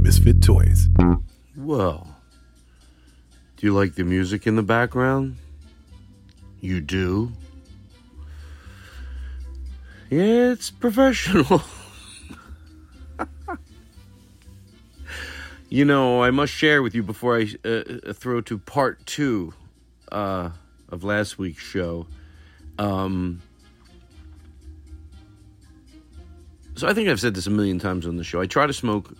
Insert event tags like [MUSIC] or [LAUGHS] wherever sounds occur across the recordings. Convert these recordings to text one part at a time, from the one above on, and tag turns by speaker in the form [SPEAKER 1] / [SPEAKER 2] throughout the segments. [SPEAKER 1] Misfit Toys.
[SPEAKER 2] Well, do you like the music in the background? You do? Yeah, it's professional. [LAUGHS] you know, I must share with you before I uh, throw to part two uh, of last week's show. Um, so I think I've said this a million times on the show. I try to smoke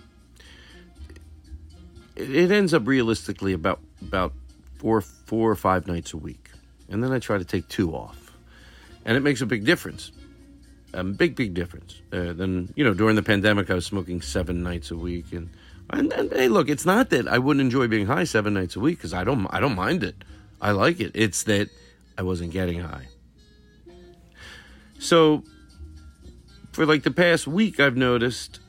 [SPEAKER 2] it, it ends up realistically about about four four or five nights a week, and then I try to take two off, and it makes a big difference, a big big difference. Uh, then you know during the pandemic I was smoking seven nights a week, and and, and hey look, it's not that I wouldn't enjoy being high seven nights a week because I don't I don't mind it, I like it. It's that I wasn't getting high. So for like the past week I've noticed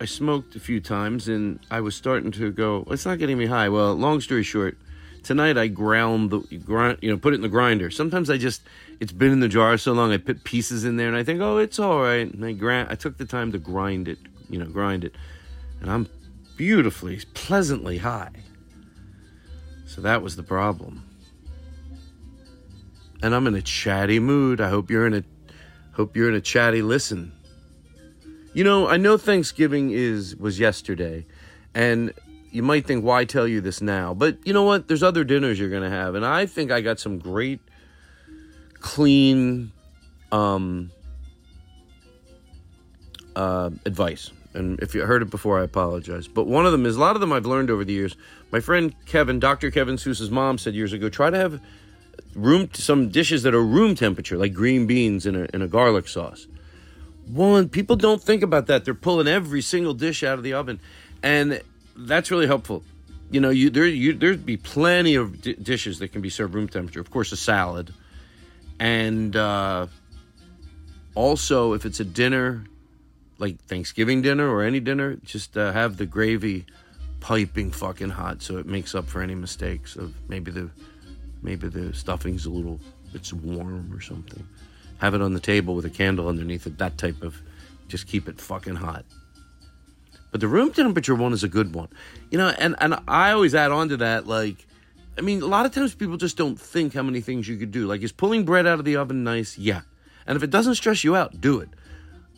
[SPEAKER 2] I smoked a few times and I was starting to go, "Well, it's not getting me high. Well, long story short, tonight I ground the grind, you know, put it in the grinder. Sometimes I just, it's been in the jar so long, I put pieces in there and I think, oh, it's all right. And I grind, I took the time to grind it, you know, grind it. And I'm beautifully, pleasantly high. So that was the problem. And I'm in a chatty mood. I hope you're in a, hope you're in a chatty listen. You know, I know Thanksgiving is was yesterday, and you might think, why tell you this now? But you know what? There's other dinners you're gonna have, and I think I got some great, clean, um, uh, advice. And if you heard it before, I apologize. But one of them is a lot of them I've learned over the years. My friend Kevin, Dr. Kevin Seuss's mom, said years ago, try to have room some dishes that are room temperature, like green beans in a in a garlic sauce one people don't think about that they're pulling every single dish out of the oven and that's really helpful you know you there you there'd be plenty of d- dishes that can be served room temperature of course a salad and uh also if it's a dinner like thanksgiving dinner or any dinner just uh, have the gravy piping fucking hot so it makes up for any mistakes of maybe the maybe the stuffing's a little it's warm or something have it on the table with a candle underneath it that type of just keep it fucking hot but the room temperature one is a good one you know and and i always add on to that like i mean a lot of times people just don't think how many things you could do like is pulling bread out of the oven nice yeah and if it doesn't stress you out do it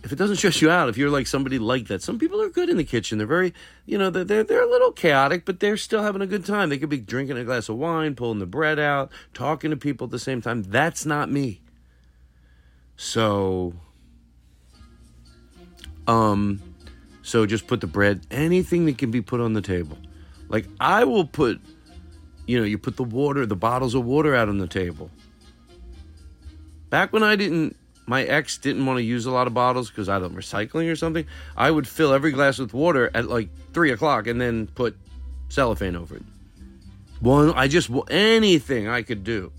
[SPEAKER 2] if it doesn't stress you out if you're like somebody like that some people are good in the kitchen they're very you know they're they're, they're a little chaotic but they're still having a good time they could be drinking a glass of wine pulling the bread out talking to people at the same time that's not me so um so just put the bread, anything that can be put on the table. Like I will put, you know, you put the water, the bottles of water out on the table. Back when I didn't, my ex didn't want to use a lot of bottles because I don't recycling or something. I would fill every glass with water at like three o'clock and then put cellophane over it. One, I just anything I could do.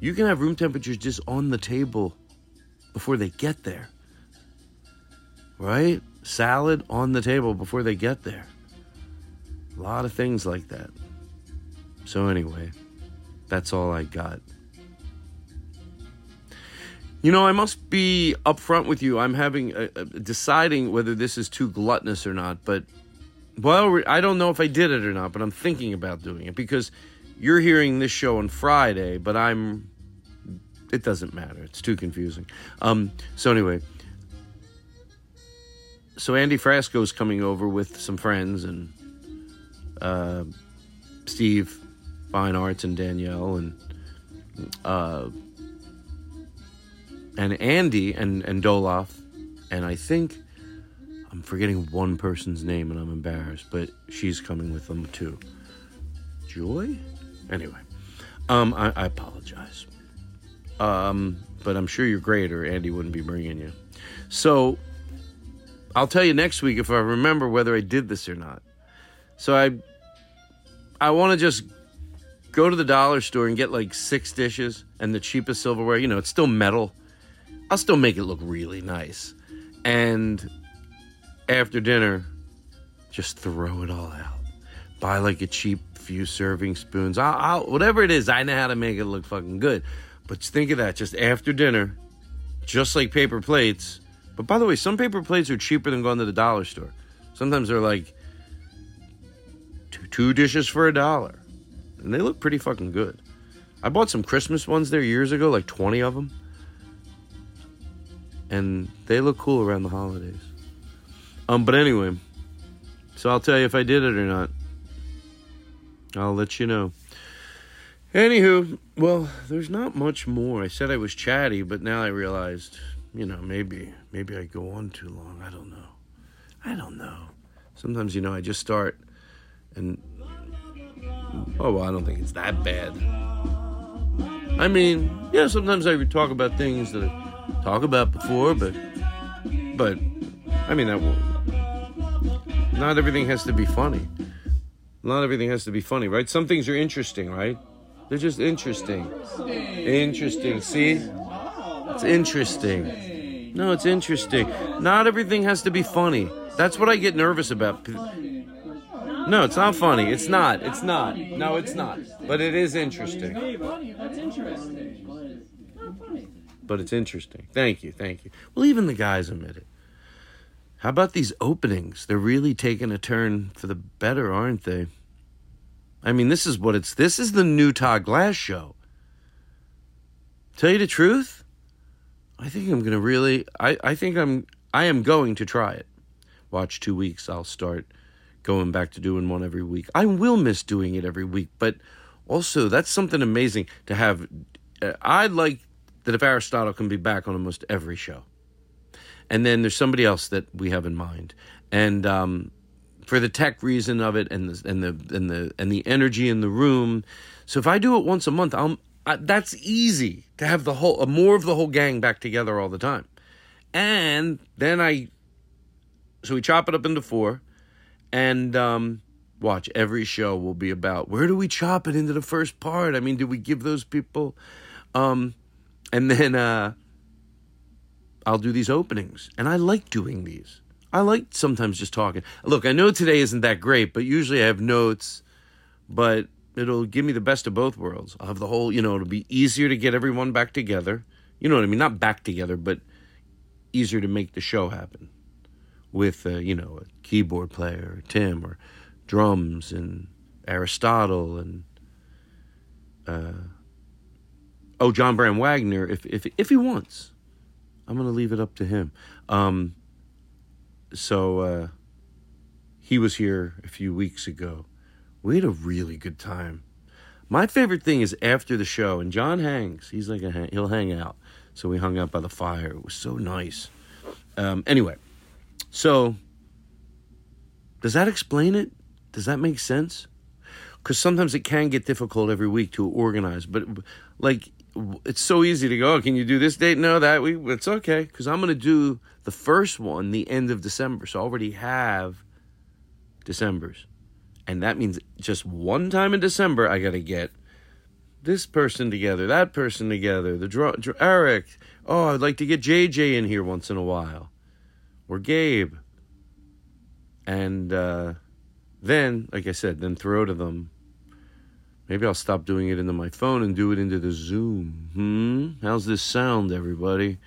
[SPEAKER 2] You can have room temperatures just on the table before they get there right? salad on the table before they get there. A lot of things like that. So, anyway, that's all I got. You know, I must be upfront with you. I'm having uh, uh, deciding whether this is too gluttonous or not, but well, I don't know if I did it or not, but I'm thinking about doing it because you're hearing this show on Friday, but I'm it doesn't matter. It's too confusing. Um, so anyway, so Andy Frasco's coming over with some friends and uh, Steve Fine Arts and Danielle and uh, and Andy and and Doloff and I think I'm forgetting one person's name and I'm embarrassed, but she's coming with them too. Joy. Anyway, um, I, I apologize. Um, but I'm sure you're great, or Andy wouldn't be bringing you. So I'll tell you next week if I remember whether I did this or not. So I I want to just go to the dollar store and get like six dishes and the cheapest silverware. You know, it's still metal. I'll still make it look really nice. And after dinner, just throw it all out. Buy like a cheap few serving spoons. I'll, I'll whatever it is, I know how to make it look fucking good. But just think of that, just after dinner, just like paper plates. But by the way, some paper plates are cheaper than going to the dollar store. Sometimes they're like two, two dishes for a dollar, and they look pretty fucking good. I bought some Christmas ones there years ago, like 20 of them, and they look cool around the holidays. Um, but anyway, so I'll tell you if I did it or not. I'll let you know. Anywho, well, there's not much more. I said I was chatty, but now I realized, you know, maybe maybe I go on too long. I don't know. I don't know. Sometimes, you know, I just start and oh well, I don't think it's that bad. I mean, yeah, sometimes I would talk about things that I talk about before, but but I mean that won't- not everything has to be funny. Not everything has to be funny, right? Some things are interesting, right? They're just interesting. Interesting. See? It's interesting. No, it's interesting. Not everything has to be funny. That's what I get nervous about. No, it's not funny. It's not. It's not. No, it's not. But it is interesting. But it's interesting. Thank you. Thank you. Well, even the guys admit it. How about these openings? They're really taking a turn for the better, aren't they? I mean, this is what it's. This is the new Todd Glass show. Tell you the truth, I think I'm gonna really. I I think I'm. I am going to try it. Watch two weeks. I'll start going back to doing one every week. I will miss doing it every week, but also that's something amazing to have. Uh, I like that if Aristotle can be back on almost every show, and then there's somebody else that we have in mind, and um, for the tech reason of it and the and the and the and the energy in the room. So if I do it once a month, I'm I, that's easy to have the whole uh, more of the whole gang back together all the time, and then I so we chop it up into four, and um, watch every show will be about where do we chop it into the first part. I mean, do we give those people, um, and then uh, I'll do these openings, and I like doing these. I like sometimes just talking. Look, I know today isn't that great, but usually I have notes, but it'll give me the best of both worlds. I'll have the whole, you know, it'll be easier to get everyone back together. You know what I mean? Not back together, but easier to make the show happen with, uh, you know, a keyboard player, or Tim, or drums, and Aristotle, and. Uh, oh, John Bram Wagner, if, if, if he wants. I'm going to leave it up to him. Um, so uh, he was here a few weeks ago. We had a really good time. My favorite thing is after the show, and John hangs. He's like a hang- he'll hang out. So we hung out by the fire. It was so nice. Um, anyway, so does that explain it? Does that make sense? Because sometimes it can get difficult every week to organize. But like, w- it's so easy to go. Oh, can you do this date? No, that we. It's okay because I'm gonna do the first one the end of December. So I already have December's, and that means just one time in December I gotta get this person together, that person together. The dr- dr- Eric. Oh, I'd like to get JJ in here once in a while, or Gabe And uh, then, like I said, then throw to them. Maybe I'll stop doing it into my phone and do it into the Zoom. Hmm? How's this sound, everybody?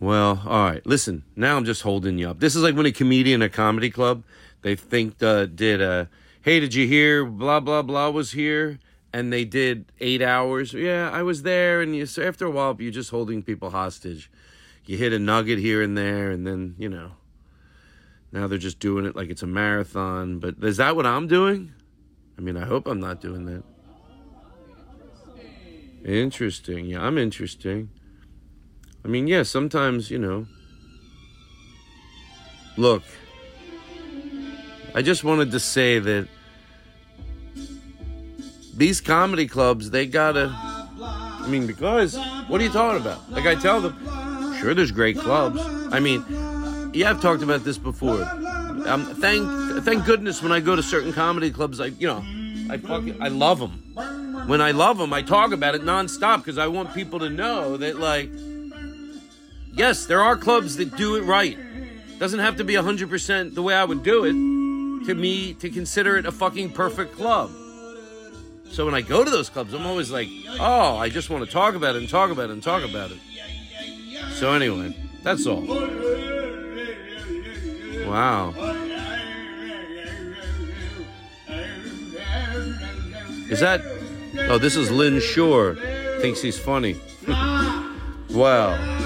[SPEAKER 2] Well, all right. Listen, now I'm just holding you up. This is like when a comedian at a comedy club, they think uh, did a, hey, did you hear blah blah blah was here, and they did eight hours. Yeah, I was there, and you, so after a while, you're just holding people hostage. You hit a nugget here and there, and then you know. Now they're just doing it like it's a marathon. But is that what I'm doing? I mean, I hope I'm not doing that. Interesting. Yeah, I'm interesting. I mean, yeah, sometimes, you know. Look, I just wanted to say that these comedy clubs, they gotta. I mean, because, what are you talking about? Like, I tell them, sure, there's great clubs. I mean, yeah, I've talked about this before. Um, thank, thank goodness when I go to certain comedy clubs, I, you know, I fucking, I love them. When I love them, I talk about it nonstop because I want people to know that, like, Yes, there are clubs that do it right. Doesn't have to be 100% the way I would do it to me to consider it a fucking perfect club. So when I go to those clubs, I'm always like, oh, I just want to talk about it and talk about it and talk about it. So anyway, that's all. Wow. Is that? Oh, this is Lynn Shore. Thinks he's funny. [LAUGHS] wow.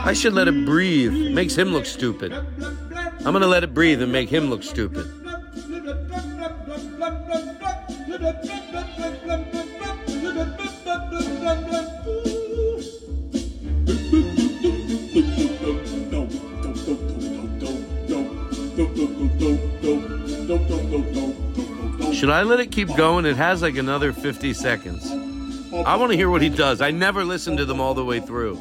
[SPEAKER 2] I should let it breathe. Makes him look stupid. I'm gonna let it breathe and make him look stupid. Should I let it keep going? It has like another 50 seconds. I want to hear what he does. I never listen to them all the way through.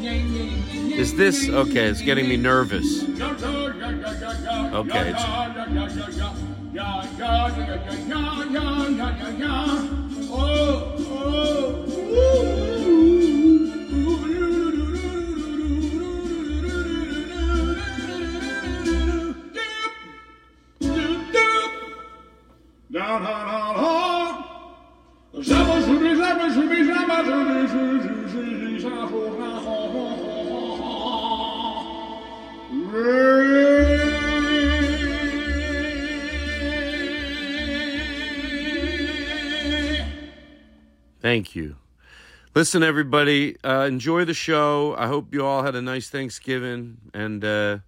[SPEAKER 2] Is this okay? It's getting me nervous. Okay. It's, thank you. Listen, everybody, uh, enjoy the show. I hope you all had a nice Thanksgiving and uh,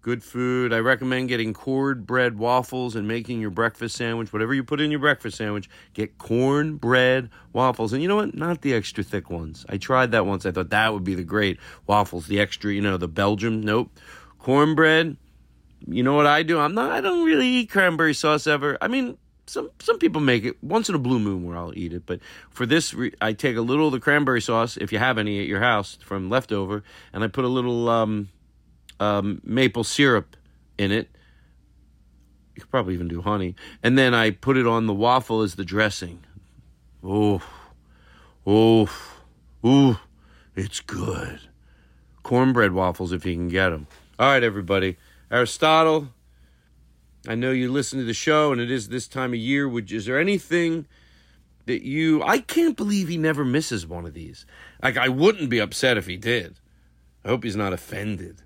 [SPEAKER 2] good food. I recommend getting cornbread waffles and making your breakfast sandwich. Whatever you put in your breakfast sandwich, get cornbread waffles. And you know what? Not the extra thick ones. I tried that once. I thought that would be the great waffles, the extra, you know, the Belgium. Nope. Cornbread. You know what I do? I'm not. I don't really eat cranberry sauce ever. I mean, some some people make it once in a blue moon where I'll eat it, but for this re- I take a little of the cranberry sauce if you have any at your house from leftover, and I put a little um, um, maple syrup in it. You could probably even do honey, and then I put it on the waffle as the dressing. Oh, oh, ooh, it's good. Cornbread waffles if you can get them. All right, everybody. Aristotle. I know you listen to the show, and it is this time of year. Which is there anything that you? I can't believe he never misses one of these. Like I wouldn't be upset if he did. I hope he's not offended.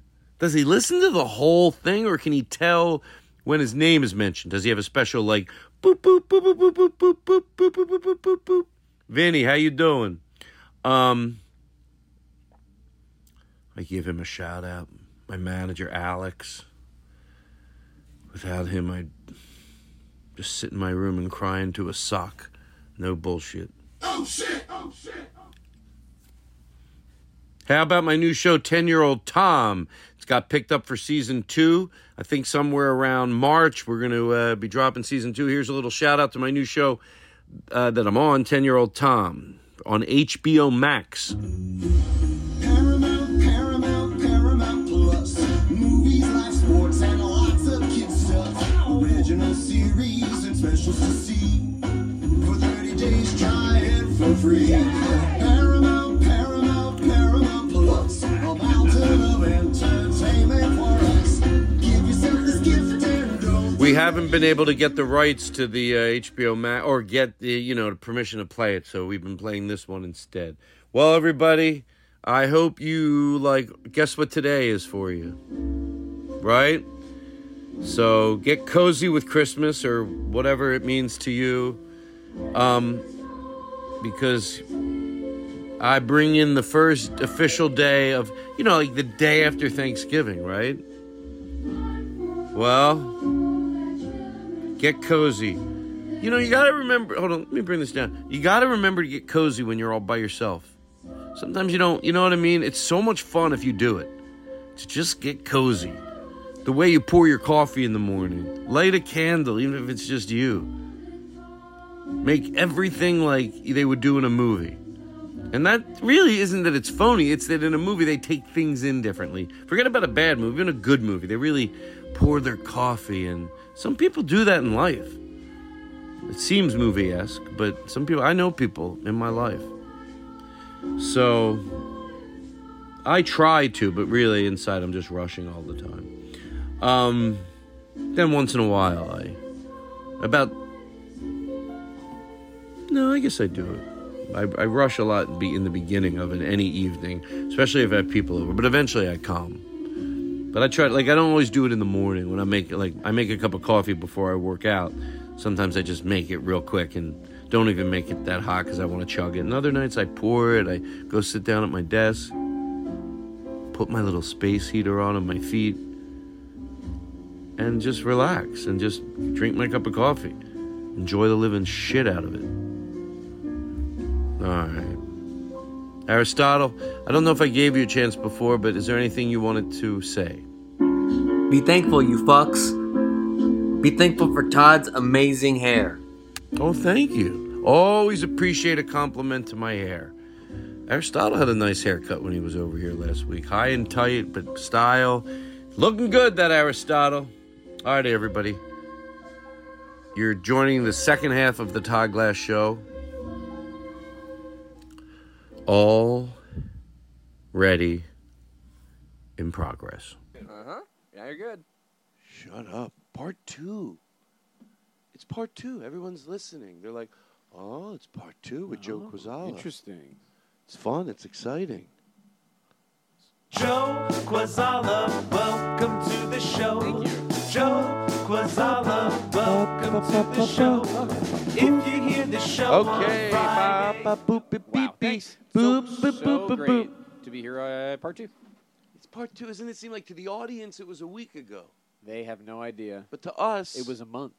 [SPEAKER 2] Does he listen to the whole thing, or can he tell when his name is mentioned? Does he have a special like boop boop boop boop boop boop boop boop boop boop boop boop boop boop? Vinny, how you doing? Um, I give him a shout out. My manager, Alex. Without him, I'd just sit in my room and cry into a sock. No bullshit. How about my new show, 10 Year Old Tom? It's got picked up for season two. I think somewhere around March, we're going to uh, be dropping season two. Here's a little shout out to my new show uh, that I'm on, 10 Year Old Tom, on HBO Max.
[SPEAKER 3] Paramount, Paramount, Paramount Plus. Movies, live sports, and lots of kid stuff. Original series and specials to see. For 30 days, try it for free. Paramount, Paramount, Paramount Plus.
[SPEAKER 2] we haven't been able to get the rights to the uh, HBO Max or get the you know the permission to play it, so we've been playing this one instead. Well, everybody, I hope you like. Guess what today is for you, right? So get cozy with Christmas or whatever it means to you, um, because I bring in the first official day of you know like the day after Thanksgiving, right? Well get cozy. You know, you gotta remember. Hold on, let me bring this down. You gotta remember to get cozy when you're all by yourself. Sometimes you don't. You know what I mean? It's so much fun if you do it. To just get cozy. The way you pour your coffee in the morning, light a candle, even if it's just you. Make everything like they would do in a movie. And that really isn't that it's phony, it's that in a movie they take things in differently. Forget about a bad movie, even a good movie. They really pour their coffee and some people do that in life. It seems movie esque, but some people I know people in my life. So I try to, but really inside I'm just rushing all the time. Um then once in a while I about no, I guess I do it. I, I rush a lot be- in the beginning of it any evening, especially if I have people over. But eventually I calm. But I try like I don't always do it in the morning when I make like I make a cup of coffee before I work out. Sometimes I just make it real quick and don't even make it that hot because I want to chug it. And other nights I pour it. I go sit down at my desk, put my little space heater on on my feet, and just relax and just drink my cup of coffee. Enjoy the living shit out of it. All right. Aristotle, I don't know if I gave you a chance before, but is there anything you wanted to say?
[SPEAKER 4] Be thankful, you fucks. Be thankful for Todd's amazing hair.
[SPEAKER 2] Oh, thank you. Always appreciate a compliment to my hair. Aristotle had a nice haircut when he was over here last week. High and tight, but style. Looking good, that Aristotle. All right, everybody. You're joining the second half of the Todd Glass Show. All ready in progress.
[SPEAKER 4] Yeah, you're good.
[SPEAKER 2] Shut up. Part two. It's part two. Everyone's listening. They're like, oh, it's part two with Joe Quazala.
[SPEAKER 5] Interesting.
[SPEAKER 2] It's fun. It's exciting.
[SPEAKER 6] Joe Quazala, welcome to the show. Joe Quazala, welcome to the show. If you hear the show
[SPEAKER 2] Okay.
[SPEAKER 6] on Friday,
[SPEAKER 2] Ba, ba, boop, beep,
[SPEAKER 5] Wow,
[SPEAKER 2] beep, beep.
[SPEAKER 5] thanks.
[SPEAKER 2] Boop,
[SPEAKER 5] so,
[SPEAKER 2] boop, boop,
[SPEAKER 5] so
[SPEAKER 2] boop,
[SPEAKER 5] great
[SPEAKER 2] boop.
[SPEAKER 5] to be here. Uh, part two.
[SPEAKER 2] It's part two. Doesn't it seem like to the audience it was a week ago?
[SPEAKER 5] They have no idea.
[SPEAKER 2] But to us,
[SPEAKER 5] It was a month.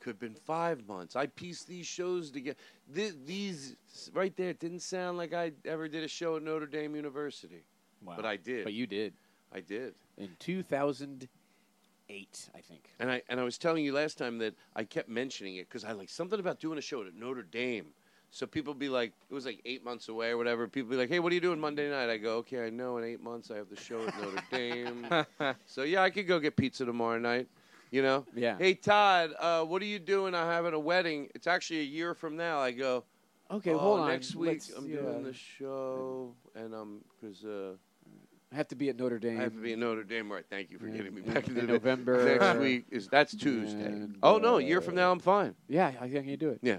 [SPEAKER 2] could have been five months. I pieced these shows together. Th- these right there it didn't sound like I ever did a show at Notre Dame University.
[SPEAKER 5] Wow.
[SPEAKER 2] But I did.
[SPEAKER 5] But you did
[SPEAKER 2] I did.
[SPEAKER 5] in 2008, I think.
[SPEAKER 2] And I and I was telling you last time that I kept mentioning it because I like something about doing a show at Notre Dame. So people be like, it was like eight months away or whatever. People be like, hey, what are you doing Monday night? I go, okay, I know in eight months I have the show at
[SPEAKER 5] [LAUGHS]
[SPEAKER 2] Notre Dame. so yeah, I could go get pizza tomorrow night. You know?
[SPEAKER 5] Yeah.
[SPEAKER 2] Hey Todd, uh, what are you doing? I'm having a wedding. It's actually a year from now. I go.
[SPEAKER 5] Okay,
[SPEAKER 2] "Oh,
[SPEAKER 5] hold on.
[SPEAKER 2] Next week
[SPEAKER 5] Let's-
[SPEAKER 2] I'm
[SPEAKER 5] yeah.
[SPEAKER 2] doing the show, and I'm because uh,
[SPEAKER 5] I have to be at Notre Dame.
[SPEAKER 2] I have to be in Notre Dame, right? Thank you for getting me
[SPEAKER 5] in-
[SPEAKER 2] back into
[SPEAKER 5] in
[SPEAKER 2] the
[SPEAKER 5] November.
[SPEAKER 2] Next week is that's Tuesday.
[SPEAKER 5] And, uh,
[SPEAKER 2] oh no, a year from now I'm fine.
[SPEAKER 5] yeah, I think I can do it.
[SPEAKER 2] Yeah,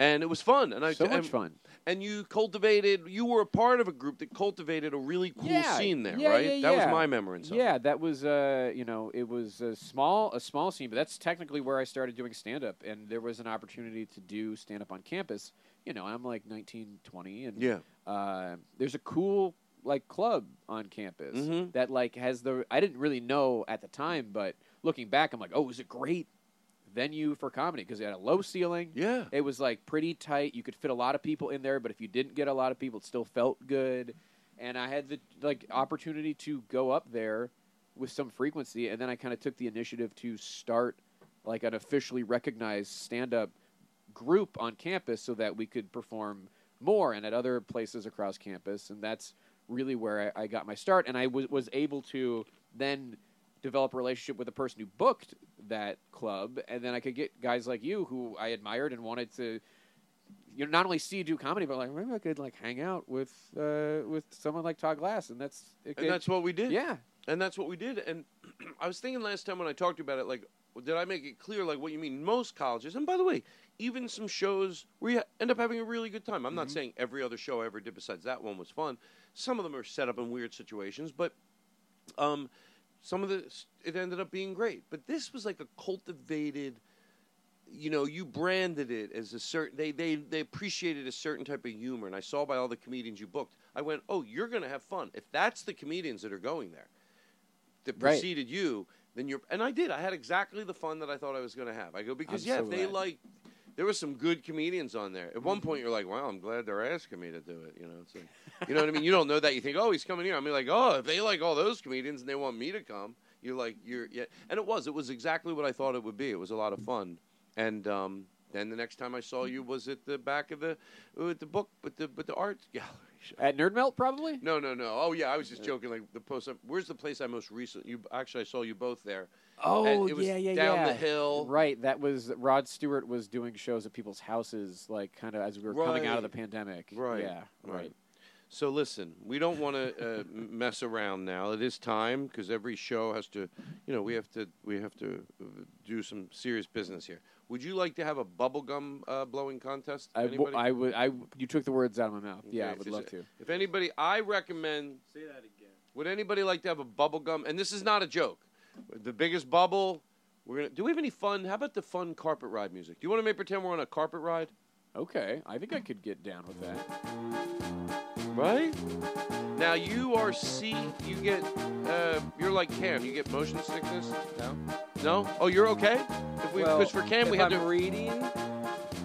[SPEAKER 2] and it was fun, and I
[SPEAKER 5] so
[SPEAKER 2] and,
[SPEAKER 5] much fun.
[SPEAKER 2] And you cultivated. You were a part of a group that cultivated a really cool
[SPEAKER 5] Yeah,
[SPEAKER 2] scene there,
[SPEAKER 5] yeah,
[SPEAKER 2] right?
[SPEAKER 5] yeah,
[SPEAKER 2] That was
[SPEAKER 5] yeah.
[SPEAKER 2] my memory. And
[SPEAKER 5] Yeah, that was uh, you know, it was a small a small scene, but that's technically where I started doing stand up and there was an opportunity to do stand up on campus. You know, I'm like 19, 20 and
[SPEAKER 2] Yeah.
[SPEAKER 5] uh, there's a cool like club on campus
[SPEAKER 2] Mhm.
[SPEAKER 5] that like has the I didn't really know at the time, but looking back I'm like, "Oh, it was a great venue for comedy because it had a low ceiling.
[SPEAKER 2] Yeah.
[SPEAKER 5] It was like pretty tight. You could fit a lot of people in there, but if you didn't get a lot of people, it still felt good. And I had the like opportunity to go up there with some frequency, and then I kind of took the initiative to start like an officially recognized stand up group on campus so that we could perform more and at other places across campus. And that's really where I, I got my start. And I was was able to then develop a relationship with the person who booked that club. And then I could get guys like you who I admired and wanted to you know, not only see you do comedy, but like maybe I could like hang out with uh, with someone like Todd Glass, and that's it,
[SPEAKER 2] And
[SPEAKER 5] it-
[SPEAKER 2] that's what we did.
[SPEAKER 5] yeah,
[SPEAKER 2] [CLEARS THROAT] And that's what we did. And I was thinking last time when I talked to you about it, like did I make it clear like what you mean? Most colleges, and by the way, even some shows where you end up having a really good time. I'm not saying every other show I ever did besides that one was fun. Some of them are set up in weird situations, but um, some of the it ended up being great. But this was like a cultivated you know, you branded it as a certain. They they they appreciated a certain type of humor, and I saw by all the comedians you booked. I went, oh, you're going to have fun if that's the comedians that are going there, that
[SPEAKER 5] Right.
[SPEAKER 2] preceded you. Then you're, and I did. I had exactly the fun that I thought I was going to have. I go because
[SPEAKER 5] I'm
[SPEAKER 2] yeah,
[SPEAKER 5] so
[SPEAKER 2] if they
[SPEAKER 5] glad. Mm-hmm.
[SPEAKER 2] like, there were some good comedians on there. At one point, you're like, wow, I'm glad they're asking me to do it. You know, it's like, you know what I mean. You don't know that. You think, oh, he's coming here. I mean, like, oh, if they like all those comedians and they want me to come, you're like, you're yeah. And it was. It was exactly what I thought it would be. It was a lot of fun. And um, then the next time I saw you was at the back of the uh, at the book, but the but the art gallery.
[SPEAKER 5] At Nerd Melt, probably.
[SPEAKER 2] No, no, no. Oh yeah, I was just joking. Like the post. Where's the place I most recently? You actually, I saw you both there.
[SPEAKER 5] Oh
[SPEAKER 2] And it was
[SPEAKER 5] yeah, yeah,
[SPEAKER 2] down
[SPEAKER 5] yeah.
[SPEAKER 2] the hill.
[SPEAKER 5] Right. That was Rod Stewart was doing shows at people's houses, like kind of as we were coming out of the
[SPEAKER 2] Right.
[SPEAKER 5] pandemic.
[SPEAKER 2] Right.
[SPEAKER 5] Yeah. Right.
[SPEAKER 2] So listen, we
[SPEAKER 5] [LAUGHS]
[SPEAKER 2] don't want to uh, m- mess around now. It is time because every show has to, you know, we have to we have to uh, do some serious business here. Would you like to have a bubblegum uh, blowing contest?
[SPEAKER 5] I, w-
[SPEAKER 2] Anybody?
[SPEAKER 5] I would. I you took the words out of my mouth. Yeah,
[SPEAKER 2] Okay,
[SPEAKER 5] I would
[SPEAKER 2] if-
[SPEAKER 5] love to.
[SPEAKER 2] If anybody, I recommend. Say that again. Would anybody like to have a bubble gum? And this is not a joke. The biggest bubble. We're gonna. Do we have any fun? How about the fun carpet ride music? Do you want to make pretend we're on a carpet ride?
[SPEAKER 5] Okay, I think I could get down with that.
[SPEAKER 2] Right. Now you are C. You get. Uh, you're like Cam. You get motion sickness.
[SPEAKER 7] No?
[SPEAKER 2] No. Oh, you're okay. If we,
[SPEAKER 7] Well,
[SPEAKER 2] because for Cam we
[SPEAKER 7] if
[SPEAKER 2] had
[SPEAKER 7] I'm
[SPEAKER 2] to.
[SPEAKER 7] reading,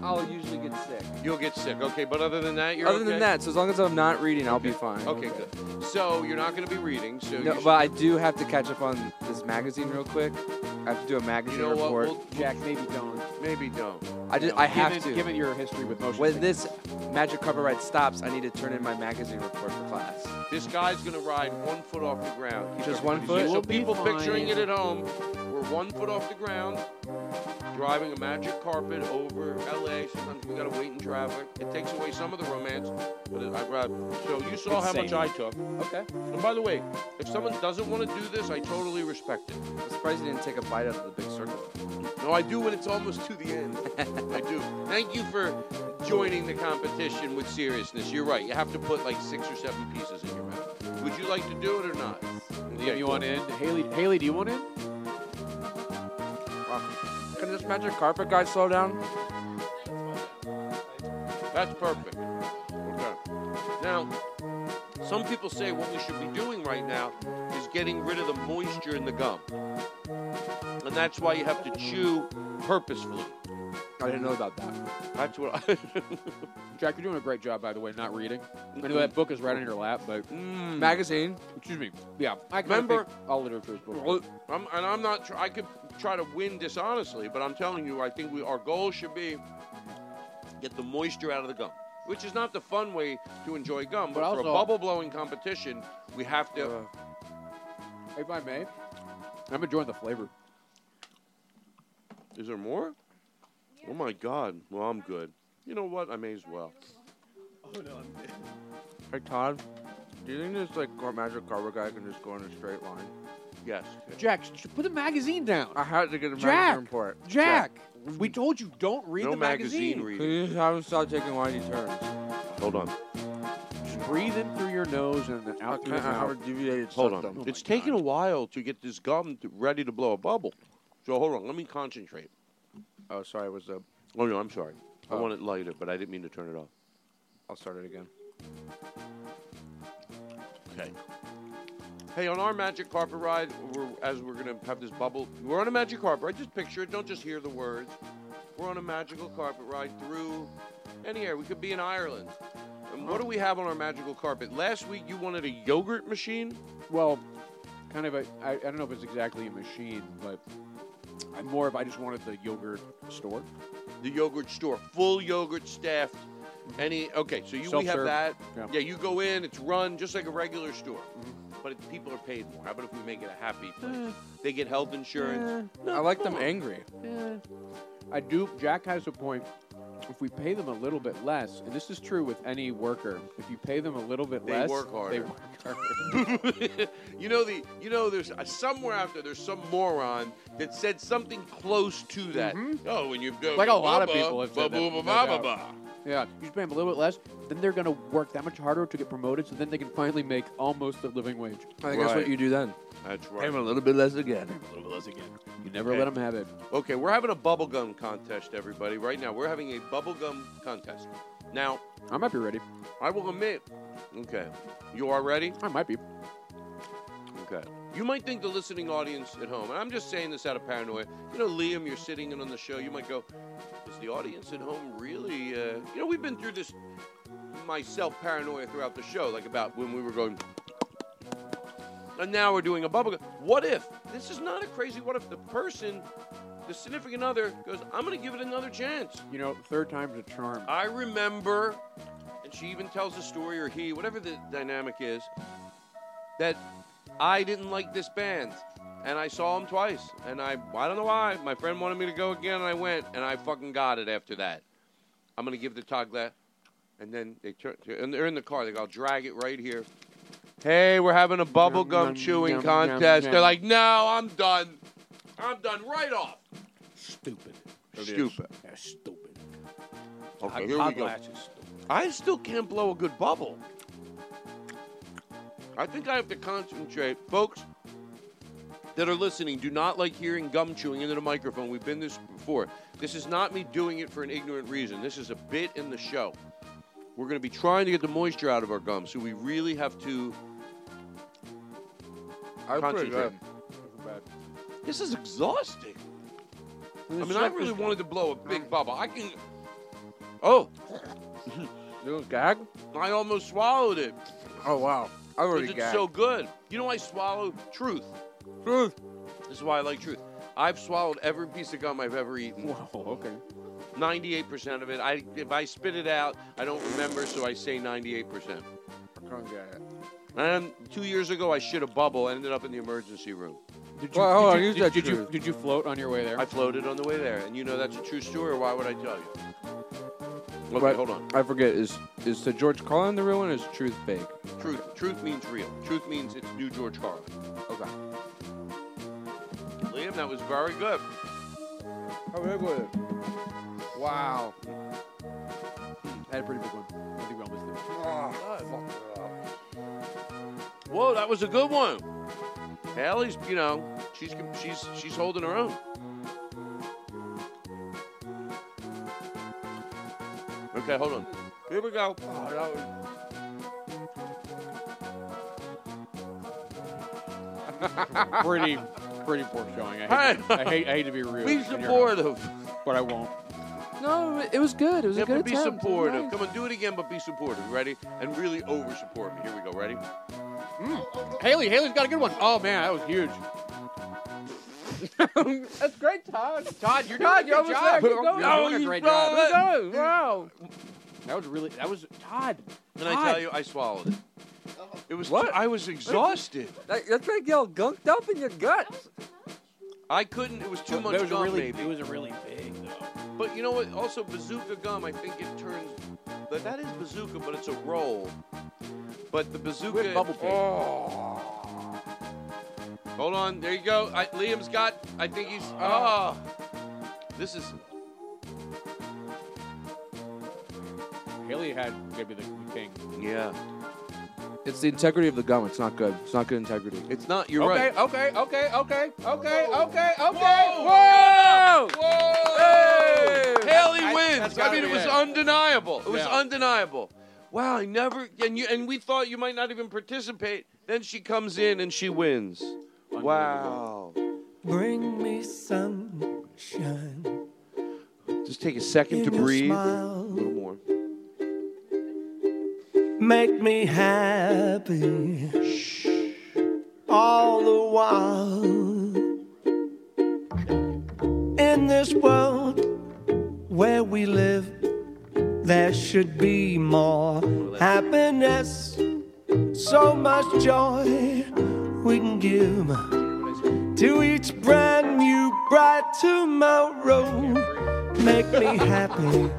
[SPEAKER 7] I'll usually get sick.
[SPEAKER 2] You'll get sick. Okay, but other than that, you're
[SPEAKER 7] Other
[SPEAKER 2] okay.
[SPEAKER 7] than that, so as long as I'm not reading, I'll be fine.
[SPEAKER 2] Okay, good. So you're not going to be reading. So you
[SPEAKER 7] No,
[SPEAKER 2] should-
[SPEAKER 7] but I do have to catch up on this magazine real quick. I have to do a magazine
[SPEAKER 2] you know what?
[SPEAKER 7] report.
[SPEAKER 2] We'll-
[SPEAKER 5] Jack, maybe don't.
[SPEAKER 2] maybe don't.
[SPEAKER 7] I just I have
[SPEAKER 5] given,
[SPEAKER 7] to.
[SPEAKER 5] Given your history with motion,
[SPEAKER 7] when
[SPEAKER 5] sickness.
[SPEAKER 7] this magic carpet ride stops, I need to turn in my magazine report for class.
[SPEAKER 2] This guy's gonna ride one foot off the ground. Keep
[SPEAKER 7] Just
[SPEAKER 2] everybody-
[SPEAKER 7] one foot?
[SPEAKER 2] So
[SPEAKER 5] We'll be
[SPEAKER 2] people
[SPEAKER 5] fine.
[SPEAKER 2] picturing it at home, we're one foot off the ground, driving a magic carpet over LA. Sometimes we gotta wait in traffic. It takes away some of the romance, but it, I grab. So you saw how much
[SPEAKER 5] Insane.
[SPEAKER 2] I took.
[SPEAKER 7] Okay.
[SPEAKER 2] And by the way, if someone doesn't want to do this, I totally respect it.
[SPEAKER 7] I'm surprised you didn't take a bite out of the big circle.
[SPEAKER 2] No, I do when it's almost to the
[SPEAKER 7] [LAUGHS]
[SPEAKER 2] end. I do. Thank you for joining the competition with seriousness. You're right. You have to put like six or seven pieces in your mouth. Would you like to do it or not?
[SPEAKER 5] Yeah, you want in? Haley, Haley, do you want in?
[SPEAKER 7] Can this magic carpet guy slow down?
[SPEAKER 2] That's perfect. Okay. Now, some people say what we should be doing right now is getting rid of the moisture in the gum. And that's why you have to chew purposefully.
[SPEAKER 7] I didn't know about that.
[SPEAKER 2] That's what I. [LAUGHS]
[SPEAKER 5] Jack, you're doing a great job, by the way, not reading. I know that book is right on your lap, but
[SPEAKER 7] Magazine.
[SPEAKER 5] Mm-hmm. Mm. excuse me. Yeah, I kinda
[SPEAKER 2] Remember-
[SPEAKER 5] think all literature is book.
[SPEAKER 2] I'm, and I'm not. Tr- I could try to win dishonestly, but I'm telling you, I think we our goal should be get the moisture out of the gum, which is not the fun way to enjoy gum. But,
[SPEAKER 5] But
[SPEAKER 2] for a
[SPEAKER 5] also- Uh,
[SPEAKER 2] bubble blowing competition, we have to.
[SPEAKER 5] If I may, I'm enjoying the flavor.
[SPEAKER 2] Is there more? Oh my God! Well, I'm good. You know what? I may as well. Oh,
[SPEAKER 7] Hey Todd, do you think this like car- magic carpet guy can just go in a straight line?
[SPEAKER 2] Yes.
[SPEAKER 5] Jack, sh- put the magazine down.
[SPEAKER 7] I had to get a
[SPEAKER 5] Jack,
[SPEAKER 7] magazine report.
[SPEAKER 5] Jack, we told you don't read
[SPEAKER 2] no
[SPEAKER 5] the magazine.
[SPEAKER 7] Can
[SPEAKER 2] reading.
[SPEAKER 7] you just have him stop taking windy turns?
[SPEAKER 2] Hold on.
[SPEAKER 5] Just breathe in through your nose and then out
[SPEAKER 7] Can
[SPEAKER 5] through
[SPEAKER 7] I
[SPEAKER 5] your
[SPEAKER 7] have a Oh
[SPEAKER 5] mouth.
[SPEAKER 7] deviated
[SPEAKER 2] Hold
[SPEAKER 7] system?
[SPEAKER 2] on. it's taking a while to get this gum to, ready to blow a bubble. So hold on. Let me concentrate.
[SPEAKER 7] Oh, sorry. Was the
[SPEAKER 2] Oh no, I'm sorry. I
[SPEAKER 7] Oh.
[SPEAKER 2] want it lighter, but I didn't mean to turn it off.
[SPEAKER 7] I'll start it again.
[SPEAKER 2] Okay. Hey, on our magic carpet ride, we're, as we're gonna have this bubble, we're on a magic carpet ride. Just picture it. Don't just hear the words. We're on a magical carpet ride through anywhere. We could be in Ireland. And what do we have on our magical carpet? Last week you wanted a yogurt machine.
[SPEAKER 5] Well, kind of a. I, I don't know if it's exactly a machine, but I'm more of. I just wanted the yogurt store.
[SPEAKER 2] the yogurt store, full yogurt staffed. Any okay, so you we have
[SPEAKER 5] Self-serve.
[SPEAKER 2] that.
[SPEAKER 5] Yeah.
[SPEAKER 2] you go in, it's run just like a regular store, but it, people are paid more. How about if we make it a happy place?
[SPEAKER 5] Mm.
[SPEAKER 2] they get health insurance.
[SPEAKER 7] I like them angry.
[SPEAKER 5] I do. Jack has a point. if we pay them a little bit less, and this is true with any worker, if you pay them a little bit
[SPEAKER 2] They
[SPEAKER 5] less,
[SPEAKER 2] work
[SPEAKER 5] they
[SPEAKER 2] harder.
[SPEAKER 5] work [LAUGHS] harder. Mm.
[SPEAKER 2] [LAUGHS] you know the you know there's uh, somewhere out there there's some moron that said something close to that. Oh, when you do
[SPEAKER 5] Mm-hmm. Like a lot of people have said that,
[SPEAKER 2] Ba, ba, ba,
[SPEAKER 5] no
[SPEAKER 2] ba,
[SPEAKER 5] doubt.
[SPEAKER 2] ba.
[SPEAKER 5] yeah, you should pay them a little bit less, then they're going to work that much harder to get promoted, so then they can finally make almost a living wage.
[SPEAKER 8] I think that's what
[SPEAKER 2] Right.
[SPEAKER 8] you do then.
[SPEAKER 2] That's right.
[SPEAKER 8] Pay him a little bit less again.
[SPEAKER 5] You never
[SPEAKER 2] Okay.
[SPEAKER 5] let them have it.
[SPEAKER 2] Okay, we're having a bubblegum contest, everybody. Right now, we're having a bubblegum contest. Now,
[SPEAKER 5] I might be ready.
[SPEAKER 2] I will admit, okay, you are ready?
[SPEAKER 5] I might be.
[SPEAKER 2] Okay. You might think the listening audience at home, and I'm just saying this out of paranoia. You know, Liam, you're sitting in on the show. You might go, is the audience at home really? Uh, you know, we've been through this myself paranoia throughout the show, like about when we were going. And now we're doing a bubblegum. What if? This is not a crazy what if. The person, the significant other, goes, I'm going to give it another chance.
[SPEAKER 5] You know, third time's a charm.
[SPEAKER 2] I remember, and she even tells a story, or he, whatever the dynamic is, that I didn't like this band. And I saw them twice. And I, I don't know why. My friend wanted me to go again, and I went, and I fucking got it after that. I'm going to give the Todd Glass. And then they turn, and they're in the car. They go, I'll drag it right here. Hey, we're having a
[SPEAKER 5] Nom, nom,
[SPEAKER 2] bubblegum chewing
[SPEAKER 5] nom,
[SPEAKER 2] contest.
[SPEAKER 5] nom,
[SPEAKER 2] They're
[SPEAKER 5] nom.
[SPEAKER 2] like, no, I'm done. I'm done right off. Stupid. Stupid.
[SPEAKER 8] stupid.
[SPEAKER 2] Okay, here we go. I still can't blow a good bubble. I think I have to concentrate. Folks that are listening, do not like hearing gum chewing into the microphone. We've been this before. This is not me doing it for an ignorant reason. This is a bit in the show. We're going to be trying to get the moisture out of our gums, so we really have to concentrate. This is exhausting. I mean, I really wanted to blow a big bubble. I can. Oh,
[SPEAKER 8] You gag?
[SPEAKER 2] I almost swallowed it.
[SPEAKER 8] Oh wow. I already
[SPEAKER 2] Because it's
[SPEAKER 8] gagged.
[SPEAKER 2] so good. You know, I swallow truth.
[SPEAKER 8] Truth.
[SPEAKER 2] This is why I like truth. I've swallowed every piece of gum I've ever eaten.
[SPEAKER 5] Whoa, okay.
[SPEAKER 2] 98% of it. I if I spit it out, I don't remember, so I say 98%.
[SPEAKER 8] I can't get it.
[SPEAKER 2] And two years ago, I shit a bubble. I ended up in the emergency room.
[SPEAKER 5] Did
[SPEAKER 8] Well, hold
[SPEAKER 5] did
[SPEAKER 8] on, use
[SPEAKER 5] did-
[SPEAKER 8] that
[SPEAKER 5] did you
[SPEAKER 8] truth.
[SPEAKER 5] did you float on your way there?
[SPEAKER 2] I floated on the way there, and you know that's a true story. Or why would I tell you? Okay,
[SPEAKER 8] But-
[SPEAKER 2] hold on.
[SPEAKER 8] I forget. Is is the George Carlin the real one? Or is Truth fake?
[SPEAKER 2] Truth. Truth means real. Truth means it's new George Carlin.
[SPEAKER 8] Okay.
[SPEAKER 2] Liam, that was very good.
[SPEAKER 8] How big was it? Wow.
[SPEAKER 5] had a pretty big one. I think we all missed it.
[SPEAKER 2] Whoa, that was a good one. Hallie's, you know, she's she's she's holding her own. Okay, hold on. Here we go.
[SPEAKER 5] [LAUGHS] Pretty, pretty poor showing. I
[SPEAKER 2] Hey.
[SPEAKER 5] hate, I hate, I hate to be rude.
[SPEAKER 2] Be
[SPEAKER 5] in your-
[SPEAKER 2] supportive.
[SPEAKER 5] but I won't.
[SPEAKER 8] No, it- it was good. It was
[SPEAKER 2] You
[SPEAKER 8] a
[SPEAKER 2] have
[SPEAKER 8] good
[SPEAKER 2] to be
[SPEAKER 8] attempt. It was
[SPEAKER 2] supportive.
[SPEAKER 8] nice.
[SPEAKER 2] Come on, do it again, but be supportive. Ready? And really over support me. Here we go. Ready?
[SPEAKER 5] Haley, Haley's got a good one. Oh man, that was huge.
[SPEAKER 8] That's great, Todd.
[SPEAKER 5] Todd, you're doing a
[SPEAKER 8] you're
[SPEAKER 5] good
[SPEAKER 8] almost
[SPEAKER 5] job.
[SPEAKER 8] there.
[SPEAKER 5] You're
[SPEAKER 8] Keep
[SPEAKER 5] doing
[SPEAKER 2] going.
[SPEAKER 5] a
[SPEAKER 2] No,
[SPEAKER 5] great
[SPEAKER 2] you
[SPEAKER 5] job.
[SPEAKER 2] brought it.
[SPEAKER 8] No, wow.
[SPEAKER 5] That was really. That was Todd.
[SPEAKER 2] And I tell you, I swallowed it. It was.
[SPEAKER 8] What?
[SPEAKER 2] I was exhausted.
[SPEAKER 8] That, that's like y'all gunked up in your guts.
[SPEAKER 2] I couldn't. It was too much
[SPEAKER 5] That was a
[SPEAKER 2] gum,
[SPEAKER 5] really,
[SPEAKER 2] maybe.
[SPEAKER 5] It was a really big though.
[SPEAKER 2] But you know what? Also, bazooka gum, I think it turns. But that is bazooka, but it's a roll. But the bazooka.
[SPEAKER 5] bubble pig.
[SPEAKER 2] Hold on. There you go. I, Liam's got. I think he's.
[SPEAKER 5] Ah.
[SPEAKER 2] Oh. This is.
[SPEAKER 5] Haley had maybe the the king.
[SPEAKER 2] Yeah.
[SPEAKER 8] It's the integrity of the gum. It's not good. It's not good integrity.
[SPEAKER 2] It's not. You're
[SPEAKER 8] okay,
[SPEAKER 2] right.
[SPEAKER 8] okay, okay, okay, okay, okay, okay.
[SPEAKER 2] Whoa!
[SPEAKER 8] Whoa!
[SPEAKER 2] Whoa!
[SPEAKER 8] Hey!
[SPEAKER 2] Haley
[SPEAKER 5] I- that's
[SPEAKER 2] wins. I,
[SPEAKER 5] gotta
[SPEAKER 2] mean, it
[SPEAKER 5] be
[SPEAKER 2] was
[SPEAKER 5] it.
[SPEAKER 2] undeniable. It was
[SPEAKER 5] Yeah.
[SPEAKER 2] undeniable. Wow, I never and you and we thought you might not even participate. Then she comes in and she wins. Wow.
[SPEAKER 7] Bring me sunshine.
[SPEAKER 2] Just take a second to
[SPEAKER 7] In your
[SPEAKER 2] breathe.
[SPEAKER 7] smile.
[SPEAKER 2] A little warm.
[SPEAKER 7] Make me happy. All the while. In this world where we live, there should be more happiness. So much joy we can give to each brand new bright tomorrow. make me happy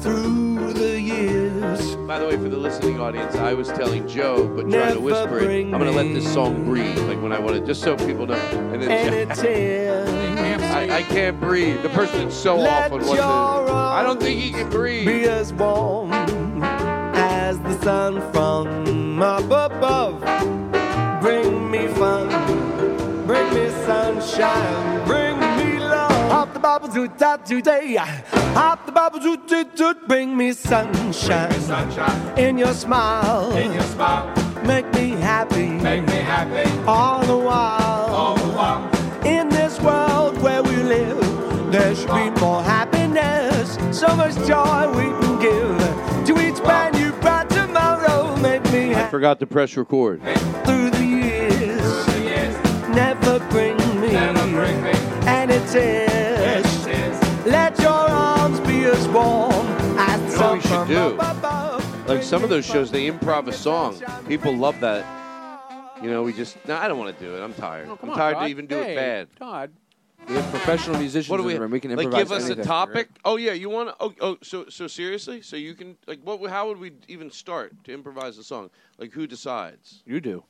[SPEAKER 7] through the years.
[SPEAKER 2] By the way, for the listening audience, I was telling Joe, but trying
[SPEAKER 7] Never
[SPEAKER 2] to whisper it. I'm
[SPEAKER 7] bring
[SPEAKER 2] going to let this
[SPEAKER 7] me
[SPEAKER 2] song breathe, like when I want to, just so people know.
[SPEAKER 7] And
[SPEAKER 2] And [LAUGHS] then
[SPEAKER 7] it's here.
[SPEAKER 2] I, I can't breathe. The person's so
[SPEAKER 7] Let
[SPEAKER 2] off on what
[SPEAKER 7] your
[SPEAKER 2] the. I don't
[SPEAKER 7] arms
[SPEAKER 2] think he can breathe.
[SPEAKER 7] Be as warm as the sun from up above. Bring me fun, bring me sunshine, bring me love. Hop the bubble to top today. Hop the bubble to toot toot. Bring me sunshine, in your smile.
[SPEAKER 9] In your smile.
[SPEAKER 7] Make me happy.
[SPEAKER 9] Make me happy.
[SPEAKER 7] All the while.
[SPEAKER 9] All the while.
[SPEAKER 7] In this world where we live, there should be more happiness. So much joy we can give to each man you brought tomorrow. Make me
[SPEAKER 2] I
[SPEAKER 7] happy
[SPEAKER 2] forgot to press record.
[SPEAKER 7] through the years. Never bring me an attest. Let your arms be as warm as the
[SPEAKER 2] You know what
[SPEAKER 7] sun
[SPEAKER 2] we should
[SPEAKER 7] from
[SPEAKER 2] do?
[SPEAKER 7] above.
[SPEAKER 2] Like some of those shows, they improv a song. People love that. You know, we just. No, I don't want to do it. I'm
[SPEAKER 5] Oh,
[SPEAKER 2] tired. I'm tired to even do it bad.
[SPEAKER 5] Todd.
[SPEAKER 8] We have professional musicians
[SPEAKER 2] What do
[SPEAKER 8] in
[SPEAKER 2] we
[SPEAKER 8] the room. We can
[SPEAKER 2] like?
[SPEAKER 8] improvise
[SPEAKER 2] Give us
[SPEAKER 8] anything.
[SPEAKER 2] a topic. Oh yeah, you want? to Oh, oh, so so seriously? So you can like what? How would we even start to improvise a song? Like who decides?
[SPEAKER 5] You do.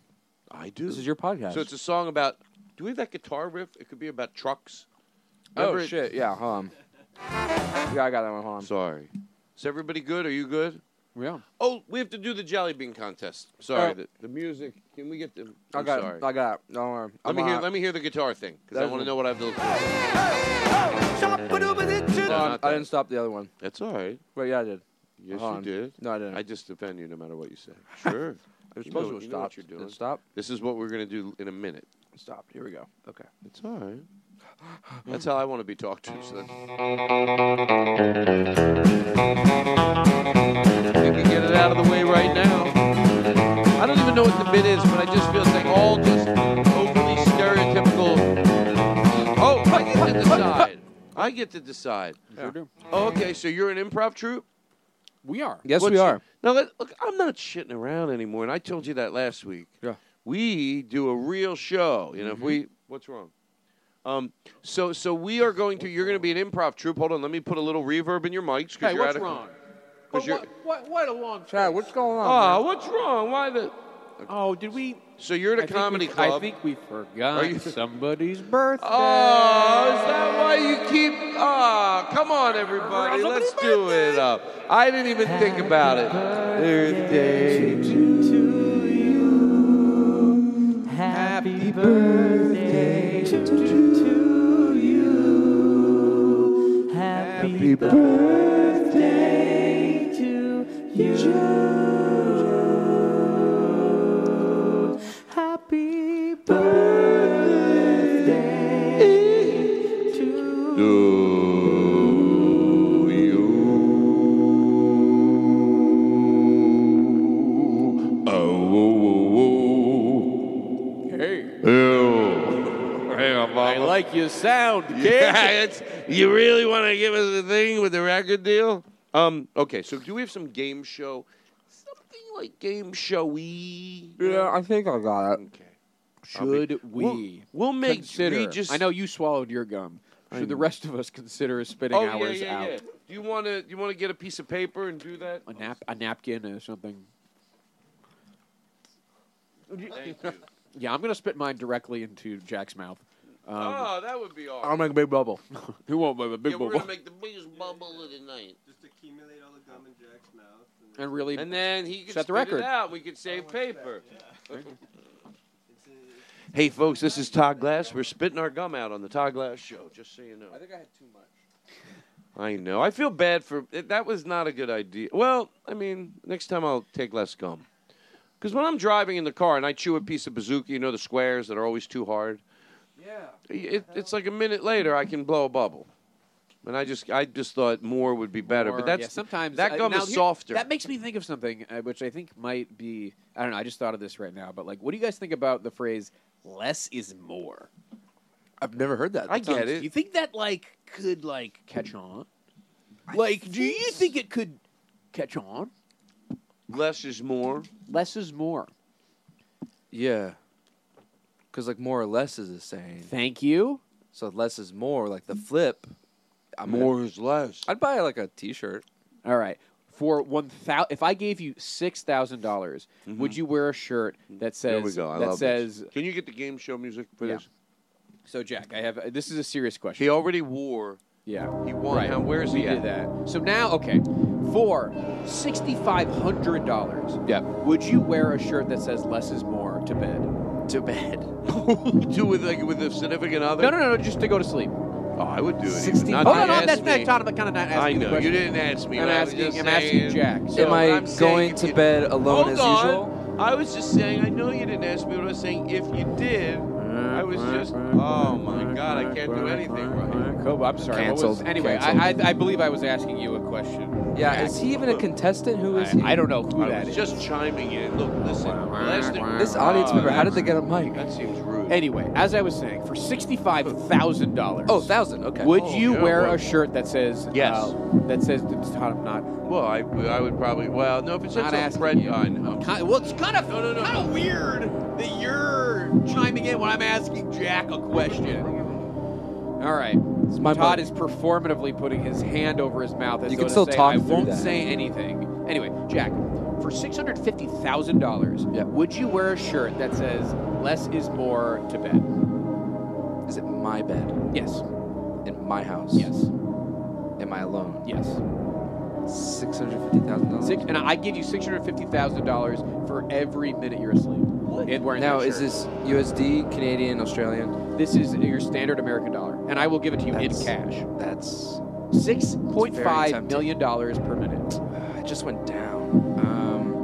[SPEAKER 2] I do.
[SPEAKER 8] This is your podcast.
[SPEAKER 2] So it's a song about. Do we have that guitar riff? It could be about trucks.
[SPEAKER 8] oh
[SPEAKER 2] Remember it-
[SPEAKER 8] shit! Yeah, hold on. Yeah, I got that one. Hold on.
[SPEAKER 2] Sorry. Is everybody good? Are you good?
[SPEAKER 5] Yeah.
[SPEAKER 2] Oh, we have to do the jelly bean contest. Sorry,
[SPEAKER 8] Oh.
[SPEAKER 2] the, the music. Can we get the?
[SPEAKER 8] I
[SPEAKER 2] I'm
[SPEAKER 8] got.
[SPEAKER 2] sorry.
[SPEAKER 8] I got. Don't worry.
[SPEAKER 2] Let
[SPEAKER 8] I'm
[SPEAKER 2] me hear.
[SPEAKER 8] alright.
[SPEAKER 2] Let me hear the guitar thing because I
[SPEAKER 8] That's
[SPEAKER 2] want to know
[SPEAKER 8] one.
[SPEAKER 2] what I have to look for.
[SPEAKER 8] Hold on,
[SPEAKER 2] not
[SPEAKER 8] I
[SPEAKER 2] that.
[SPEAKER 8] didn't stop the other one.
[SPEAKER 2] That's all right.
[SPEAKER 8] Wait, yeah, I did.
[SPEAKER 2] Yes,
[SPEAKER 8] Hold
[SPEAKER 2] you
[SPEAKER 8] on.
[SPEAKER 2] did.
[SPEAKER 8] No, I didn't.
[SPEAKER 2] I just defend you no matter what you
[SPEAKER 8] [LAUGHS]
[SPEAKER 2] say. Sure.
[SPEAKER 8] I
[SPEAKER 2] You know-
[SPEAKER 8] was supposed to
[SPEAKER 2] you
[SPEAKER 8] have
[SPEAKER 2] know what
[SPEAKER 8] stopped.
[SPEAKER 2] you're
[SPEAKER 8] It
[SPEAKER 2] doing.
[SPEAKER 8] stopped.
[SPEAKER 2] This is what we're gonna do in a minute.
[SPEAKER 8] It stopped. Here we go. Okay.
[SPEAKER 2] It's all right. That's how I want to be talked to. So that's, we can get it out of the way right now. I don't even know what the bit is, but I just feel they all just overly stereotypical. Oh, I
[SPEAKER 8] [LAUGHS]
[SPEAKER 2] get to decide. I get to decide. Oh, okay, so you're an improv troupe.
[SPEAKER 5] We are.
[SPEAKER 8] Yes,
[SPEAKER 2] What's
[SPEAKER 8] we
[SPEAKER 2] your-
[SPEAKER 8] are.
[SPEAKER 2] Now, let, look, I'm not shitting around anymore, and I told you that last week.
[SPEAKER 8] Yeah.
[SPEAKER 2] We do a real show. You know, if
[SPEAKER 7] Mm-hmm.
[SPEAKER 2] we. What's wrong? Um, so, so we are going to. You're going to be an improv troupe. Hold on, let me put a little reverb in your mics. 'cause
[SPEAKER 5] Hey,
[SPEAKER 2] you're
[SPEAKER 5] what's
[SPEAKER 2] out of-
[SPEAKER 5] wrong?
[SPEAKER 2] 'cause you're-
[SPEAKER 5] What, what, what a long
[SPEAKER 8] Chad, what's going on?
[SPEAKER 2] Aw, what's wrong? Why the?
[SPEAKER 5] Oh, did we?
[SPEAKER 2] So you're at a
[SPEAKER 5] I think
[SPEAKER 2] comedy
[SPEAKER 5] we,
[SPEAKER 2] club.
[SPEAKER 5] I think we forgot
[SPEAKER 2] Are you-
[SPEAKER 5] [LAUGHS] somebody's birthday.
[SPEAKER 2] Oh, is that why you keep? Ah, come on, everybody, let's do it up. I didn't even think about it. Birthday to you. Happy birthday to you. Happy birthday to you. Happy birthday to you. Oh,
[SPEAKER 5] Hey,
[SPEAKER 2] ew. Hang on,
[SPEAKER 5] I
[SPEAKER 2] Mama.
[SPEAKER 5] like your sound, kid.
[SPEAKER 2] Yeah, [LAUGHS] it's, you really want to give us a thing with the record deal? Um, okay, so do we have some game show? Something like game showy.
[SPEAKER 8] Yeah, I think I got it.
[SPEAKER 2] Okay.
[SPEAKER 5] Should we
[SPEAKER 2] We'll, we'll make
[SPEAKER 5] consider?
[SPEAKER 2] Regis.
[SPEAKER 5] I know you swallowed your gum. Should the rest of us consider spitting
[SPEAKER 2] Oh yeah,
[SPEAKER 5] hours
[SPEAKER 2] yeah,
[SPEAKER 5] out?
[SPEAKER 2] yeah. Do you want to? You want to get a piece of paper and do that?
[SPEAKER 5] A nap, a napkin or something.
[SPEAKER 2] Thank you.
[SPEAKER 5] [LAUGHS] Yeah, I'm gonna spit mine directly into Jack's mouth. Um,
[SPEAKER 2] oh, that would be
[SPEAKER 5] I'll
[SPEAKER 2] awesome.
[SPEAKER 5] make a big bubble. Who won't make a big
[SPEAKER 2] yeah, we're
[SPEAKER 5] bubble?
[SPEAKER 2] gonna make the biggest bubble of the night,
[SPEAKER 5] and really,
[SPEAKER 2] and then he could
[SPEAKER 5] Set the
[SPEAKER 2] spit
[SPEAKER 5] record.
[SPEAKER 2] it out. We could save paper. Hey folks, this is Todd Glass. We're spitting our gum out on the Todd Glass show, just so you know.
[SPEAKER 8] think I had too much.
[SPEAKER 2] I know. I feel bad for it- that. Was not a good idea. Well, I mean, next time I'll take less gum. Because when I'm driving in the car and I chew a piece of bazooka, you know the squares that are always too hard. Yeah. It, it's like a minute later I can blow a bubble, and I just I just thought more would be better.
[SPEAKER 5] Or-
[SPEAKER 2] but that's
[SPEAKER 5] yeah, sometimes
[SPEAKER 2] that
[SPEAKER 5] uh,
[SPEAKER 2] gum
[SPEAKER 5] now
[SPEAKER 2] is
[SPEAKER 5] here-
[SPEAKER 2] softer.
[SPEAKER 5] That makes me think of something uh, which I think might be I don't know. I just thought of this right now, but like, what do you guys think about the phrase "less is more"?
[SPEAKER 8] I've never heard that.
[SPEAKER 2] I get
[SPEAKER 5] Do you
[SPEAKER 2] it.
[SPEAKER 5] think that like could like catch on? Like, do you think it could catch on?
[SPEAKER 2] Less is more.
[SPEAKER 5] Less is more.
[SPEAKER 8] Yeah. Because like more or less is a saying.
[SPEAKER 5] Thank you. Mm-hmm.
[SPEAKER 8] So less is more. Like the flip. I'm gonna-
[SPEAKER 5] More
[SPEAKER 2] is less.
[SPEAKER 8] I'd buy like a T-shirt.
[SPEAKER 5] All right. For one thousand, if I gave you six thousand dollars,
[SPEAKER 8] Mm-hmm.
[SPEAKER 5] would you wear a shirt that says
[SPEAKER 2] Here we go. I
[SPEAKER 5] that
[SPEAKER 2] love this.
[SPEAKER 5] says?
[SPEAKER 2] Can you get the game show music, please?
[SPEAKER 5] So Jack, I have this is a serious question.
[SPEAKER 2] He already wore.
[SPEAKER 5] Yeah,
[SPEAKER 2] he won.
[SPEAKER 5] Right.
[SPEAKER 2] Now where's
[SPEAKER 5] we
[SPEAKER 2] he at?
[SPEAKER 5] did that. So now, okay, for sixty five hundred dollars,
[SPEAKER 8] Yep.
[SPEAKER 5] would you wear a shirt that says "less is more" to bed?
[SPEAKER 8] To
[SPEAKER 5] [LAUGHS]
[SPEAKER 8] bed.
[SPEAKER 2] Do with like with a significant other?
[SPEAKER 5] No, no, no, no, just to go to sleep.
[SPEAKER 2] Oh, I would do it.
[SPEAKER 5] Sixty.
[SPEAKER 2] Not
[SPEAKER 5] Oh
[SPEAKER 2] that
[SPEAKER 5] no,
[SPEAKER 2] you
[SPEAKER 5] no,
[SPEAKER 2] asked
[SPEAKER 5] that's
[SPEAKER 2] me.
[SPEAKER 5] not Tom. Kind of not asking
[SPEAKER 2] I
[SPEAKER 5] the
[SPEAKER 2] know
[SPEAKER 5] question.
[SPEAKER 2] you didn't ask me.
[SPEAKER 5] I'm
[SPEAKER 2] but I was
[SPEAKER 5] asking. I'm
[SPEAKER 2] just
[SPEAKER 5] asking
[SPEAKER 2] saying-
[SPEAKER 5] Jack.
[SPEAKER 2] So
[SPEAKER 5] So
[SPEAKER 2] I'm saying
[SPEAKER 8] going
[SPEAKER 2] if
[SPEAKER 8] to
[SPEAKER 2] you-
[SPEAKER 8] bed alone
[SPEAKER 2] Hold
[SPEAKER 8] as
[SPEAKER 2] on.
[SPEAKER 8] usual?
[SPEAKER 2] I was just saying. I know you didn't ask me, but I was saying if you did, I was just. Oh my God! I can't do anything right.
[SPEAKER 5] Kobe, I'm sorry. what was-
[SPEAKER 8] Canceled.
[SPEAKER 5] anyway, I,
[SPEAKER 8] Canceled.
[SPEAKER 5] I, I believe I was asking you a question.
[SPEAKER 8] Yeah,
[SPEAKER 5] Jack.
[SPEAKER 8] is he even a contestant? Who is
[SPEAKER 5] I-
[SPEAKER 8] he?
[SPEAKER 5] I don't know who
[SPEAKER 2] I
[SPEAKER 5] that
[SPEAKER 2] was
[SPEAKER 5] is.
[SPEAKER 2] just chiming in. Look, listen. Lester,
[SPEAKER 8] This audience
[SPEAKER 2] oh,
[SPEAKER 8] member, how
[SPEAKER 2] that's-
[SPEAKER 8] did they get a mic?
[SPEAKER 2] That seems rude.
[SPEAKER 5] Anyway, as I was saying, for sixty-five thousand dollars.
[SPEAKER 8] Oh, thousand. Okay.
[SPEAKER 5] Would
[SPEAKER 2] Oh,
[SPEAKER 5] you
[SPEAKER 2] yeah,
[SPEAKER 5] wear
[SPEAKER 2] well-
[SPEAKER 5] a shirt that says
[SPEAKER 2] Yes.
[SPEAKER 5] uh, that says it's hot? I'm not.
[SPEAKER 2] Well, I, I would probably. Well, no, if it's
[SPEAKER 5] Not
[SPEAKER 2] such a
[SPEAKER 5] asking
[SPEAKER 2] threat,
[SPEAKER 5] you.
[SPEAKER 2] I know.
[SPEAKER 5] Kind well, it's kind of
[SPEAKER 2] No, no, no.
[SPEAKER 5] kind of weird that you're chiming in when I'm asking Jack a question. All right.
[SPEAKER 8] my
[SPEAKER 5] Todd
[SPEAKER 8] button.
[SPEAKER 5] is performatively putting his hand over his mouth as
[SPEAKER 8] You
[SPEAKER 5] though
[SPEAKER 8] can
[SPEAKER 5] to
[SPEAKER 8] still
[SPEAKER 5] say,
[SPEAKER 8] talk
[SPEAKER 5] "I
[SPEAKER 8] through
[SPEAKER 5] won't
[SPEAKER 8] that.
[SPEAKER 5] say anything." Anyway, Jack, for six hundred fifty thousand dollars,
[SPEAKER 8] Yeah.
[SPEAKER 5] would you wear a shirt that says "Less is more" to bed?
[SPEAKER 8] Is it my bed
[SPEAKER 5] Yes.
[SPEAKER 8] in my house?
[SPEAKER 5] Yes.
[SPEAKER 8] Am I alone?
[SPEAKER 5] Yes.
[SPEAKER 8] Six hundred fifty thousand dollars.
[SPEAKER 5] Six, and I give you six hundred fifty thousand dollars for every minute you're asleep. And wearing
[SPEAKER 8] Now,
[SPEAKER 5] that
[SPEAKER 8] is
[SPEAKER 5] shirt.
[SPEAKER 8] this USD, Canadian, Australian?
[SPEAKER 5] This is your standard American dollar, and I will give it to you
[SPEAKER 8] That's-
[SPEAKER 5] in cash.
[SPEAKER 8] That's.
[SPEAKER 5] Six point
[SPEAKER 8] very
[SPEAKER 5] five
[SPEAKER 8] tempting.
[SPEAKER 5] million dollars per minute.
[SPEAKER 8] [SIGHS] I just went down. Um,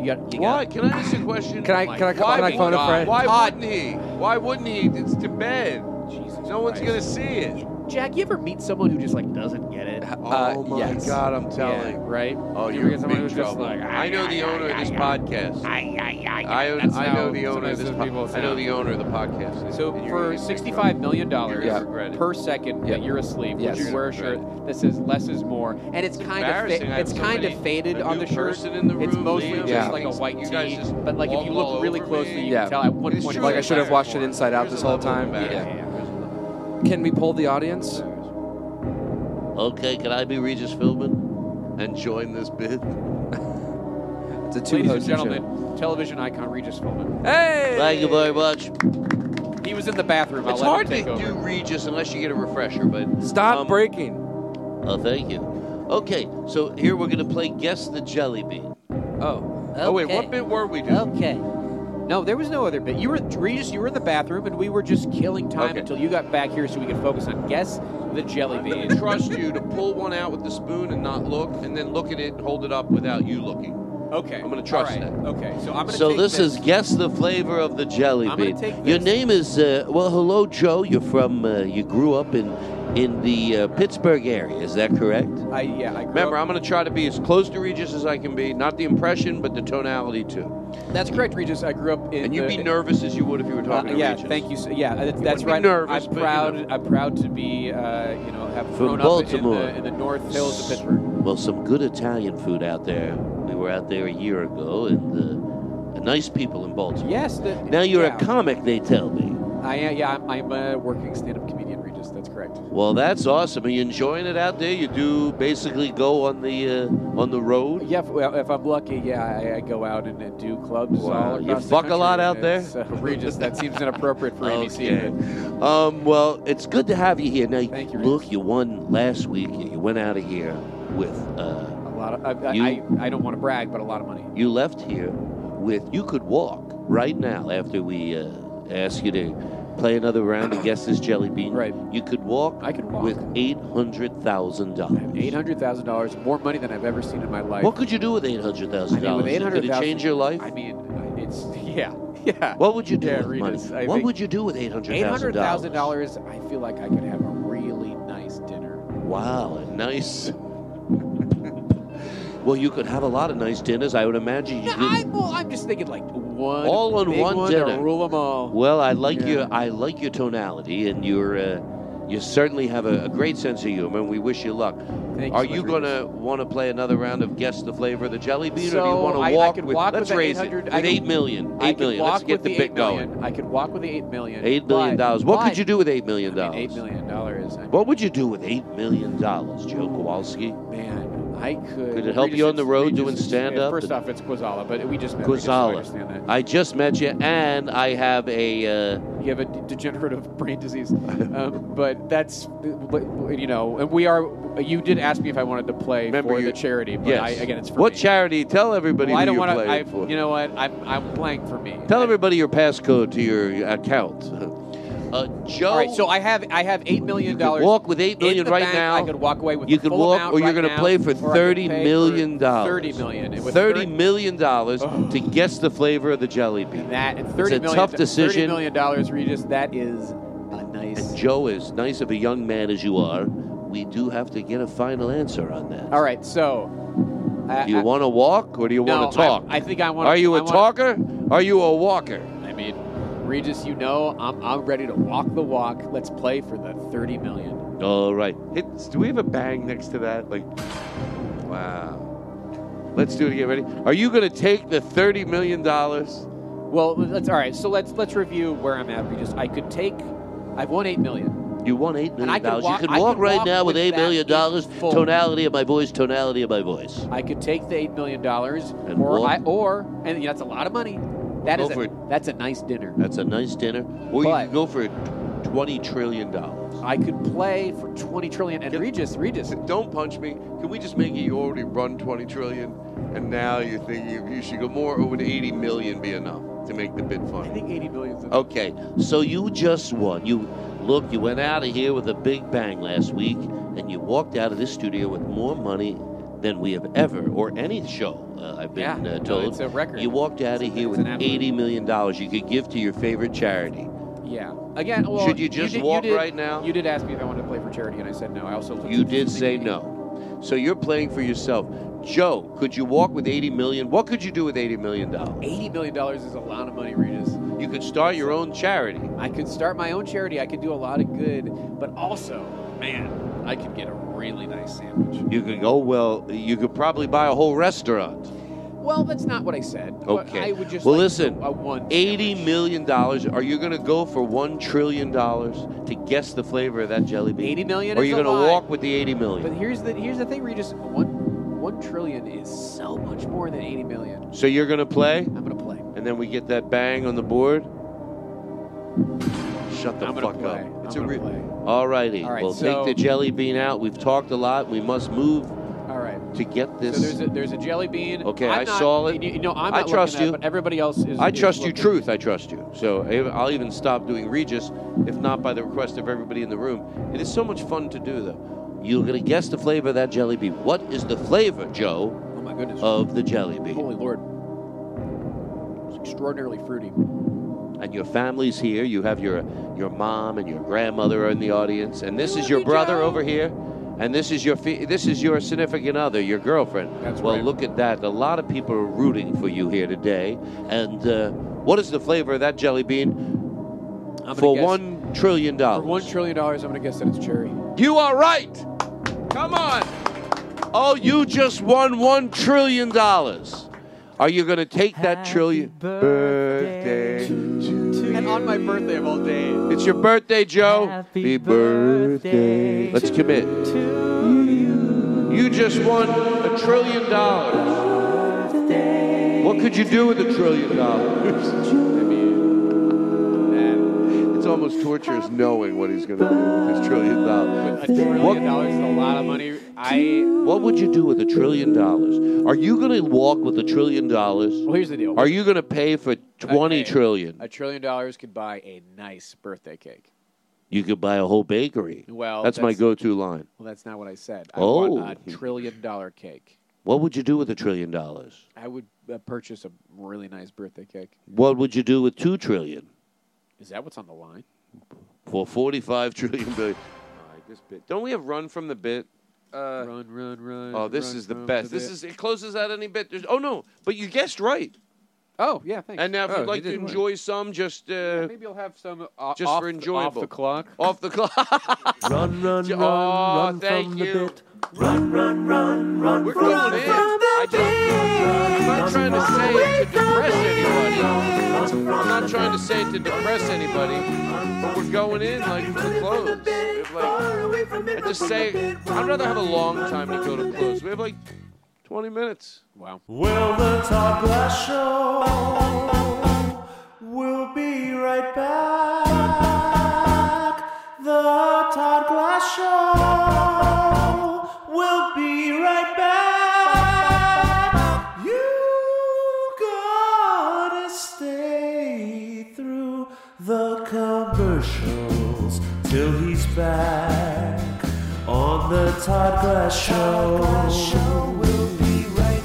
[SPEAKER 5] You got you
[SPEAKER 2] Why?
[SPEAKER 5] got
[SPEAKER 2] Can I ask a question?
[SPEAKER 8] can I
[SPEAKER 5] my
[SPEAKER 8] can I,
[SPEAKER 5] God.
[SPEAKER 8] can I phone a
[SPEAKER 5] God.
[SPEAKER 8] friend?
[SPEAKER 2] Why
[SPEAKER 5] Todd.
[SPEAKER 2] wouldn't he? Why wouldn't he? It's to bed.
[SPEAKER 5] Jesus.
[SPEAKER 2] No one's gonna
[SPEAKER 5] Christ.
[SPEAKER 2] see it.
[SPEAKER 5] Jack, you ever meet someone who just like doesn't get it?
[SPEAKER 8] Uh,
[SPEAKER 2] oh my
[SPEAKER 8] yes.
[SPEAKER 2] God! I'm
[SPEAKER 5] Yeah,
[SPEAKER 2] telling. you.
[SPEAKER 5] right?
[SPEAKER 2] Oh, you
[SPEAKER 5] You ever
[SPEAKER 2] are
[SPEAKER 5] get
[SPEAKER 2] in
[SPEAKER 5] someone
[SPEAKER 2] big
[SPEAKER 5] who's just
[SPEAKER 2] trouble.
[SPEAKER 5] like,
[SPEAKER 2] I know the owner of this podcast. I, own-
[SPEAKER 5] That's
[SPEAKER 2] I
[SPEAKER 5] how
[SPEAKER 2] know the owner of
[SPEAKER 5] sometimes
[SPEAKER 2] this.
[SPEAKER 5] those people
[SPEAKER 2] Po- I know
[SPEAKER 5] sound.
[SPEAKER 2] the owner of the podcast.
[SPEAKER 5] So
[SPEAKER 2] And you're gonna
[SPEAKER 5] for
[SPEAKER 2] get in big
[SPEAKER 5] sixty-five million dollars
[SPEAKER 8] Yeah.
[SPEAKER 2] regret it.
[SPEAKER 5] per second that
[SPEAKER 8] Yeah.
[SPEAKER 5] you're asleep,
[SPEAKER 8] Yes.
[SPEAKER 5] would you wear a shirt that says "less is more"? And it's, kind of
[SPEAKER 2] embarrassing. I
[SPEAKER 5] fa-
[SPEAKER 2] have
[SPEAKER 5] it's kind
[SPEAKER 2] somebody-
[SPEAKER 5] of faded
[SPEAKER 2] a
[SPEAKER 5] on
[SPEAKER 2] new
[SPEAKER 5] the shirt.
[SPEAKER 2] person in the
[SPEAKER 5] it's
[SPEAKER 2] room,
[SPEAKER 5] mostly
[SPEAKER 2] Liam,
[SPEAKER 5] just
[SPEAKER 8] Yeah.
[SPEAKER 5] like a
[SPEAKER 2] thinks
[SPEAKER 5] white
[SPEAKER 2] you guys
[SPEAKER 5] tee.
[SPEAKER 2] just
[SPEAKER 5] But like if
[SPEAKER 2] walk
[SPEAKER 5] you
[SPEAKER 2] all
[SPEAKER 5] look really
[SPEAKER 2] over
[SPEAKER 5] closely,
[SPEAKER 2] me.
[SPEAKER 5] you
[SPEAKER 8] Yeah.
[SPEAKER 5] can tell. At one
[SPEAKER 2] It's
[SPEAKER 5] point,
[SPEAKER 2] true.
[SPEAKER 5] it's
[SPEAKER 8] Like I should have watched it inside out
[SPEAKER 2] Here's
[SPEAKER 8] this
[SPEAKER 2] a
[SPEAKER 8] whole
[SPEAKER 2] level of
[SPEAKER 8] time.
[SPEAKER 2] embarrassment.
[SPEAKER 8] Yeah. Can we poll the audience?
[SPEAKER 2] Okay, can I be Regis Philbin and join this bid?
[SPEAKER 8] It's a two
[SPEAKER 5] Ladies and gentlemen, television icon Regis Philbin.
[SPEAKER 8] Hey!
[SPEAKER 2] Thank you very much.
[SPEAKER 5] He was in the bathroom. I'll
[SPEAKER 2] It's
[SPEAKER 5] let
[SPEAKER 2] hard to
[SPEAKER 5] him take over.
[SPEAKER 2] do Regis unless you get a refresher, but
[SPEAKER 8] Stop
[SPEAKER 2] um,
[SPEAKER 8] breaking.
[SPEAKER 2] Oh, thank you. Okay, so here we're gonna play Guess the Jelly Bean.
[SPEAKER 8] Oh.
[SPEAKER 2] Oh wait, what bit were we doing?
[SPEAKER 8] Okay.
[SPEAKER 5] No, there was no other bit. You were Regis. You were in the bathroom, and we were just killing time
[SPEAKER 2] Okay.
[SPEAKER 5] until you got back here, so we could focus on guess the jelly
[SPEAKER 2] I'm
[SPEAKER 5] bean.
[SPEAKER 2] gonna trust you to pull one out with the spoon and not look, and then look at it and hold it up without you looking.
[SPEAKER 5] Okay,
[SPEAKER 2] I'm gonna trust
[SPEAKER 5] All right.
[SPEAKER 2] that.
[SPEAKER 5] Okay, so I'm gonna.
[SPEAKER 2] So
[SPEAKER 5] take
[SPEAKER 2] this,
[SPEAKER 5] this
[SPEAKER 2] is guess the flavor of the jelly
[SPEAKER 5] I'm gonna
[SPEAKER 2] bean.
[SPEAKER 5] take
[SPEAKER 2] Your
[SPEAKER 5] this.
[SPEAKER 2] name is uh, well, hello Joe. You're from uh, you grew up in in the uh, Pittsburgh area. Is that correct?
[SPEAKER 5] I yeah. I grew
[SPEAKER 2] Remember,
[SPEAKER 5] up-
[SPEAKER 2] I'm going to try to be as close to Regis as I can be. Not the impression, but the tonality too.
[SPEAKER 5] That's correct, Regis. I grew up in.
[SPEAKER 2] And you'd
[SPEAKER 5] the-
[SPEAKER 2] be nervous as you would if you were
[SPEAKER 5] Uh,
[SPEAKER 2] talking to
[SPEAKER 5] yeah,
[SPEAKER 2] Regis.
[SPEAKER 5] thank you. so- Yeah, that's,
[SPEAKER 2] wouldn't
[SPEAKER 5] that's
[SPEAKER 2] be
[SPEAKER 5] right.
[SPEAKER 2] nervous,
[SPEAKER 5] I'm
[SPEAKER 2] but, you
[SPEAKER 5] proud.
[SPEAKER 2] know.
[SPEAKER 5] I'm proud to be, uh, you know, have
[SPEAKER 2] From
[SPEAKER 5] grown up in
[SPEAKER 2] Baltimore.
[SPEAKER 5] the, in the North Hills of Pittsburgh.
[SPEAKER 2] Well, some good Italian food out there. We were out there a year ago, and uh, nice people in Baltimore.
[SPEAKER 5] Yes. The,
[SPEAKER 2] Now you're
[SPEAKER 5] yeah.
[SPEAKER 2] a comic, they tell me.
[SPEAKER 5] I am. Yeah, I'm, I'm a working stand-up comedian, Regis. That's correct.
[SPEAKER 2] Well, that's awesome. Are you enjoying it out there? You do basically go on the uh, on the road.
[SPEAKER 5] Yeah, if, well, if I'm lucky, yeah, I, I go out and, and do clubs.
[SPEAKER 2] Wow.
[SPEAKER 5] All across
[SPEAKER 2] You
[SPEAKER 5] the
[SPEAKER 2] fuck a lot
[SPEAKER 5] country,
[SPEAKER 2] out
[SPEAKER 5] and
[SPEAKER 2] [LAUGHS]
[SPEAKER 5] it's, Uh, Regis, that seems inappropriate for ABC. but-
[SPEAKER 2] Um, well, it's good to have you here. Now,
[SPEAKER 5] Thank you,
[SPEAKER 2] look,
[SPEAKER 5] Reese.
[SPEAKER 2] you won last week. You you went out of here with. Uh,
[SPEAKER 5] A lot of. I, I,
[SPEAKER 2] You-
[SPEAKER 5] I, I don't want to brag, but a lot of money.
[SPEAKER 2] you left here with you could walk right now after we uh, ask you to play another round and guess this jelly bean
[SPEAKER 5] Right.
[SPEAKER 2] you could walk
[SPEAKER 5] I could walk.
[SPEAKER 2] with eight hundred thousand dollars
[SPEAKER 5] Eight hundred thousand dollars, more money than I've ever seen in my life.
[SPEAKER 2] what could you do with eight hundred
[SPEAKER 5] I
[SPEAKER 2] thousand
[SPEAKER 5] mean,
[SPEAKER 2] dollars
[SPEAKER 5] with eight
[SPEAKER 2] could
[SPEAKER 5] hundred
[SPEAKER 2] it
[SPEAKER 5] thousand,
[SPEAKER 2] change your life
[SPEAKER 5] I mean, it's yeah, [LAUGHS] yeah.
[SPEAKER 2] what would you do
[SPEAKER 5] Yeah,
[SPEAKER 2] with
[SPEAKER 5] read
[SPEAKER 2] money
[SPEAKER 5] us.
[SPEAKER 2] what
[SPEAKER 5] I think-
[SPEAKER 2] would you do with eight hundred
[SPEAKER 5] Eight hundred
[SPEAKER 2] thousand
[SPEAKER 5] thousand
[SPEAKER 2] dollars
[SPEAKER 5] dollars. I feel like I could have a really nice dinner.
[SPEAKER 2] wow a nice [LAUGHS] well you could have a lot of nice dinners I would imagine you
[SPEAKER 5] No,
[SPEAKER 2] could
[SPEAKER 5] I, well, I'm just thinking like one
[SPEAKER 2] All on
[SPEAKER 5] big
[SPEAKER 2] one
[SPEAKER 5] one to
[SPEAKER 2] dinner.
[SPEAKER 5] rule them all.
[SPEAKER 2] Well, I like
[SPEAKER 5] Yeah.
[SPEAKER 2] your I like your tonality and your uh, You certainly have a, a great sense of humor, and we wish you luck.
[SPEAKER 5] Thank you
[SPEAKER 2] Are
[SPEAKER 5] so
[SPEAKER 2] you
[SPEAKER 5] much,
[SPEAKER 2] going to want to play another round of Guess the Flavor of the Jelly Bean, or do
[SPEAKER 5] So
[SPEAKER 2] you want
[SPEAKER 5] I- I
[SPEAKER 2] to walk
[SPEAKER 5] could
[SPEAKER 2] with,
[SPEAKER 5] walk
[SPEAKER 2] let's
[SPEAKER 5] with the
[SPEAKER 2] raise it,
[SPEAKER 5] 800
[SPEAKER 2] with
[SPEAKER 5] I could-
[SPEAKER 2] 8 million,
[SPEAKER 5] I
[SPEAKER 2] 8
[SPEAKER 5] could
[SPEAKER 2] million,
[SPEAKER 5] walk
[SPEAKER 2] let's get
[SPEAKER 5] with
[SPEAKER 2] the
[SPEAKER 5] the
[SPEAKER 2] bit
[SPEAKER 5] 8
[SPEAKER 2] going.
[SPEAKER 5] million. I could walk with the eight million.
[SPEAKER 2] Eight million
[SPEAKER 5] but-
[SPEAKER 2] dollars. What
[SPEAKER 5] but-
[SPEAKER 2] could you do with eight million dollars?
[SPEAKER 5] Eight million dollars. I
[SPEAKER 2] What would you do with eight million dollars, Joe Kowalski?
[SPEAKER 5] Man, I could.
[SPEAKER 2] Could it help you on the road doing stand up?
[SPEAKER 5] First off, it's Quazala, but we just met. we just- I understand
[SPEAKER 2] Quizzala.
[SPEAKER 5] that.
[SPEAKER 2] I just met you, and I have a. Uh,
[SPEAKER 5] You have a d- degenerative [LAUGHS] brain disease, um, but that's, but, you know, and we are. You did ask me if I wanted to play for the charity, but
[SPEAKER 2] yes.
[SPEAKER 5] I, again, it's for
[SPEAKER 2] what
[SPEAKER 5] me.
[SPEAKER 2] charity? Tell everybody.
[SPEAKER 5] Well, I
[SPEAKER 2] who
[SPEAKER 5] don't
[SPEAKER 2] you're
[SPEAKER 5] wanna-
[SPEAKER 2] playing
[SPEAKER 5] I-
[SPEAKER 2] for.
[SPEAKER 5] You know what? I'm I'm playing for me.
[SPEAKER 2] Tell everybody your passcode to your account. [LAUGHS] Uh, Joe.
[SPEAKER 5] All right, so I have I have eight million dollars.
[SPEAKER 2] walk with eight
[SPEAKER 5] in
[SPEAKER 2] million
[SPEAKER 5] the
[SPEAKER 2] right
[SPEAKER 5] bank.
[SPEAKER 2] now.
[SPEAKER 5] I could walk away with.
[SPEAKER 2] you
[SPEAKER 5] the
[SPEAKER 2] can
[SPEAKER 5] full
[SPEAKER 2] walk,
[SPEAKER 5] amount
[SPEAKER 2] or you're
[SPEAKER 5] right
[SPEAKER 2] going to
[SPEAKER 5] now,
[SPEAKER 2] play for
[SPEAKER 5] or I could
[SPEAKER 2] thirty
[SPEAKER 5] pay
[SPEAKER 2] million
[SPEAKER 5] for
[SPEAKER 2] dollars.
[SPEAKER 5] Thirty Oh. million. And with
[SPEAKER 2] Thirty million dollars to guess the flavor of the jelly bean.
[SPEAKER 5] That and thirty
[SPEAKER 2] it's a
[SPEAKER 5] million-
[SPEAKER 2] tough decision.
[SPEAKER 5] Thirty million dollars, Regis. That is a nice.
[SPEAKER 2] And Joe, as nice of a young man as you are, we do have to get a final answer on that.
[SPEAKER 5] All right, so. I-
[SPEAKER 2] Do you
[SPEAKER 5] I-
[SPEAKER 2] want to walk or do you
[SPEAKER 5] No,
[SPEAKER 2] want to talk?
[SPEAKER 5] I, I think I want.
[SPEAKER 2] Are you
[SPEAKER 5] a
[SPEAKER 2] a talker? Are you a walker?
[SPEAKER 5] I mean, Regis, you know I'm I'm ready to walk the walk. Let's play for the thirty million.
[SPEAKER 2] All right. do we have a bang next to that? Like, wow. Let's do it again. Ready? Are you going to take the thirty million dollars?
[SPEAKER 5] Well, let's all right. So let's let's review where I'm at. Regis, I could take. I've won eight million.
[SPEAKER 2] You won eight
[SPEAKER 5] And I
[SPEAKER 2] million
[SPEAKER 5] could
[SPEAKER 2] dollars.
[SPEAKER 5] walk-
[SPEAKER 2] you
[SPEAKER 5] I
[SPEAKER 2] can walk
[SPEAKER 5] could
[SPEAKER 2] right
[SPEAKER 5] walk
[SPEAKER 2] now with
[SPEAKER 5] with
[SPEAKER 2] eight
[SPEAKER 5] that
[SPEAKER 2] million dollars.
[SPEAKER 5] in full.
[SPEAKER 2] Tonality of my voice. Tonality of my voice.
[SPEAKER 5] I could take the eight million dollars, or
[SPEAKER 2] walk.
[SPEAKER 5] I or and yeah, that's a lot of money. That
[SPEAKER 2] Go
[SPEAKER 5] is
[SPEAKER 2] for
[SPEAKER 5] a,
[SPEAKER 2] it.
[SPEAKER 5] that's a nice dinner.
[SPEAKER 2] That's a nice dinner. Or you
[SPEAKER 5] But-
[SPEAKER 2] can go for tw- twenty trillion dollars.
[SPEAKER 5] I could play for twenty trillion and Regis, Regis.
[SPEAKER 2] Don't punch me. Can we just make it? You already run twenty trillion, and now you're thinking you should go more, or would eighty million be enough to make the bid
[SPEAKER 5] I
[SPEAKER 2] fun?
[SPEAKER 5] think eighty million's enough.
[SPEAKER 2] Okay, so you just won. You look, you went out of here with a big bang last week, and you walked out of this studio with more money than we have ever, or any show uh, I've been
[SPEAKER 5] Yeah,
[SPEAKER 2] uh,
[SPEAKER 5] no,
[SPEAKER 2] told.
[SPEAKER 5] it's a record.
[SPEAKER 2] You walked out of here with
[SPEAKER 5] an absolute-
[SPEAKER 2] eighty million dollars. You could give to your favorite charity.
[SPEAKER 5] Yeah. Again, well,
[SPEAKER 2] Should you just
[SPEAKER 5] did,
[SPEAKER 2] walk
[SPEAKER 5] did-
[SPEAKER 2] right now?
[SPEAKER 5] You did ask me if I wanted to play for charity, and I said no. I also looked
[SPEAKER 2] You
[SPEAKER 5] at the
[SPEAKER 2] did
[SPEAKER 5] thing.
[SPEAKER 2] say no. So you're playing for yourself. Joe, could you walk with 80 million? What could you do with 80 million dollars?
[SPEAKER 5] Eighty million dollars is a lot of money, Regis.
[SPEAKER 2] You could start your own charity.
[SPEAKER 5] I could start my own charity. I could do a lot of good, but also, man, I could get a really nice sandwich.
[SPEAKER 2] You could go well, you could probably buy a whole restaurant.
[SPEAKER 5] Well, that's not what I said. but
[SPEAKER 2] Okay.
[SPEAKER 5] I would just
[SPEAKER 2] well,
[SPEAKER 5] like
[SPEAKER 2] listen.
[SPEAKER 5] a one.
[SPEAKER 2] Eighty million dollars. Are you going to go for one trillion dollars to guess the flavor of that jelly bean?
[SPEAKER 5] Eighty million.
[SPEAKER 2] Or are
[SPEAKER 5] is
[SPEAKER 2] you
[SPEAKER 5] a
[SPEAKER 2] gonna
[SPEAKER 5] lot,
[SPEAKER 2] walk with the eighty million?
[SPEAKER 5] But here's the here's the thing, Regis. One one trillion is so much more than eighty million.
[SPEAKER 2] So you're going to play,
[SPEAKER 5] I'm gonna play.
[SPEAKER 2] and then we get that bang on the board. Shut the
[SPEAKER 5] I'm gonna
[SPEAKER 2] fuck
[SPEAKER 5] play.
[SPEAKER 2] up.
[SPEAKER 5] I'm gonna play.
[SPEAKER 2] All righty.
[SPEAKER 5] All right,
[SPEAKER 2] well,
[SPEAKER 5] so-
[SPEAKER 2] take the jelly bean out. We've talked a lot. We must move
[SPEAKER 5] All right.
[SPEAKER 2] to get
[SPEAKER 5] So
[SPEAKER 2] this.
[SPEAKER 5] there's a, there's a jelly bean.
[SPEAKER 2] Okay,
[SPEAKER 5] I'm
[SPEAKER 2] I
[SPEAKER 5] not-
[SPEAKER 2] saw it.
[SPEAKER 5] You, you know, I'm
[SPEAKER 2] I
[SPEAKER 5] not
[SPEAKER 2] trust
[SPEAKER 5] looking at
[SPEAKER 2] you.
[SPEAKER 5] it, but everybody else is.
[SPEAKER 2] I
[SPEAKER 5] is
[SPEAKER 2] trust you,
[SPEAKER 5] looking.
[SPEAKER 2] truth. I trust you. So I- I'll even stop doing Regis, if not by the request of everybody in the room. It is so much fun to do, though. You're going to guess the flavor of that jelly bean. What is the flavor, Joe,
[SPEAKER 5] Oh my goodness.
[SPEAKER 2] of the jelly bean?
[SPEAKER 5] Holy Lord. It's extraordinarily fruity.
[SPEAKER 2] And your family's here. You have your your mom and your grandmother are in the audience, and this is your brother over here, and this is your fi- this is your significant other, your girlfriend.
[SPEAKER 5] That's
[SPEAKER 2] well,
[SPEAKER 5] right.
[SPEAKER 2] look at that. A lot of people are rooting for you here today. And uh, what is the flavor of that jelly bean?
[SPEAKER 5] I'm
[SPEAKER 2] For
[SPEAKER 5] gonna guess-
[SPEAKER 2] one trillion
[SPEAKER 5] For
[SPEAKER 2] dollars.
[SPEAKER 5] one trillion dollars, I'm gonna guess that it's cherry.
[SPEAKER 2] You are right. Come on. Oh, you just won one trillion dollars. Are you going to take that trillion? Birthday.
[SPEAKER 5] And on my birthday of all days.
[SPEAKER 2] It's your birthday, Joe. Happy birthday. Let's commit. You just won a trillion dollars. What could you do with a trillion dollars? [LAUGHS] I mean, man, it's almost torturous knowing what he's going to do with his trillion dollars.
[SPEAKER 5] A trillion
[SPEAKER 2] What-
[SPEAKER 5] dollars is a lot of money. I
[SPEAKER 2] What would you do with a trillion dollars? Are you going to walk with a trillion dollars?
[SPEAKER 5] well, here's the deal.
[SPEAKER 2] Are you going to pay for twenty
[SPEAKER 5] Okay.
[SPEAKER 2] trillion?
[SPEAKER 5] A trillion dollars could buy a nice birthday cake.
[SPEAKER 2] You could buy a whole bakery.
[SPEAKER 5] Well,
[SPEAKER 2] that's my
[SPEAKER 5] that's-
[SPEAKER 2] go-to line.
[SPEAKER 5] Well, that's not what I said. I
[SPEAKER 2] Oh.
[SPEAKER 5] want a trillion dollar cake.
[SPEAKER 2] What would you do with a trillion dollars?
[SPEAKER 5] I would uh, purchase a really nice birthday cake.
[SPEAKER 2] What would you do with two trillion?
[SPEAKER 5] Is that what's on the line?
[SPEAKER 2] For forty-five [LAUGHS] trillion billion. All right, this bit. Don't we have run from the bit? Uh,
[SPEAKER 5] Run, run, run.
[SPEAKER 2] oh, this
[SPEAKER 5] run
[SPEAKER 2] is the
[SPEAKER 5] from
[SPEAKER 2] best. This
[SPEAKER 5] bit.
[SPEAKER 2] is it closes out any bit. There's, oh no, but you guessed right.
[SPEAKER 5] Oh yeah, thanks.
[SPEAKER 2] And now, if
[SPEAKER 5] Oh,
[SPEAKER 2] you'd like
[SPEAKER 5] you
[SPEAKER 2] to
[SPEAKER 5] did.
[SPEAKER 2] enjoy some, just uh,
[SPEAKER 5] maybe you'll have some uh,
[SPEAKER 2] just
[SPEAKER 5] off
[SPEAKER 2] for
[SPEAKER 5] the-
[SPEAKER 2] enjoyable. Oh.
[SPEAKER 5] off the clock.
[SPEAKER 2] Off the clock.
[SPEAKER 7] [LAUGHS] Run, run,
[SPEAKER 2] oh,
[SPEAKER 7] run, run
[SPEAKER 2] thank
[SPEAKER 7] from the
[SPEAKER 2] you.
[SPEAKER 7] bit. Run, run, run, run
[SPEAKER 2] We're
[SPEAKER 7] from
[SPEAKER 2] going
[SPEAKER 7] the
[SPEAKER 2] in.
[SPEAKER 7] bit.
[SPEAKER 2] I am not trying to say it to depress anybody. I'm not trying to say it to depress anybody. But we're going in like for the close. We have like, I just say, I'd rather have a long time to go to close. We have like 20 minutes. Wow.
[SPEAKER 7] Will the Todd Glass Show? We'll be right back. The Todd Glass Show. We'll be right back. You gotta stay through the commercials till he's back on the Todd Glass Show. We'll be right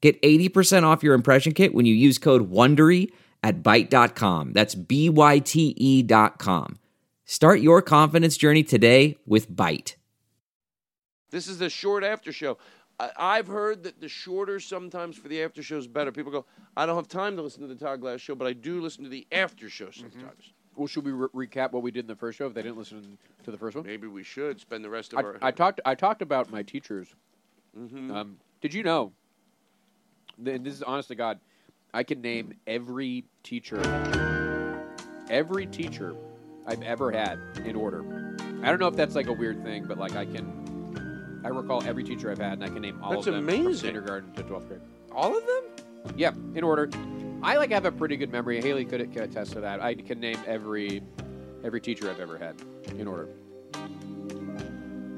[SPEAKER 10] Get 80% off your impression kit when you use code WONDERY at Byte.com. That's B-Y-T-E E dot com. Start your confidence journey today with Byte.
[SPEAKER 2] This is the short after show. I, I've heard that the shorter sometimes for the after show is better. People go, I don't have time to listen to the Todd Glass show, but I do listen to the after show
[SPEAKER 5] Mm-hmm.
[SPEAKER 2] sometimes.
[SPEAKER 5] Well, should we re- recap what we did in the first show if they didn't listen to the first one?
[SPEAKER 2] Maybe we should spend the rest of
[SPEAKER 5] I,
[SPEAKER 2] our.
[SPEAKER 5] I talked. I talked about my teachers.
[SPEAKER 2] Mhm.
[SPEAKER 5] Um, did you know? th- And this is honest to God, I can name every teacher, every teacher I've ever had in order. I don't know if that's like a weird thing, but like I can, I recall every teacher I've had, and I can name all
[SPEAKER 2] That's
[SPEAKER 5] of them from
[SPEAKER 2] amazing.
[SPEAKER 5] kindergarten to twelfth grade. All of them? Yeah, in order. I like have a pretty good memory. Haley could, could attest to that. I can name every every teacher I've ever had in order.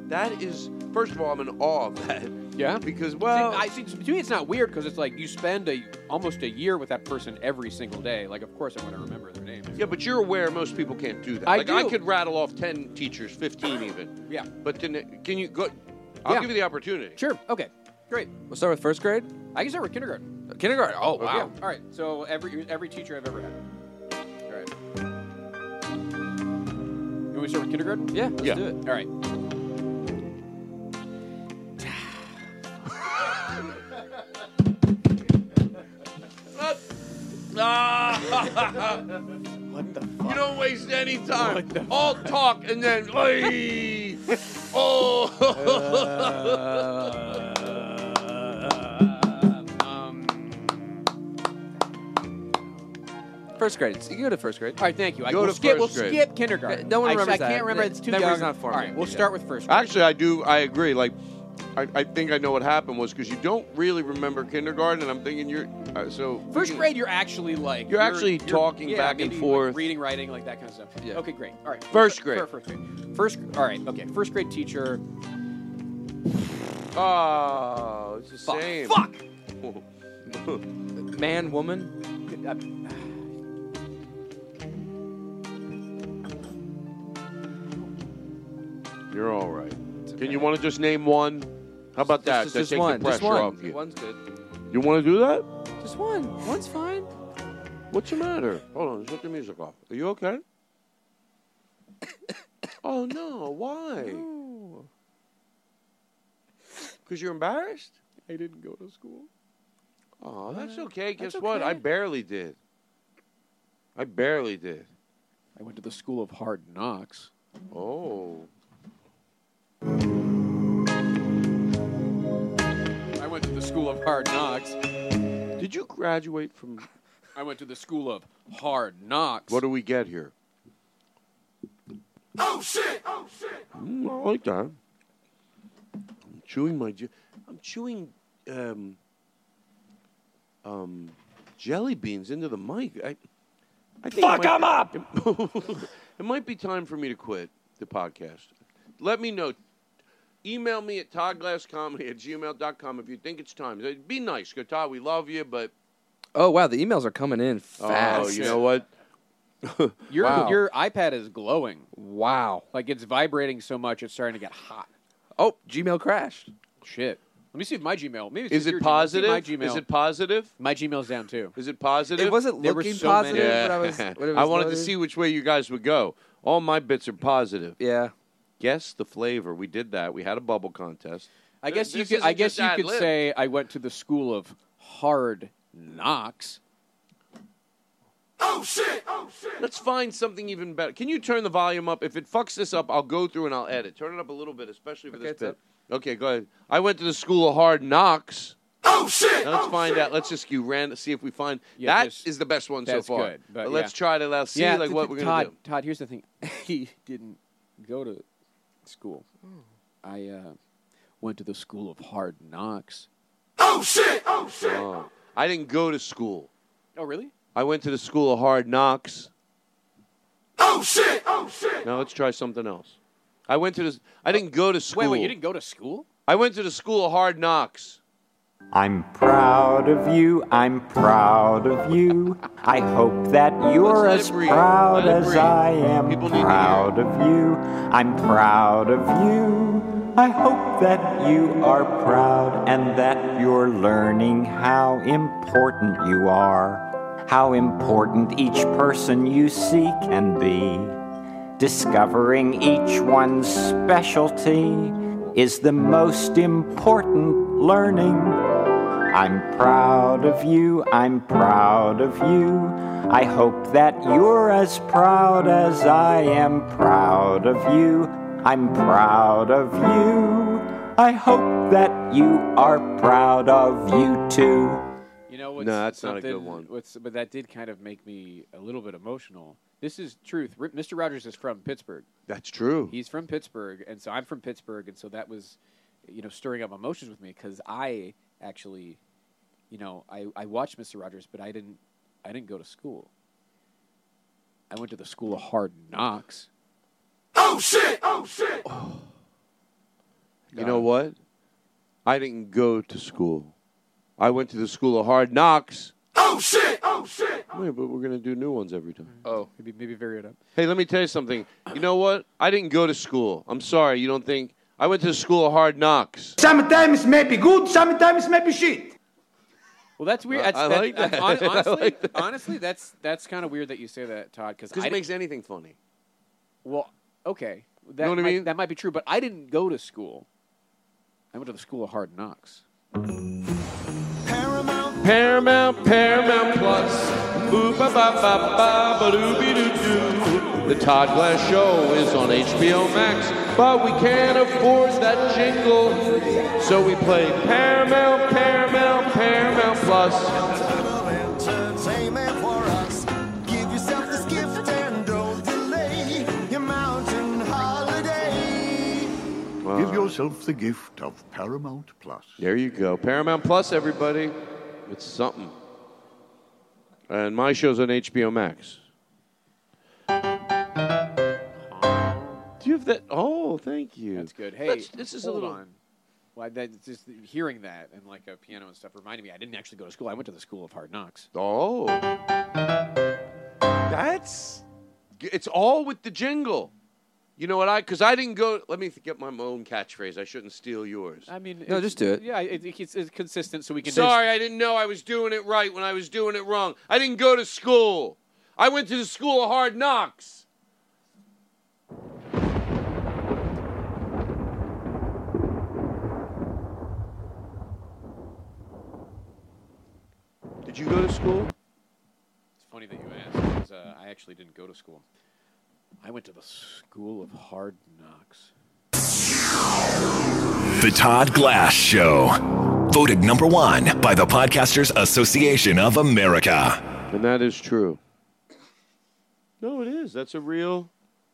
[SPEAKER 2] That is, first of all, I'm in awe of that.
[SPEAKER 5] Yeah,
[SPEAKER 2] because well,
[SPEAKER 5] I see. To me, it's not weird because it's like you spend a almost a year with that person every single day. Like, of course, I'm going to remember their name.
[SPEAKER 2] Yeah, but you're aware most people can't do that.
[SPEAKER 5] I
[SPEAKER 2] like I
[SPEAKER 5] do.
[SPEAKER 2] could rattle off ten teachers, fifteen even.
[SPEAKER 5] Yeah.
[SPEAKER 2] But then, uh, can you go? I'll
[SPEAKER 5] Yeah.
[SPEAKER 2] give you the opportunity.
[SPEAKER 5] Sure. Okay. Great.
[SPEAKER 8] We'll start with first grade.
[SPEAKER 5] I can start with kindergarten.
[SPEAKER 8] Kindergarten. Oh
[SPEAKER 5] Okay.
[SPEAKER 8] wow.
[SPEAKER 5] All right. So every every teacher I've ever had. All right. You want me to start with kindergarten?
[SPEAKER 8] Yeah. Let's
[SPEAKER 5] yeah.
[SPEAKER 8] do it.
[SPEAKER 5] All right.
[SPEAKER 2] Ah! [LAUGHS]
[SPEAKER 7] What the
[SPEAKER 2] You don't waste any time. All talk and then. [LAUGHS] Oy! oh.
[SPEAKER 5] Um,
[SPEAKER 8] First grade. You can go to first grade.
[SPEAKER 5] All right. Thank you. I,
[SPEAKER 8] Go
[SPEAKER 5] we'll
[SPEAKER 8] to
[SPEAKER 5] skip.
[SPEAKER 8] first
[SPEAKER 5] we'll
[SPEAKER 8] grade.
[SPEAKER 5] skip kindergarten.
[SPEAKER 8] No one
[SPEAKER 5] I,
[SPEAKER 8] remembers
[SPEAKER 5] I can't
[SPEAKER 8] that.
[SPEAKER 5] remember.
[SPEAKER 8] The
[SPEAKER 5] It's too
[SPEAKER 8] memory's
[SPEAKER 5] young.
[SPEAKER 8] not formed.
[SPEAKER 5] All right. We'll
[SPEAKER 8] Yeah.
[SPEAKER 5] start with first. grade.
[SPEAKER 2] [LAUGHS] Actually, I do. I agree. Like, I, I think I know what happened was because you don't really remember kindergarten, and I'm thinking you're uh, so.
[SPEAKER 5] First grade, you're actually like
[SPEAKER 2] You're actually talking
[SPEAKER 5] yeah,
[SPEAKER 2] back and
[SPEAKER 5] maybe, like,
[SPEAKER 2] forth.
[SPEAKER 5] reading, writing, like that kind of stuff. Okay, great. All right.
[SPEAKER 2] First grade.
[SPEAKER 5] First, grade. First. All right. Okay. First grade teacher.
[SPEAKER 2] Oh, it's the same.
[SPEAKER 5] Fuck.
[SPEAKER 2] [LAUGHS]
[SPEAKER 8] Man, woman.
[SPEAKER 2] You're all right. Can you want to just name one? How about that?
[SPEAKER 8] Just,
[SPEAKER 2] that
[SPEAKER 8] just
[SPEAKER 2] takes
[SPEAKER 8] one.
[SPEAKER 2] the
[SPEAKER 8] Just
[SPEAKER 2] pressure
[SPEAKER 8] one.
[SPEAKER 2] off you.
[SPEAKER 8] One's good.
[SPEAKER 2] You want to do that?
[SPEAKER 8] Just one. One's fine.
[SPEAKER 2] What's the matter? Hold on, shut the music off. Are you
[SPEAKER 5] [COUGHS]
[SPEAKER 2] okay? oh no, why? Because you're embarrassed?
[SPEAKER 5] I didn't go to school.
[SPEAKER 2] Oh,
[SPEAKER 5] Uh,
[SPEAKER 2] that's okay. Guess
[SPEAKER 5] that's
[SPEAKER 2] what? I
[SPEAKER 5] okay.
[SPEAKER 2] barely did. I barely did.
[SPEAKER 5] I went to the school of hard knocks.
[SPEAKER 2] Oh.
[SPEAKER 5] I went to the school of hard knocks.
[SPEAKER 2] Did you graduate from
[SPEAKER 5] I went to the school of hard knocks.
[SPEAKER 2] What do we get here?
[SPEAKER 5] Oh shit! Oh shit!
[SPEAKER 2] Mm, I like that. I'm chewing my. Ju- I'm chewing um, um, jelly beans into the mic. I, I think
[SPEAKER 11] Fuck 'em
[SPEAKER 2] up. [LAUGHS] it might be time for me to quit the podcast. Let me know. Email me at toddglasscomedy at gmail.com if you think it's time. Be nice. Go, Todd, we love you, but
[SPEAKER 8] Oh wow, the emails are coming in fast.
[SPEAKER 2] oh, you know what?
[SPEAKER 5] Your
[SPEAKER 8] Wow.
[SPEAKER 5] your iPad is glowing. Wow. Like it's vibrating so much it's starting to get hot.
[SPEAKER 8] Oh, Gmail crashed.
[SPEAKER 5] Shit. Let me see if my Gmail. Maybe it's
[SPEAKER 2] Is
[SPEAKER 5] just
[SPEAKER 2] it
[SPEAKER 5] your Gmail. Let's see
[SPEAKER 2] positive?
[SPEAKER 5] My Gmail.
[SPEAKER 2] Is it positive?
[SPEAKER 5] My Gmail's down too.
[SPEAKER 2] Is it positive?
[SPEAKER 8] It wasn't
[SPEAKER 5] There were
[SPEAKER 8] looking
[SPEAKER 5] so many.
[SPEAKER 8] positive, but I was.
[SPEAKER 2] Yeah.
[SPEAKER 8] But it was
[SPEAKER 2] I wanted to
[SPEAKER 8] loaded.
[SPEAKER 2] see which way you guys would go. All my bits are positive.
[SPEAKER 8] Yeah.
[SPEAKER 2] Guess the flavor. We did that. We had a bubble contest.
[SPEAKER 5] I guess you
[SPEAKER 2] This
[SPEAKER 5] could. I
[SPEAKER 2] isn't
[SPEAKER 5] guess
[SPEAKER 2] just
[SPEAKER 5] you could
[SPEAKER 2] ad-lib.
[SPEAKER 5] say I went to the school of hard knocks.
[SPEAKER 2] Oh shit! Oh shit! Let's find something even better. Can you turn the volume up? If it fucks this up, I'll go through and I'll edit. Turn it up a little bit, especially for this
[SPEAKER 8] it's
[SPEAKER 2] bit. Okay, go ahead. I went to the school of hard knocks. Oh shit! Now let's find out. Let's just you ran see if we find
[SPEAKER 5] Yeah,
[SPEAKER 2] that
[SPEAKER 5] just-
[SPEAKER 2] is the best one so
[SPEAKER 5] that's
[SPEAKER 2] far.
[SPEAKER 5] good, but
[SPEAKER 2] let's
[SPEAKER 5] yeah.
[SPEAKER 2] try to let's see
[SPEAKER 5] yeah,
[SPEAKER 2] like
[SPEAKER 5] th-
[SPEAKER 2] what
[SPEAKER 5] th-
[SPEAKER 2] we're gonna
[SPEAKER 5] Todd,
[SPEAKER 2] do.
[SPEAKER 5] Todd, here's the thing. [LAUGHS] He didn't go to school. I uh, went to the school of hard knocks.
[SPEAKER 2] Oh shit! Oh shit! I didn't go to school.
[SPEAKER 5] Oh really?
[SPEAKER 2] I went to the school of hard knocks. Oh shit! Oh shit! Now let's try something else. I went to this. I didn't go to school.
[SPEAKER 5] Wait, wait. You didn't go to school?
[SPEAKER 2] I went to the school of hard knocks.
[SPEAKER 12] I'm proud of you. I'm proud of you. I hope that you're
[SPEAKER 2] Let's let
[SPEAKER 12] as
[SPEAKER 2] it breathe.
[SPEAKER 12] proud
[SPEAKER 2] Let it
[SPEAKER 12] as
[SPEAKER 2] breathe.
[SPEAKER 12] I am proud of you. I'm proud of you. I hope that you are proud and that you're learning how important you are, how important each person you see can be. Discovering each one's specialty is the most important learning. I'm proud of you, I'm proud of you. I hope that you're as proud as I am proud of you. I'm proud of you. I hope that you are proud of you too.
[SPEAKER 5] You know what's
[SPEAKER 2] No, that's not a good
[SPEAKER 5] something-
[SPEAKER 2] one.
[SPEAKER 5] What's but that did kind of make me a little bit emotional. This is truth. R- Mr. Rogers is from Pittsburgh.
[SPEAKER 2] That's true.
[SPEAKER 5] He's from Pittsburgh, and so I'm from Pittsburgh, and so that was, you know, stirring up emotions with me because I actually, you know, I, I watched Mr. Rogers, but I didn't I didn't go to school. I went to the school of hard knocks.
[SPEAKER 2] Oh shit! Oh shit! You know what? I didn't go to school. I went to the school of hard knocks. Oh shit! Oh shit! Wait, but we're gonna do new ones every time.
[SPEAKER 5] Oh, maybe maybe vary it up.
[SPEAKER 2] Hey, let me tell you something. You know what? I didn't go to school. I'm sorry. You don't think I went to the school of hard knocks.
[SPEAKER 13] Sometimes may be good, sometimes may be shit.
[SPEAKER 5] Well, that's weird.
[SPEAKER 2] I-
[SPEAKER 5] That's,
[SPEAKER 2] I
[SPEAKER 5] that-
[SPEAKER 2] like
[SPEAKER 5] that's-
[SPEAKER 2] that.
[SPEAKER 5] hon-
[SPEAKER 2] [LAUGHS] I
[SPEAKER 5] honestly,
[SPEAKER 2] like that.
[SPEAKER 5] honestly, that's that's kind of weird that you say that, Todd. Because
[SPEAKER 2] Because it makes anything funny.
[SPEAKER 5] Well, okay. That
[SPEAKER 2] know what I
[SPEAKER 5] might,
[SPEAKER 2] mean?
[SPEAKER 5] That might be true, but I didn't go to school. I went to the school of hard knocks.
[SPEAKER 2] Paramount, Paramount Plus. Boo ba ba ba ba ba doo be doo doo. The Todd Glass Show is on HBO Max, but we can't afford that jingle, so we play Paramount, Paramount, Paramount Plus.
[SPEAKER 7] Entertainment for us. Give yourself this gift and don't delay your mountain holiday.
[SPEAKER 6] Give yourself the gift of Paramount Plus.
[SPEAKER 2] There you go, Paramount Plus, everybody. It's something. And my show's on HBO Max. Do you have that? Oh, thank you.
[SPEAKER 5] That's good. Hey,
[SPEAKER 2] Let's- this is a
[SPEAKER 5] hold
[SPEAKER 2] little.
[SPEAKER 5] On. Well, that, just hearing that and like a piano and stuff reminded me I didn't actually go to school. I went to the school of hard knocks.
[SPEAKER 2] Oh. That's. It's all with the jingle. You know what I? Because I didn't go. Let me get my own catchphrase. I shouldn't steal yours.
[SPEAKER 5] I mean,
[SPEAKER 8] No,
[SPEAKER 5] it's-
[SPEAKER 8] just do it.
[SPEAKER 5] Yeah, it, it's, it's consistent, so we can.
[SPEAKER 2] Sorry, I didn't know I was doing it right when I was doing it wrong. I didn't go to school. I went to the school of hard knocks. Did you go to school?
[SPEAKER 5] It's funny that you asked. Because, uh, I actually didn't go to school. I went to the school of hard knocks.
[SPEAKER 14] The Todd Glass Show. Voted number one by the Podcasters Association of America.
[SPEAKER 2] And that is true. No, it is. That's a real.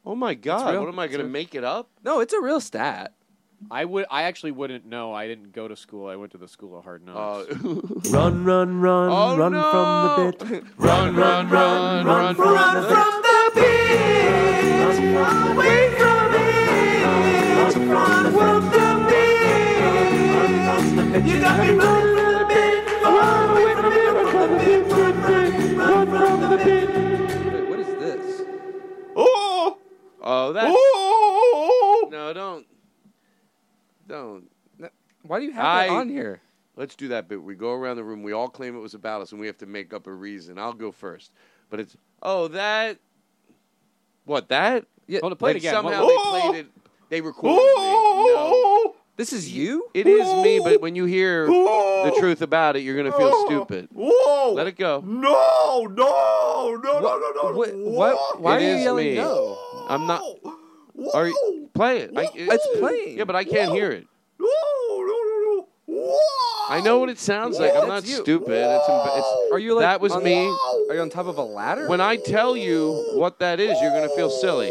[SPEAKER 2] Oh my God!
[SPEAKER 8] real.
[SPEAKER 2] What am I
[SPEAKER 8] It's
[SPEAKER 2] going to
[SPEAKER 8] real.
[SPEAKER 2] make it up?
[SPEAKER 8] No, it's a real stat.
[SPEAKER 5] I would. I actually wouldn't know. I didn't go to school. I went to the school of hard knocks.
[SPEAKER 15] Run, run, run,
[SPEAKER 5] Oh,
[SPEAKER 15] run
[SPEAKER 5] no.
[SPEAKER 15] from the bit. Run, run, run, run, from the bit.
[SPEAKER 6] You got me running from the bit, run away from it, run from the bit, run, run, run from the bit.
[SPEAKER 8] What is this?
[SPEAKER 2] Oh, oh, that's
[SPEAKER 8] Oh!
[SPEAKER 2] no, don't, don't.
[SPEAKER 8] Why do you have
[SPEAKER 2] I-
[SPEAKER 8] that on here?
[SPEAKER 2] Let's do that bit. We go around the room. We all claim it was about us, and we have to make up a reason. I'll go first, but it's oh that, what that?
[SPEAKER 8] Yeah.
[SPEAKER 2] Hold on,
[SPEAKER 8] play it
[SPEAKER 2] like
[SPEAKER 8] again.
[SPEAKER 2] Somehow
[SPEAKER 8] What-
[SPEAKER 2] they played it. They recorded me. No,
[SPEAKER 8] this is you.
[SPEAKER 2] It is me. But when you hear the truth about it, you're gonna feel stupid.
[SPEAKER 6] Whoa!
[SPEAKER 2] Let it go.
[SPEAKER 6] No, no, no, no, no, no.
[SPEAKER 8] What? what? Why
[SPEAKER 2] It
[SPEAKER 8] are
[SPEAKER 2] is
[SPEAKER 8] you yelling
[SPEAKER 2] me.
[SPEAKER 8] no?
[SPEAKER 2] I'm not. Are you, play it. I,
[SPEAKER 8] It's playing.
[SPEAKER 2] Yeah, but I can't hear it.
[SPEAKER 6] Whoa!
[SPEAKER 2] I know what it sounds like. I'm not
[SPEAKER 8] That's you.
[SPEAKER 2] stupid. It's, emb- it's
[SPEAKER 8] Are you like
[SPEAKER 2] that was
[SPEAKER 8] on-
[SPEAKER 2] me.
[SPEAKER 8] Are you on top of a ladder?
[SPEAKER 2] When I tell you what that is, you're gonna feel silly.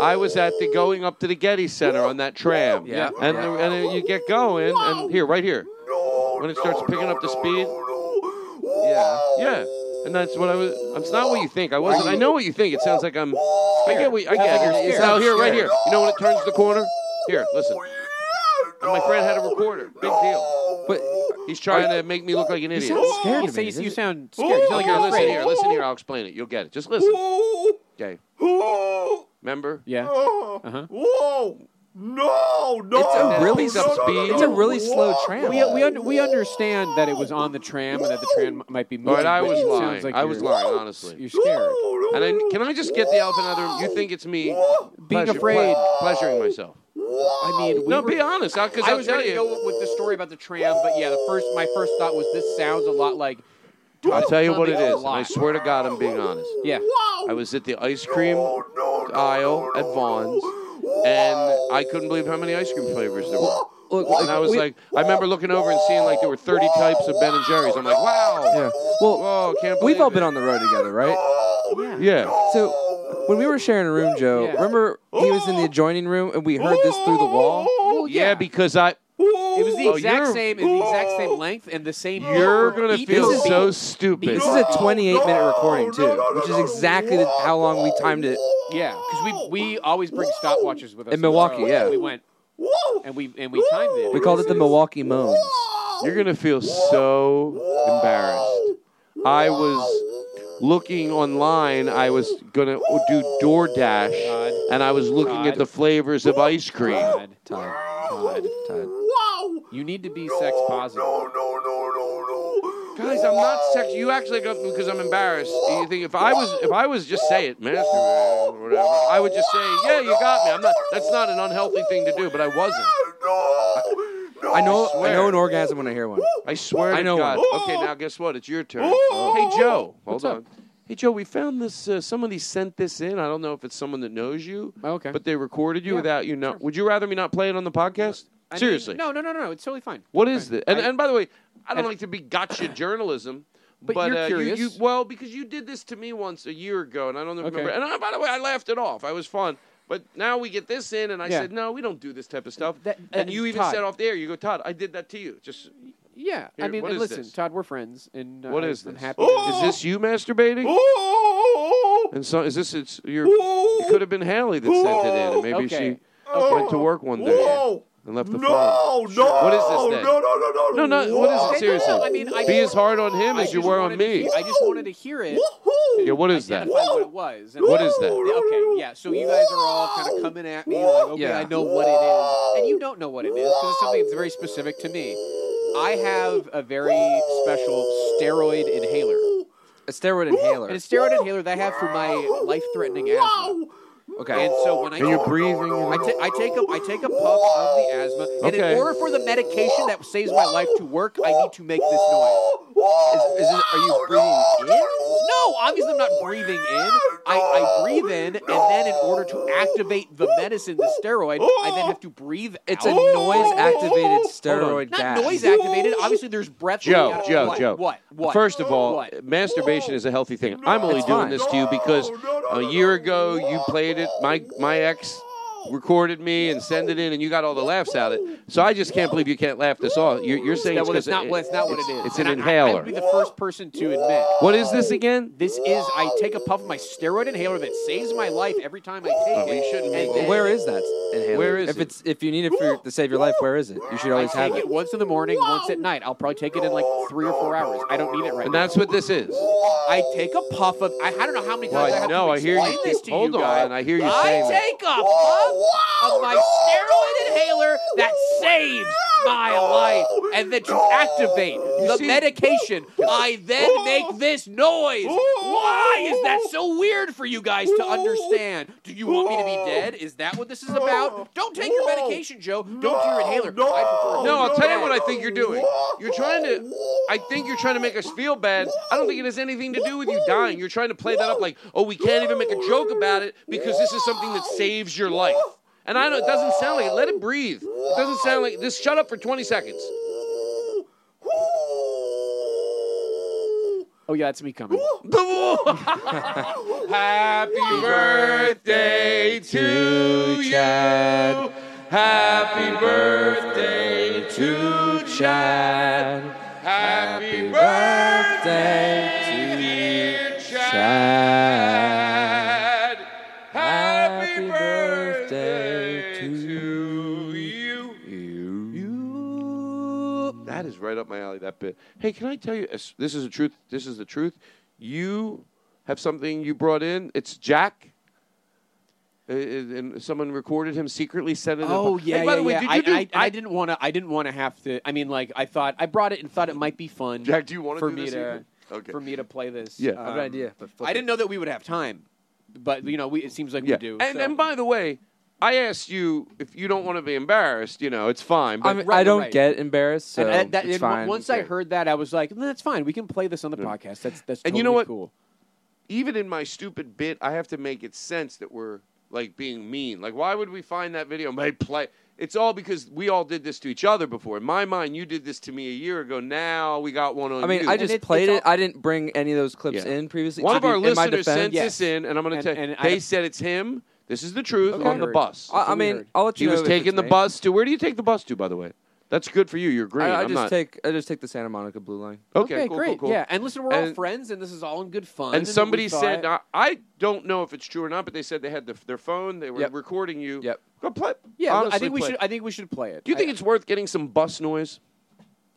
[SPEAKER 2] I was at the going up to the Getty Center on that tram,
[SPEAKER 8] Yeah.
[SPEAKER 2] and the, and then you get going, and here, right here, when it starts picking up the speed,
[SPEAKER 8] yeah,
[SPEAKER 2] yeah, and that's what I was. It's not what you think. I wasn't. I know what you think. It sounds like I'm. I get what I
[SPEAKER 8] Sounds like
[SPEAKER 2] get.
[SPEAKER 8] you're
[SPEAKER 2] it.
[SPEAKER 8] scared.
[SPEAKER 2] Now here, right here. You know when it turns the corner? Here, listen. And my friend had a recorder. Big deal.
[SPEAKER 8] But
[SPEAKER 2] he's trying to make me look like an idiot.
[SPEAKER 8] scared
[SPEAKER 5] You, say- you, sound
[SPEAKER 2] Here,
[SPEAKER 5] scared. You sound like you're
[SPEAKER 2] listen
[SPEAKER 5] afraid.
[SPEAKER 2] here, listen here. I'll explain it. You'll get it. Just listen. Okay. Remember?
[SPEAKER 5] Yeah. Uh-huh.
[SPEAKER 6] Whoa! No, no!
[SPEAKER 8] It's a really
[SPEAKER 5] no,
[SPEAKER 8] s-
[SPEAKER 5] no, no,
[SPEAKER 8] It's a really slow tram.
[SPEAKER 5] We we, un- we understand that it was on the tram and that the tram might be moving.
[SPEAKER 2] All right, I
[SPEAKER 5] but
[SPEAKER 2] was
[SPEAKER 5] it sounds
[SPEAKER 2] lying.
[SPEAKER 5] Like
[SPEAKER 2] I was
[SPEAKER 5] you're-
[SPEAKER 2] lying, honestly.
[SPEAKER 5] You're scared.
[SPEAKER 2] And I, can I just get the elephant out of the room? You think it's me
[SPEAKER 5] Being
[SPEAKER 2] pleasure-
[SPEAKER 5] afraid.
[SPEAKER 2] pleasuring myself?
[SPEAKER 5] I mean, we
[SPEAKER 2] no,
[SPEAKER 5] were-
[SPEAKER 2] be honest, because
[SPEAKER 5] I
[SPEAKER 2] I'll
[SPEAKER 5] was
[SPEAKER 2] tell
[SPEAKER 5] ready
[SPEAKER 2] you.
[SPEAKER 5] to go with the story about the tram, but yeah, the first my first thought was this sounds a lot like.
[SPEAKER 2] I'll tell you what it
[SPEAKER 5] something a
[SPEAKER 2] is. and I
[SPEAKER 5] lot.
[SPEAKER 2] swear to God, I'm being honest.
[SPEAKER 5] Yeah.
[SPEAKER 2] I was at the ice cream aisle at Vaughn's, and I couldn't believe how many ice cream flavors there were.
[SPEAKER 8] Look,
[SPEAKER 2] and I was
[SPEAKER 8] we-
[SPEAKER 2] like, I remember looking over and seeing like there were 30 types of Ben and Jerry's. I'm like, wow.
[SPEAKER 8] Yeah. Well,
[SPEAKER 2] Whoa, can't
[SPEAKER 8] we've
[SPEAKER 2] believe
[SPEAKER 8] all been on the road together, right?
[SPEAKER 2] Yeah.
[SPEAKER 8] So when we were sharing a room, Joe,
[SPEAKER 2] Yeah.
[SPEAKER 8] remember he was in the adjoining room and we heard this through the wall.
[SPEAKER 2] Yeah, because I.
[SPEAKER 5] It was the
[SPEAKER 2] Oh,
[SPEAKER 5] exact
[SPEAKER 2] you're-
[SPEAKER 5] same, it was the exact same length, and the same.
[SPEAKER 2] You're gonna
[SPEAKER 5] Each
[SPEAKER 2] feel
[SPEAKER 5] beat.
[SPEAKER 2] so stupid.
[SPEAKER 8] This is a 28 minute recording too, which is exactly the- how long we timed it.
[SPEAKER 5] Yeah, because we we always bring stopwatches with us
[SPEAKER 8] In Milwaukee,
[SPEAKER 5] So
[SPEAKER 8] yeah.
[SPEAKER 5] we went and we and we timed it.
[SPEAKER 8] We called it the Milwaukee Moans.
[SPEAKER 2] You're gonna feel so embarrassed. I was looking online. I was gonna do DoorDash, and I was looking at the flavors of ice cream.
[SPEAKER 8] Todd,
[SPEAKER 5] You need to be sex positive.
[SPEAKER 2] Guys, I'm not sex. You act like I'm, because I'm embarrassed. You think if I was if I was just say it, man, or whatever. I would just say, yeah, you got me. I'm not. That's not an unhealthy thing to do, but I wasn't.
[SPEAKER 8] I know, I
[SPEAKER 2] swear.
[SPEAKER 8] know an orgasm when I hear one.
[SPEAKER 2] I swear
[SPEAKER 8] I
[SPEAKER 2] to
[SPEAKER 8] know
[SPEAKER 2] God.
[SPEAKER 8] one.
[SPEAKER 2] Okay, now guess what? It's your turn.
[SPEAKER 8] Oh.
[SPEAKER 2] Hey Joe,
[SPEAKER 8] What's
[SPEAKER 2] hold on. Hey Joe, we found this. Uh, somebody sent this in. I don't know if it's someone that knows you,
[SPEAKER 5] Okay.
[SPEAKER 2] but they recorded you without you know. Would you rather me not play it on the podcast?
[SPEAKER 5] I mean,
[SPEAKER 2] Seriously,
[SPEAKER 5] no, no, no, no. It's totally fine.
[SPEAKER 2] What is this? And,
[SPEAKER 5] I-
[SPEAKER 2] and by the way, I don't
[SPEAKER 5] and-
[SPEAKER 2] like to be gotcha journalism.
[SPEAKER 5] But
[SPEAKER 2] But,
[SPEAKER 5] you're
[SPEAKER 2] uh, you-
[SPEAKER 5] curious.
[SPEAKER 2] You, well, because you did this to me once a year ago, and I don't remember.
[SPEAKER 5] Okay.
[SPEAKER 2] And I, by the way, I laughed it off. I was fun. But now we get this in, and I
[SPEAKER 5] Yeah.
[SPEAKER 2] said, no, we don't do this type of stuff. and
[SPEAKER 5] and
[SPEAKER 2] you even
[SPEAKER 5] Todd-
[SPEAKER 2] said off the air, you go, Todd, I did that to you. Just
[SPEAKER 5] Yeah, I
[SPEAKER 2] Here,
[SPEAKER 5] mean,
[SPEAKER 2] what
[SPEAKER 5] and
[SPEAKER 2] is
[SPEAKER 5] listen,
[SPEAKER 2] this?
[SPEAKER 5] Todd, we're friends, and uh,
[SPEAKER 2] What is
[SPEAKER 5] I'm
[SPEAKER 2] this? Oh!
[SPEAKER 5] happy. Oh!
[SPEAKER 2] Is this you masturbating? And so is this? It's your. It could have been Hallie that sent it in. and Maybe
[SPEAKER 5] Okay.
[SPEAKER 2] she went to work one day and left the phone.
[SPEAKER 6] no,
[SPEAKER 2] What is this thing?
[SPEAKER 6] no, no, no,
[SPEAKER 2] no, no. What is
[SPEAKER 5] Okay,
[SPEAKER 2] it? Seriously,
[SPEAKER 5] no, no, I mean, I
[SPEAKER 2] be as
[SPEAKER 5] just-
[SPEAKER 2] hard on him
[SPEAKER 5] I
[SPEAKER 2] as you
[SPEAKER 5] just
[SPEAKER 2] were on
[SPEAKER 5] wanted to
[SPEAKER 2] me.
[SPEAKER 5] hear- I just wanted to hear it
[SPEAKER 8] Yeah, what is that?
[SPEAKER 5] identify what it was. and-
[SPEAKER 8] What is that?
[SPEAKER 5] Okay, yeah. So you guys are all kind of coming at me like, okay,
[SPEAKER 8] Yeah.
[SPEAKER 5] I know what it is, and you don't know what it is because it's something that's very specific to me. I have a very special steroid inhaler.
[SPEAKER 8] A steroid inhaler.
[SPEAKER 5] And a steroid inhaler that I have for my life-threatening asthma.
[SPEAKER 8] Okay.
[SPEAKER 5] And so when I
[SPEAKER 8] And you're breathing.
[SPEAKER 5] I ta- I take a I take a puff of the asthma, and
[SPEAKER 8] Okay.
[SPEAKER 5] in order for the medication that saves my life to work, I need to make this noise. Is, is it, are you breathing in? No, obviously I'm not breathing in. I, I breathe in, and then in order to activate the medicine, the steroid, I then have to breathe.
[SPEAKER 8] It's
[SPEAKER 5] out.
[SPEAKER 8] a noise-activated steroid
[SPEAKER 5] Hold on.
[SPEAKER 8] gas.
[SPEAKER 5] Not noise activated. Obviously, there's breath. coming
[SPEAKER 8] Joe,
[SPEAKER 5] out.
[SPEAKER 8] Joe,
[SPEAKER 5] what,
[SPEAKER 8] Joe.
[SPEAKER 5] What? What?
[SPEAKER 2] First of all,
[SPEAKER 5] What?
[SPEAKER 2] masturbation is a healthy thing. I'm only
[SPEAKER 8] It's
[SPEAKER 2] doing
[SPEAKER 8] fine.
[SPEAKER 2] this to you because a year ago you played it. My my ex recorded me and sent it in, and you got all the laughs out of it. So I just can't believe you can't laugh this off. You're, you're saying
[SPEAKER 5] Yeah,
[SPEAKER 2] it's
[SPEAKER 5] well, it's
[SPEAKER 2] 'cause
[SPEAKER 5] not, well, it's not what it
[SPEAKER 2] it's-
[SPEAKER 5] is.
[SPEAKER 2] It's an
[SPEAKER 5] And I- I,
[SPEAKER 2] inhaler.
[SPEAKER 5] would be the first person to admit.
[SPEAKER 2] What is this again?
[SPEAKER 5] This is I take a puff of my steroid inhaler that saves my life every time I
[SPEAKER 8] Oh,
[SPEAKER 5] take it. and
[SPEAKER 8] Well,
[SPEAKER 5] then
[SPEAKER 8] where is that inhaler?
[SPEAKER 5] Where is
[SPEAKER 8] if
[SPEAKER 5] it?
[SPEAKER 8] it's if you need it for to save your life, where is it? You should
[SPEAKER 5] I
[SPEAKER 8] always have
[SPEAKER 5] take
[SPEAKER 8] it.
[SPEAKER 5] it once in the morning, once at night. I'll probably take it in like three or four hours. I don't need it right
[SPEAKER 2] And
[SPEAKER 5] now.
[SPEAKER 2] that's what this is.
[SPEAKER 5] I take a puff of. I, I don't know how many
[SPEAKER 2] Well,
[SPEAKER 5] times I have
[SPEAKER 2] no,
[SPEAKER 5] to
[SPEAKER 2] I hear you.
[SPEAKER 5] explain this to
[SPEAKER 2] Hold
[SPEAKER 5] you guys.
[SPEAKER 2] on, I hear you
[SPEAKER 5] I
[SPEAKER 2] saying that.
[SPEAKER 5] take a puff of my steroid inhaler that saves my life, and then to activate the medication, I then make this noise. Why is that so weird for you guys to understand? Do you want me to be dead? Is that what this is about? Don't take your medication, Joe. Don't do your inhaler. No, I prefer
[SPEAKER 2] No, I'll tell you what I think you're doing. You're trying to. I think you're trying to make us feel bad. I don't think it has anything to do with you dying. You're trying to play that up like, oh, we can't even make a joke about it because this is something that saves your life. And I know it doesn't sound like it. Let it breathe. It doesn't sound like this. Shut up for 20 seconds.
[SPEAKER 5] Oh yeah, it's me coming.
[SPEAKER 2] Happy birthday to Chad. Happy birthday to Chad. Happy birthday to dear Chad. Happy birthday to you. You. That is right up my alley. That bit. Hey, can I tell you? as- This is the truth. This is the truth. You have something you brought in. It's Jack. Uh, uh, and someone recorded him secretly sent it. in a po-
[SPEAKER 5] Oh yeah,
[SPEAKER 2] Hey, by
[SPEAKER 5] yeah,
[SPEAKER 2] the way,
[SPEAKER 5] yeah.
[SPEAKER 2] did
[SPEAKER 5] I,
[SPEAKER 2] you do?
[SPEAKER 5] I, I didn't want to. I didn't want to have to. I mean, like I thought I brought it and thought it might be fun.
[SPEAKER 2] Jack, do you wanna
[SPEAKER 5] for
[SPEAKER 2] do
[SPEAKER 5] me
[SPEAKER 2] this
[SPEAKER 5] to
[SPEAKER 2] evening? Okay.
[SPEAKER 5] for me to play this? Um,
[SPEAKER 2] Yeah. I have an
[SPEAKER 8] idea, but flip
[SPEAKER 5] I didn't know that we would have time, but you know, we, it seems like
[SPEAKER 2] yeah.
[SPEAKER 5] we do.
[SPEAKER 2] and
[SPEAKER 5] so.
[SPEAKER 2] and by the way, I asked you if you don't want to be embarrassed. You know, it's fine. But
[SPEAKER 8] I, mean, I don't get embarrassed, so
[SPEAKER 5] And that- that-
[SPEAKER 8] it's
[SPEAKER 5] and
[SPEAKER 8] fine.
[SPEAKER 5] once I heard that, I was like, "That's fine. We can play this on the podcast. That's that's
[SPEAKER 2] And you know what?
[SPEAKER 5] totally cool."
[SPEAKER 2] even in my stupid bit, I have to make it sense that we're like being mean. Like, why would we find that video? My play. It's all because we all did this to each other before. In my mind, you did this to me a year ago. Now we got one on.
[SPEAKER 8] I mean,
[SPEAKER 2] you.
[SPEAKER 8] I just played it. I didn't bring any of those clips in previously.
[SPEAKER 2] One
[SPEAKER 8] to
[SPEAKER 2] of
[SPEAKER 8] be-
[SPEAKER 2] our
[SPEAKER 8] in my
[SPEAKER 2] listeners sent
[SPEAKER 8] defense.
[SPEAKER 2] this in, and I'm going to
[SPEAKER 8] And-
[SPEAKER 2] tell
[SPEAKER 8] and
[SPEAKER 2] you.
[SPEAKER 8] I-
[SPEAKER 2] They said it's him. This is the truth
[SPEAKER 8] Okay.
[SPEAKER 2] on the bus.
[SPEAKER 8] I- I mean, Weird. I'll let
[SPEAKER 2] He
[SPEAKER 8] you know
[SPEAKER 2] was
[SPEAKER 8] if it's
[SPEAKER 2] taking the
[SPEAKER 8] me.
[SPEAKER 2] bus to. Where do you take the bus to, by the way? That's good for you. You're green.
[SPEAKER 8] I, I
[SPEAKER 2] am
[SPEAKER 8] just
[SPEAKER 2] not.
[SPEAKER 8] take I just take the Santa Monica Blue Line.
[SPEAKER 2] Okay, cool, cool,
[SPEAKER 5] great.
[SPEAKER 2] cool.
[SPEAKER 5] Yeah, and listen, we're all
[SPEAKER 2] And-
[SPEAKER 5] friends, and this is all in good fun.
[SPEAKER 2] And
[SPEAKER 5] we
[SPEAKER 2] somebody
[SPEAKER 5] thought-
[SPEAKER 2] said, uh, I, I don't know if it's true or not, but they said they had the, their phone, they were recording you. Yep. Go play.
[SPEAKER 5] "Yeah, I
[SPEAKER 2] honestly
[SPEAKER 5] think we
[SPEAKER 2] play.
[SPEAKER 5] should. I think we should play it."
[SPEAKER 2] Do you think it's worth getting some bus noise?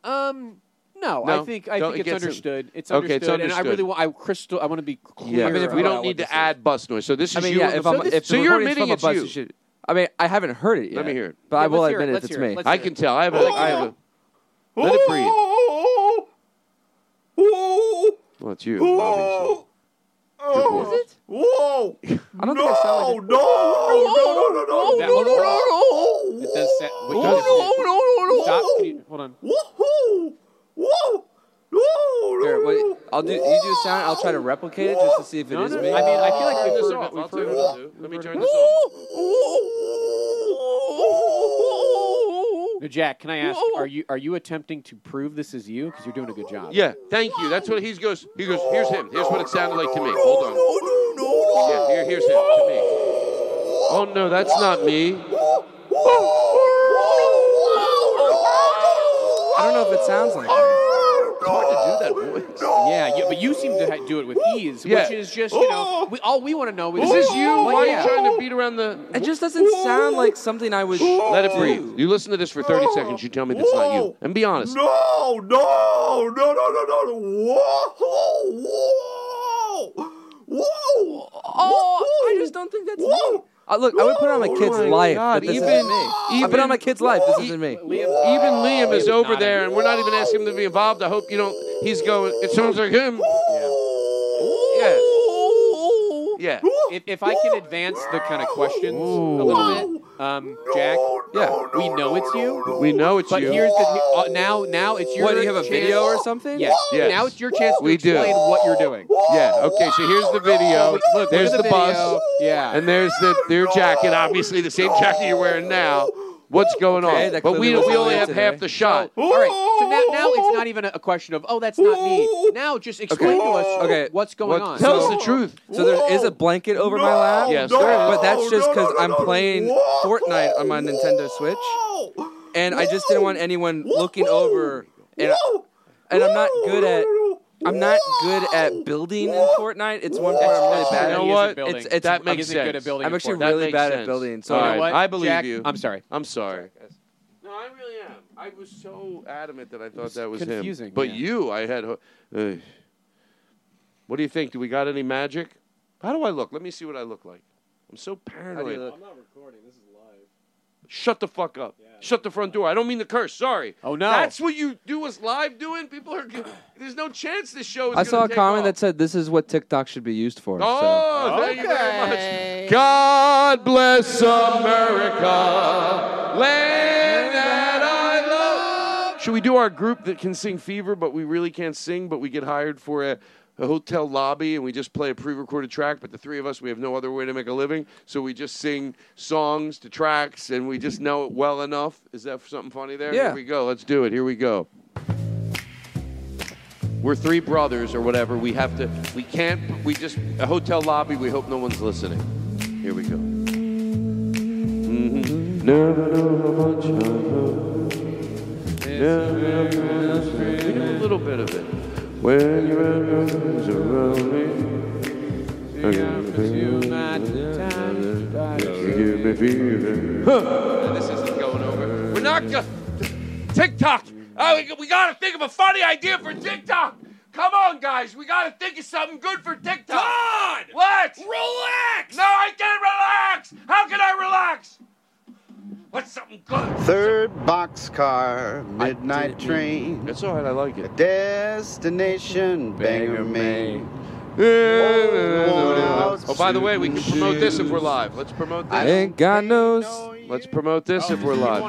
[SPEAKER 5] Um, no,
[SPEAKER 2] No?
[SPEAKER 5] I think I
[SPEAKER 2] No,
[SPEAKER 5] think
[SPEAKER 2] it
[SPEAKER 5] it's
[SPEAKER 2] gets-
[SPEAKER 5] understood. It's
[SPEAKER 2] Okay,
[SPEAKER 5] understood,
[SPEAKER 2] it's
[SPEAKER 5] and I
[SPEAKER 2] understood.
[SPEAKER 5] really want. I crystal. I want to be clear.
[SPEAKER 2] I mean, if we
[SPEAKER 5] about
[SPEAKER 2] don't
[SPEAKER 5] what
[SPEAKER 2] need
[SPEAKER 5] this
[SPEAKER 2] to add bus noise, so this is
[SPEAKER 8] I mean,
[SPEAKER 2] you.
[SPEAKER 8] yeah,
[SPEAKER 2] on the
[SPEAKER 8] if I'm
[SPEAKER 2] phone.
[SPEAKER 8] if
[SPEAKER 2] so
[SPEAKER 8] the
[SPEAKER 2] you're
[SPEAKER 8] recording's
[SPEAKER 2] admitting
[SPEAKER 8] from
[SPEAKER 2] it's
[SPEAKER 8] a bus,
[SPEAKER 2] you.
[SPEAKER 8] you should- I mean, I haven't heard it yet.
[SPEAKER 2] Let me hear it.
[SPEAKER 8] But I
[SPEAKER 2] Yeah,
[SPEAKER 8] will
[SPEAKER 2] let's hear
[SPEAKER 8] admit
[SPEAKER 2] it,
[SPEAKER 8] if
[SPEAKER 2] let's
[SPEAKER 8] it's
[SPEAKER 2] hear it,
[SPEAKER 8] me.
[SPEAKER 2] let's I hear can it. tell. I have a- I have a- Let it breathe. Well, it's you. obviously.
[SPEAKER 6] Is it? Whoa!
[SPEAKER 8] I don't think I sound like
[SPEAKER 6] no, no, no, no, no,
[SPEAKER 5] That-
[SPEAKER 6] no, no, no, no.
[SPEAKER 5] It does sa- wait,
[SPEAKER 6] Oh,
[SPEAKER 5] does-
[SPEAKER 6] no, no, no, no.
[SPEAKER 5] Stop. Can you- hold on.
[SPEAKER 6] Whoa! Whoa! No,
[SPEAKER 8] Here, wait, I'll do. You do a sound. I'll try to replicate it just to see if it is
[SPEAKER 5] No, no,
[SPEAKER 8] me.
[SPEAKER 5] I mean, I feel like we've heard
[SPEAKER 2] I'll
[SPEAKER 5] we've
[SPEAKER 2] tell you
[SPEAKER 5] heard
[SPEAKER 2] what I'll do. Let me turn this
[SPEAKER 5] No, Jack, can I ask? Are you are you attempting to prove this is you? Because you're doing a good job.
[SPEAKER 2] Yeah, thank you. That's what he goes. He goes. Here's him. Here's what it sounded like to me. Hold on. Yeah, here, here's him to me. Oh no, that's not me.
[SPEAKER 8] I don't know if it sounds like.
[SPEAKER 2] Hard to do that voice.
[SPEAKER 5] Yeah, yeah, but you seem to ha- do it with ease,
[SPEAKER 2] Yeah.
[SPEAKER 5] which is just you know, we, all we want to know is
[SPEAKER 2] Is this you?
[SPEAKER 5] Well,
[SPEAKER 2] Why are
[SPEAKER 5] yeah.
[SPEAKER 2] you trying to beat around the?
[SPEAKER 8] It just doesn't sound like something I would.
[SPEAKER 2] Let it breathe. You listen to this for 30 seconds. You tell me that's not you. And be honest.
[SPEAKER 6] No, no, no, no, no, no, no. Whoa, whoa,
[SPEAKER 8] Oh, I just don't think that's me. Uh, look, I would put it on my kid's
[SPEAKER 6] Oh my
[SPEAKER 8] life,
[SPEAKER 6] God,
[SPEAKER 8] but this
[SPEAKER 6] even-
[SPEAKER 8] isn't me. I put
[SPEAKER 6] even-
[SPEAKER 8] it on my kid's life. This isn't me.
[SPEAKER 7] Even Liam is
[SPEAKER 8] He was
[SPEAKER 7] over
[SPEAKER 8] not
[SPEAKER 7] there,
[SPEAKER 8] in-
[SPEAKER 7] and we're not even asking him to be involved. I hope you don't. He's going. It sounds like him.
[SPEAKER 5] Yeah.
[SPEAKER 7] Yeah.
[SPEAKER 5] e-, If, if I can advance the kind of questions a little bit, um, Jack. Yeah. we know it's you.
[SPEAKER 8] We know it's
[SPEAKER 5] but
[SPEAKER 8] you.
[SPEAKER 5] here's the uh, now. Now it's your.
[SPEAKER 8] What, do you have a
[SPEAKER 5] chance-
[SPEAKER 8] video or something?
[SPEAKER 5] Yeah.
[SPEAKER 8] Yes.
[SPEAKER 5] Now it's your chance to
[SPEAKER 8] We do.
[SPEAKER 5] explain what you're doing.
[SPEAKER 2] Yeah. Okay. So here's the video.
[SPEAKER 5] look at
[SPEAKER 2] there's
[SPEAKER 5] the
[SPEAKER 2] the, bus.
[SPEAKER 5] video. Yeah.
[SPEAKER 2] And there's the their jacket. Obviously, the same jacket you're wearing now. What's going
[SPEAKER 5] Okay,
[SPEAKER 2] on?
[SPEAKER 5] that
[SPEAKER 2] But we
[SPEAKER 5] clearly
[SPEAKER 2] we
[SPEAKER 5] wasn't
[SPEAKER 2] only
[SPEAKER 5] it
[SPEAKER 2] have
[SPEAKER 5] today.
[SPEAKER 2] half the shot.
[SPEAKER 5] All right. So now, now it's not even a question of oh that's not me. Now just explain to us
[SPEAKER 8] Okay.
[SPEAKER 5] what's
[SPEAKER 8] What-
[SPEAKER 5] going on.
[SPEAKER 8] so-
[SPEAKER 2] truth.
[SPEAKER 8] So there is a blanket over my lap.
[SPEAKER 5] Yes,
[SPEAKER 8] there
[SPEAKER 5] there
[SPEAKER 8] is.
[SPEAKER 5] is.
[SPEAKER 8] But that's just because I'm playing Fortnite on my Nintendo Switch, and I just didn't want anyone looking over. And, and I'm not good at. I'm not good at building in Fortnite. It's one part I'm really
[SPEAKER 5] That's
[SPEAKER 8] bad
[SPEAKER 5] true.
[SPEAKER 8] at.
[SPEAKER 5] He isn't building.
[SPEAKER 8] It's, it's
[SPEAKER 5] That makes He isn't good sense. at building
[SPEAKER 8] I'm
[SPEAKER 5] in
[SPEAKER 8] actually
[SPEAKER 5] Fortnite. That
[SPEAKER 8] really
[SPEAKER 5] makes
[SPEAKER 8] bad at
[SPEAKER 5] sense.
[SPEAKER 8] building. So
[SPEAKER 5] All right,
[SPEAKER 8] what?
[SPEAKER 5] I believe you.
[SPEAKER 8] I'm sorry.
[SPEAKER 7] I'm sorry.
[SPEAKER 2] No, I really am. I was so adamant that I thought
[SPEAKER 7] It's
[SPEAKER 2] that was
[SPEAKER 7] confusing,
[SPEAKER 2] him. But
[SPEAKER 7] yeah.
[SPEAKER 2] you, I had. ho- [SIGHS] Uh, what do you think? Do we got any magic? How do I look? Let me see what I look like. I'm so paranoid.
[SPEAKER 16] not recording. This is live.
[SPEAKER 2] Shut the fuck up. Shut the front door. I don't mean to curse. Sorry. Oh
[SPEAKER 8] no.
[SPEAKER 2] That's what you do us live doing. People are. g- There's no chance this show is.
[SPEAKER 8] I saw
[SPEAKER 2] gonna
[SPEAKER 8] a
[SPEAKER 2] take
[SPEAKER 8] comment
[SPEAKER 2] off.
[SPEAKER 8] that said this is what TikTok should be used for.
[SPEAKER 2] Oh, thank you very much. God bless America, land that I love. Should we do our group that can sing Fever, but we really can't sing, but we get hired for a, a hotel lobby and we just play a pre-recorded track? But the three of us, we have no other way to make a living, so we just sing songs to tracks, and we just know it well enough. Is that something funny there?
[SPEAKER 8] Yeah.
[SPEAKER 2] Here we go. Let's do it. Here we go. We're three brothers or whatever. We have to. We can't. We just a hotel lobby. We hope no one's listening. Here we go. Mhm. Never know how much I love. Never know how much I love. We do a little bit of it. When your arms are around me, I can feel You give me fever. Huh. This isn't going over. We're not going. TikTok. Oh, we, we got to think of a funny idea for TikTok. Come on, guys. We got to think of something good for TikTok. God! What? Relax! No, I can't relax! How can I relax? What's something good?
[SPEAKER 17] Third boxcar, midnight train.
[SPEAKER 2] That's all right, I like it.
[SPEAKER 17] Destination, Bangor, Maine.
[SPEAKER 2] Oh, by the way, we can promote this if we're live. Let's promote this.
[SPEAKER 8] I ain't got no.
[SPEAKER 2] Let's promote this if we're live.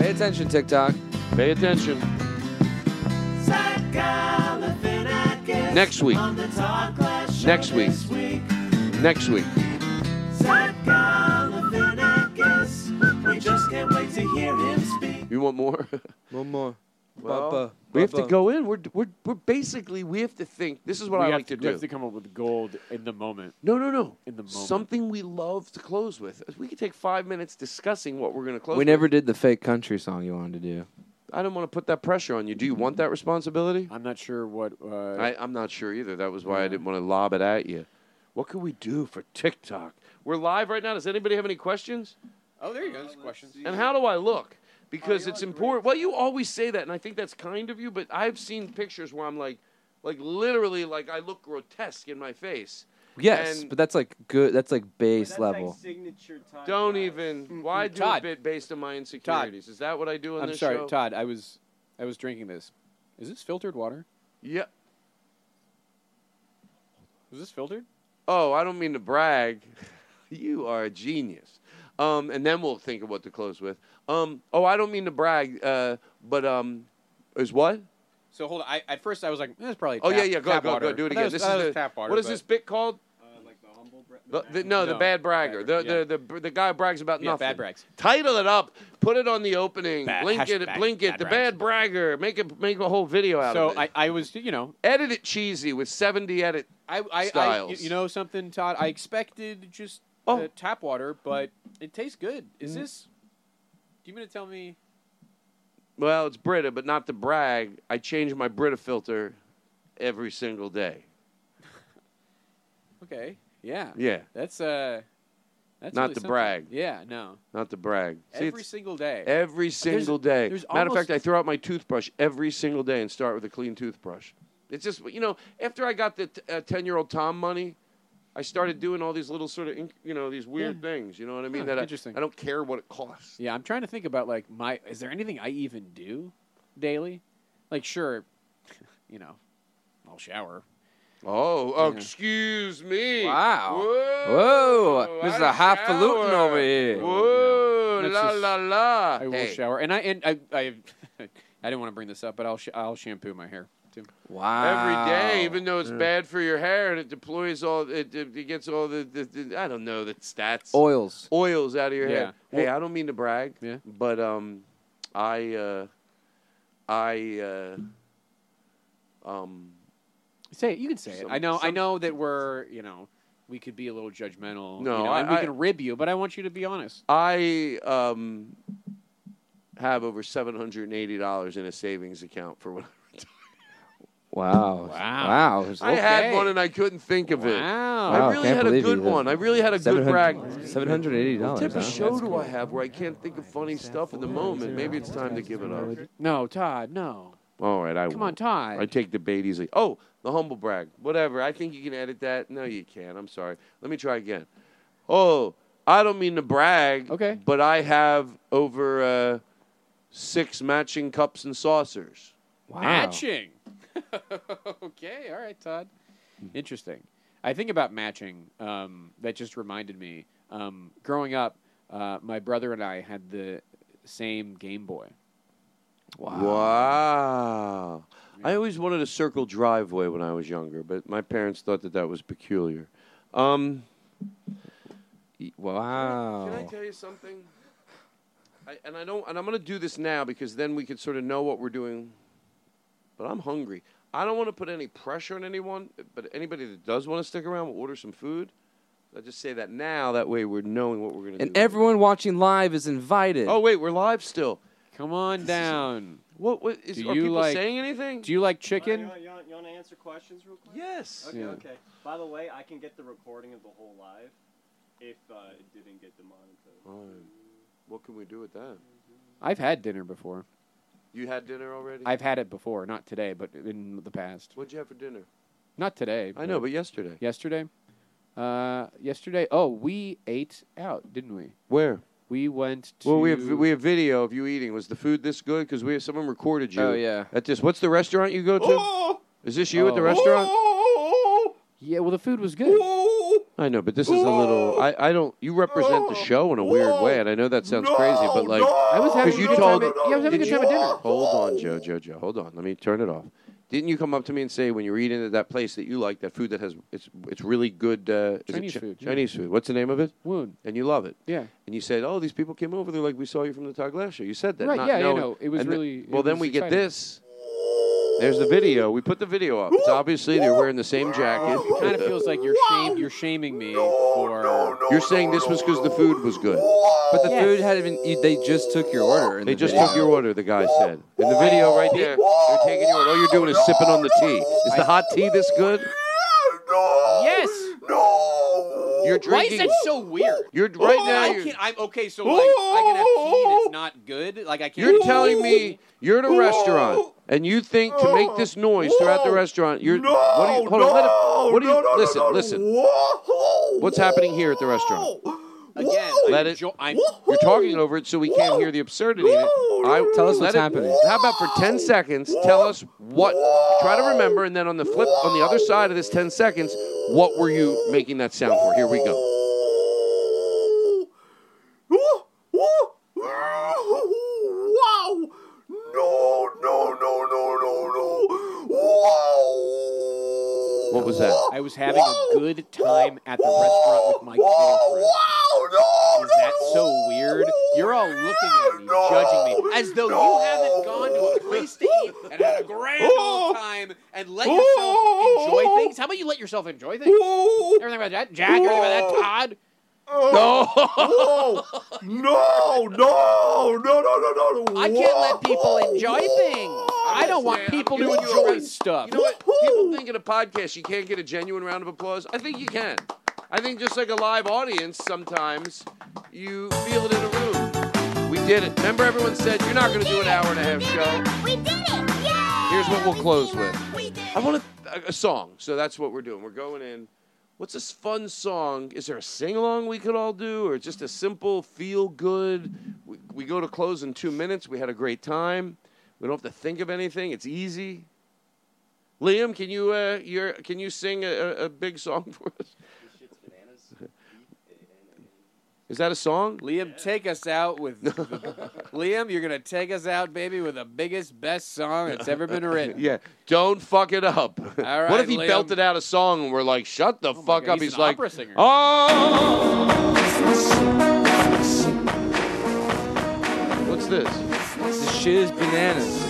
[SPEAKER 8] Pay attention, TikTok.
[SPEAKER 2] Pay attention. Next week. Next week. Next week.
[SPEAKER 16] We just can't wait to hear him speak.
[SPEAKER 2] You want more? [LAUGHS]
[SPEAKER 8] One more.
[SPEAKER 2] Well,
[SPEAKER 8] Bumper,
[SPEAKER 2] we have to
[SPEAKER 8] bumper.
[SPEAKER 2] go in. We're, we're, we're basically, we have to think. This is what
[SPEAKER 5] we
[SPEAKER 2] I
[SPEAKER 5] have
[SPEAKER 2] like to,
[SPEAKER 5] we
[SPEAKER 2] do.
[SPEAKER 5] have to come up with gold in the moment.
[SPEAKER 2] No, no, no.
[SPEAKER 5] In the moment.
[SPEAKER 2] Something we love to close with. We could take five minutes discussing what we're going to close
[SPEAKER 8] We
[SPEAKER 2] with.
[SPEAKER 8] never did the fake country song you wanted to do.
[SPEAKER 2] I don't want to put that pressure on you. Do you want that responsibility?
[SPEAKER 5] I'm not sure what. Uh,
[SPEAKER 2] I, I'm not sure either. That was why I didn't want to lob it at you. What could we do for TikTok? We're live right now. Does anybody have any questions?
[SPEAKER 5] Oh, there you go. There's questions.
[SPEAKER 2] And how do I look? Because it's important. Well, you always say that, and I think that's kind of you. But I've seen pictures where I'm like, like literally, like I look grotesque in my face.
[SPEAKER 8] Yes,
[SPEAKER 2] And
[SPEAKER 8] but that's like good. That's like base level.
[SPEAKER 2] signature time. Don't even. Why do
[SPEAKER 5] Todd.
[SPEAKER 2] a bit based on my insecurities? Is that what I do on
[SPEAKER 5] I'm
[SPEAKER 2] this
[SPEAKER 5] sorry,
[SPEAKER 2] show?
[SPEAKER 5] Todd. I was, I was drinking this. Is this filtered water?
[SPEAKER 2] Yeah.
[SPEAKER 5] Is this filtered?
[SPEAKER 2] Oh, I don't mean to brag. [LAUGHS] you are a genius. Um, and then we'll think of what to close with. Um, oh, I don't mean to brag, uh, but um, is what?
[SPEAKER 5] So hold on. I, at first, I was like, "This is probably."
[SPEAKER 2] Oh
[SPEAKER 5] tap,
[SPEAKER 2] yeah, yeah. Go
[SPEAKER 5] tap
[SPEAKER 2] go
[SPEAKER 5] water.
[SPEAKER 2] go. Do it
[SPEAKER 5] I thought
[SPEAKER 2] again.
[SPEAKER 5] was-
[SPEAKER 2] this
[SPEAKER 5] I thought
[SPEAKER 2] is
[SPEAKER 5] it
[SPEAKER 2] the,
[SPEAKER 5] was tap water.
[SPEAKER 2] What is
[SPEAKER 5] but-
[SPEAKER 2] this bit called? Uh, The, the, no, the
[SPEAKER 5] No,
[SPEAKER 2] bad bragger. The, the, the, the guy who brags about
[SPEAKER 5] Yeah,
[SPEAKER 2] nothing.
[SPEAKER 5] bad brags.
[SPEAKER 2] Title it up. Put it on the opening.
[SPEAKER 5] Bad-
[SPEAKER 2] blink it.
[SPEAKER 5] hashtag
[SPEAKER 2] Blink
[SPEAKER 5] bad
[SPEAKER 2] it. The bad bragger. Make it. Make a whole video out
[SPEAKER 5] So
[SPEAKER 2] of it.
[SPEAKER 5] I, I was, you know,
[SPEAKER 2] edit it cheesy with seventy edit
[SPEAKER 5] I, I, I
[SPEAKER 2] styles. Oh.
[SPEAKER 5] you- you know something, Todd. I expected just uh, tap water, but it tastes good. Is
[SPEAKER 2] Mm-hmm.
[SPEAKER 5] this? Do you mean to tell me?
[SPEAKER 2] Well, it's Brita, but not to brag. I change my Brita filter every single day.
[SPEAKER 5] Okay. Yeah.
[SPEAKER 2] Yeah.
[SPEAKER 5] That's uh. That's
[SPEAKER 2] Not
[SPEAKER 5] really
[SPEAKER 2] to
[SPEAKER 5] something.
[SPEAKER 2] brag.
[SPEAKER 5] Yeah. No.
[SPEAKER 2] Not to brag. See,
[SPEAKER 5] Every
[SPEAKER 2] it's-
[SPEAKER 5] single day.
[SPEAKER 2] Every
[SPEAKER 5] There's-
[SPEAKER 2] single day.
[SPEAKER 5] there's
[SPEAKER 2] Matter of
[SPEAKER 5] almost-
[SPEAKER 2] fact, I throw out my toothbrush every single day and start with a clean toothbrush. It's just you know, after I got the ten year old uh, Tom money, I started doing all these little sort of inc- you know these weird things. You know what I mean?
[SPEAKER 5] Huh,
[SPEAKER 2] that I-
[SPEAKER 5] interesting.
[SPEAKER 2] I don't care what it costs.
[SPEAKER 5] Yeah, I'm trying to think about like my. Is there anything I even do daily? Like, sure, [LAUGHS] you know, I'll shower.
[SPEAKER 2] Oh, oh, excuse me.
[SPEAKER 5] Wow.
[SPEAKER 2] Whoa.
[SPEAKER 5] This is
[SPEAKER 2] I
[SPEAKER 5] a highfalutin
[SPEAKER 2] shower.
[SPEAKER 5] over here.
[SPEAKER 2] Whoa,
[SPEAKER 5] That's
[SPEAKER 2] la
[SPEAKER 5] just-
[SPEAKER 2] la la.
[SPEAKER 5] I will
[SPEAKER 2] Hey.
[SPEAKER 5] shower, and I and I I, [LAUGHS] I didn't want to bring this up, but I'll sh- I'll shampoo my hair too.
[SPEAKER 2] Every day, even though it's
[SPEAKER 5] Yeah.
[SPEAKER 2] bad for your hair and it deploys all, it, it, it gets all the, the, the- I don't know, the stats.
[SPEAKER 8] Oils.
[SPEAKER 2] Oils out of your
[SPEAKER 8] Yeah.
[SPEAKER 2] hair. Hey, I don't mean to brag, but um, I, uh, I, uh, um,
[SPEAKER 5] Say it. You can say it.
[SPEAKER 2] Some-
[SPEAKER 5] I know. I
[SPEAKER 2] some-
[SPEAKER 5] know that we're you know we could be a little judgmental.
[SPEAKER 2] No,
[SPEAKER 5] you know,
[SPEAKER 2] I-
[SPEAKER 5] and we
[SPEAKER 2] I-
[SPEAKER 5] can rib you, but I want you to be honest.
[SPEAKER 2] I um, have over seven hundred and eighty dollars in a savings account for when
[SPEAKER 8] Wow. Wow. Wow.
[SPEAKER 2] I had one and I couldn't think of it.
[SPEAKER 8] Wow.
[SPEAKER 2] I really had a good one. I really had a good brag.
[SPEAKER 8] Seven hundred eighty
[SPEAKER 2] What
[SPEAKER 8] dollars.
[SPEAKER 2] type of show do I have where I can't think of funny stuff in the moment? Maybe it's time to give it up.
[SPEAKER 5] No, Todd. No.
[SPEAKER 2] All right, I
[SPEAKER 5] Come
[SPEAKER 2] won't.
[SPEAKER 5] on, Todd.
[SPEAKER 2] I take the bait easily. Oh, the humble brag. Whatever. I think you can edit that. No, you can't. I'm sorry. Let me try again. Oh, I don't mean to brag. Okay. But I have over uh, six matching cups and saucers.
[SPEAKER 5] Matching. [LAUGHS] okay, all right, Todd. Interesting. I think about matching. Um, that just reminded me. Um, growing up, uh, my brother and I had the same Game Boy.
[SPEAKER 2] Wow. I always wanted a circle driveway when I was younger, but my parents thought that that was peculiar. Um, e,
[SPEAKER 8] wow.
[SPEAKER 2] Can I tell you something? I, and I don't. And I'm going to do this now because then we can sort of know what we're doing. But I'm hungry. I don't want to put any pressure on anyone. But anybody that does want to stick around will order some food. I just say that now. That way we're knowing what we're going to do.
[SPEAKER 8] And everyone watching live is invited.
[SPEAKER 2] Oh wait, we're live still.
[SPEAKER 5] Come on down.
[SPEAKER 2] What, what is,
[SPEAKER 5] Do
[SPEAKER 2] are
[SPEAKER 5] you
[SPEAKER 2] people
[SPEAKER 5] like-
[SPEAKER 2] saying anything?
[SPEAKER 5] do you like chicken?
[SPEAKER 16] You want, you want to answer questions real quick?
[SPEAKER 2] Yes.
[SPEAKER 16] Okay,
[SPEAKER 5] Yeah.
[SPEAKER 16] okay. By the way, I can get the recording of the whole live if uh, it didn't get demonetized.
[SPEAKER 2] Um, What can we do with that?
[SPEAKER 5] I've had dinner before.
[SPEAKER 2] You had dinner already.
[SPEAKER 5] I've had it before, not today, but in the past.
[SPEAKER 2] What'd you have for dinner?
[SPEAKER 5] Not today.
[SPEAKER 2] I know, but yesterday.
[SPEAKER 5] Yesterday. Uh, yesterday. Oh, we ate out, didn't we?
[SPEAKER 2] Where?
[SPEAKER 5] We went to.
[SPEAKER 2] Well, we have we have video of you eating. Was the food this good? Because we have someone recorded you.
[SPEAKER 5] Oh, yeah.
[SPEAKER 2] At this, what's the restaurant you go to? Is this you at the
[SPEAKER 5] Oh.
[SPEAKER 2] restaurant? Oh!
[SPEAKER 5] Yeah, well, the food was good.
[SPEAKER 2] I know, but this is a little. I, I don't. You represent the show in a weird way, and I know that sounds crazy, but like
[SPEAKER 5] I was having
[SPEAKER 2] 'cause
[SPEAKER 5] a
[SPEAKER 2] you
[SPEAKER 5] good
[SPEAKER 2] told.
[SPEAKER 5] time at- yeah, I was having a
[SPEAKER 2] did
[SPEAKER 5] good
[SPEAKER 2] you-
[SPEAKER 5] time at dinner.
[SPEAKER 2] Hold on, Joe, Joe, Joe. Hold on. Let me turn it off. Didn't you come up to me and say when you were eating at that place that you like that food that has it's it's really good uh, is it
[SPEAKER 5] Chinese
[SPEAKER 2] Chi-
[SPEAKER 5] food, yeah.
[SPEAKER 2] Chinese food. What's the name of it?
[SPEAKER 5] Woon.
[SPEAKER 2] And you love it.
[SPEAKER 5] Yeah.
[SPEAKER 2] And you said, "Oh, these people came over. They're like, we saw you from the Todd Glass show." You said that,
[SPEAKER 5] Right,
[SPEAKER 2] Not
[SPEAKER 5] yeah, yeah,
[SPEAKER 2] knowing.
[SPEAKER 5] no, it was
[SPEAKER 2] And
[SPEAKER 5] really- it
[SPEAKER 2] well, then
[SPEAKER 5] was
[SPEAKER 2] we get
[SPEAKER 5] exciting.
[SPEAKER 2] this. There's the video. We put the video up. It's obviously they're wearing the same jacket.
[SPEAKER 5] It kind of feels like you're shame, you're shaming me for.
[SPEAKER 2] You're saying this was because the food was good.
[SPEAKER 8] But the food hadn't been. You, they just took your order. in
[SPEAKER 2] They
[SPEAKER 8] the
[SPEAKER 2] just
[SPEAKER 8] video.
[SPEAKER 2] took your order, the guy said. In the video right there, they're taking your order. All you're doing is sipping on the tea. Is the hot tea this good?
[SPEAKER 5] Yes.
[SPEAKER 2] You're
[SPEAKER 5] Why is
[SPEAKER 2] drinking.
[SPEAKER 5] that so weird? Oh,
[SPEAKER 2] You're right now.
[SPEAKER 5] I
[SPEAKER 2] you're-
[SPEAKER 5] can. I'm okay. So like, I can have tea and
[SPEAKER 8] Oh.
[SPEAKER 5] it's not good. Like I can't.
[SPEAKER 2] You're telling me you're at a restaurant and you think to make this noise throughout the restaurant, you're what do you hold on, let it, what do you listen, listen. What's happening here at the restaurant?
[SPEAKER 5] again.
[SPEAKER 2] Let it. you're talking over it, so we can't hear the absurdity. in it. I,
[SPEAKER 8] Tell us
[SPEAKER 2] let
[SPEAKER 8] what's
[SPEAKER 2] it-
[SPEAKER 8] happening.
[SPEAKER 2] How about for ten seconds? Tell us what. Try to remember, and then on the flip, on the other side of this ten seconds, what were you making that sound for? Here we go.
[SPEAKER 3] Wow! No, no, no, no, no, no! Wow!
[SPEAKER 2] What was that?
[SPEAKER 5] I was having a good time at the restaurant with my girlfriend. Is that so weird? You're all looking at me, judging me, as though you haven't gone to a place to eat and had a grand old time and let yourself enjoy things. How about you let yourself enjoy things? Everything about that, Jack. Everything about that, Todd.
[SPEAKER 3] No! no! No! No! No! No! No! No!
[SPEAKER 5] I can't let people enjoy things. I don't want people to enjoy stuff.
[SPEAKER 2] You know what? People think in a podcast you can't get a genuine round of applause. I think you can. I think just like a live audience, sometimes you feel it in a room. We did it. Remember, everyone said you're not going to do an hour and a half show. We did it. Here's what we'll close with. I want a, a song, so that's what we're doing. We're going in what's this fun song? Is there a sing along we could all do, or just a simple feel good? We, we go to close in two minutes. We had a great time. We don't have to think of anything. It's easy. Liam, can you uh, your, can you sing a, a a big song for us? Is that a song?
[SPEAKER 5] Liam, take us out with Liam. You're gonna take us out, baby, with the biggest, best song that's ever been written.
[SPEAKER 2] yeah, don't fuck it up.
[SPEAKER 5] right,
[SPEAKER 2] what if he
[SPEAKER 5] Liam.
[SPEAKER 2] belted out a song and we're like, shut the Oh fuck
[SPEAKER 5] God,
[SPEAKER 2] up?
[SPEAKER 5] he's
[SPEAKER 2] He's,
[SPEAKER 5] an
[SPEAKER 2] like,
[SPEAKER 5] opera singer.
[SPEAKER 2] oh. What's this?
[SPEAKER 8] The shit is bananas.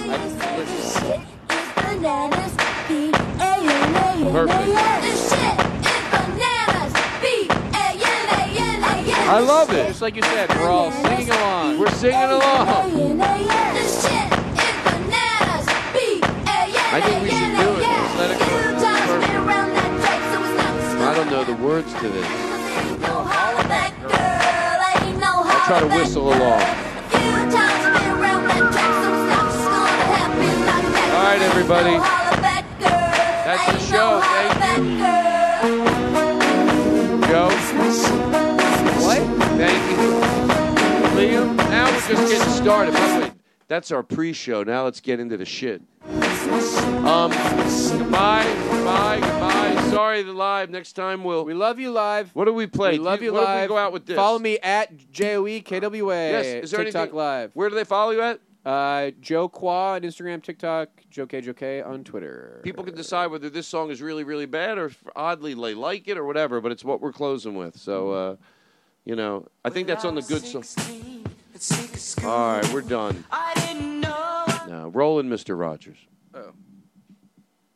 [SPEAKER 18] Bananas, B-A-N-A-N-A-N. This shit is bananas, B-A-N-A-N-A-N.
[SPEAKER 5] I love it. Just like you said, we're all singing along. We're singing along.
[SPEAKER 18] This shit is bananas,
[SPEAKER 2] I think we should do it. Just let it go.
[SPEAKER 18] You toss me around that track, so it's not
[SPEAKER 2] I don't know the words to this.
[SPEAKER 18] no hollaback, girl. Ain't no
[SPEAKER 2] I'll try to whistle along.
[SPEAKER 18] You toss me around that track, so it's not just gonna happen like that.
[SPEAKER 2] All right, everybody.
[SPEAKER 18] That's
[SPEAKER 2] the show. Thank
[SPEAKER 18] you.
[SPEAKER 2] Joe. What? Thank you. Liam, now we're just getting started. By the way, that's our pre-show. Now let's get into the shit. Um, goodbye, goodbye, goodbye. Sorry, the live. Next time we'll. We
[SPEAKER 5] love you live.
[SPEAKER 2] What do we play?
[SPEAKER 5] We love
[SPEAKER 2] Do
[SPEAKER 5] you
[SPEAKER 2] what
[SPEAKER 5] live.
[SPEAKER 2] If we go out with this.
[SPEAKER 5] Follow me at J O E K W A.
[SPEAKER 2] Yes, is there
[SPEAKER 5] TikTok
[SPEAKER 2] anything-
[SPEAKER 5] live.
[SPEAKER 2] Where do they follow you at?
[SPEAKER 5] Uh, Joe Qua on Instagram, TikTok, Joe K Joe K on Twitter.
[SPEAKER 2] People can decide whether this song is really, really bad or oddly they like it or whatever. But it's what we're closing with. So,
[SPEAKER 16] Mm-hmm.
[SPEAKER 2] uh, you know, I think that's on the good song. All right, we're done.
[SPEAKER 6] I didn't know.
[SPEAKER 2] Now, rolling, Mr. Rogers.
[SPEAKER 8] Oh.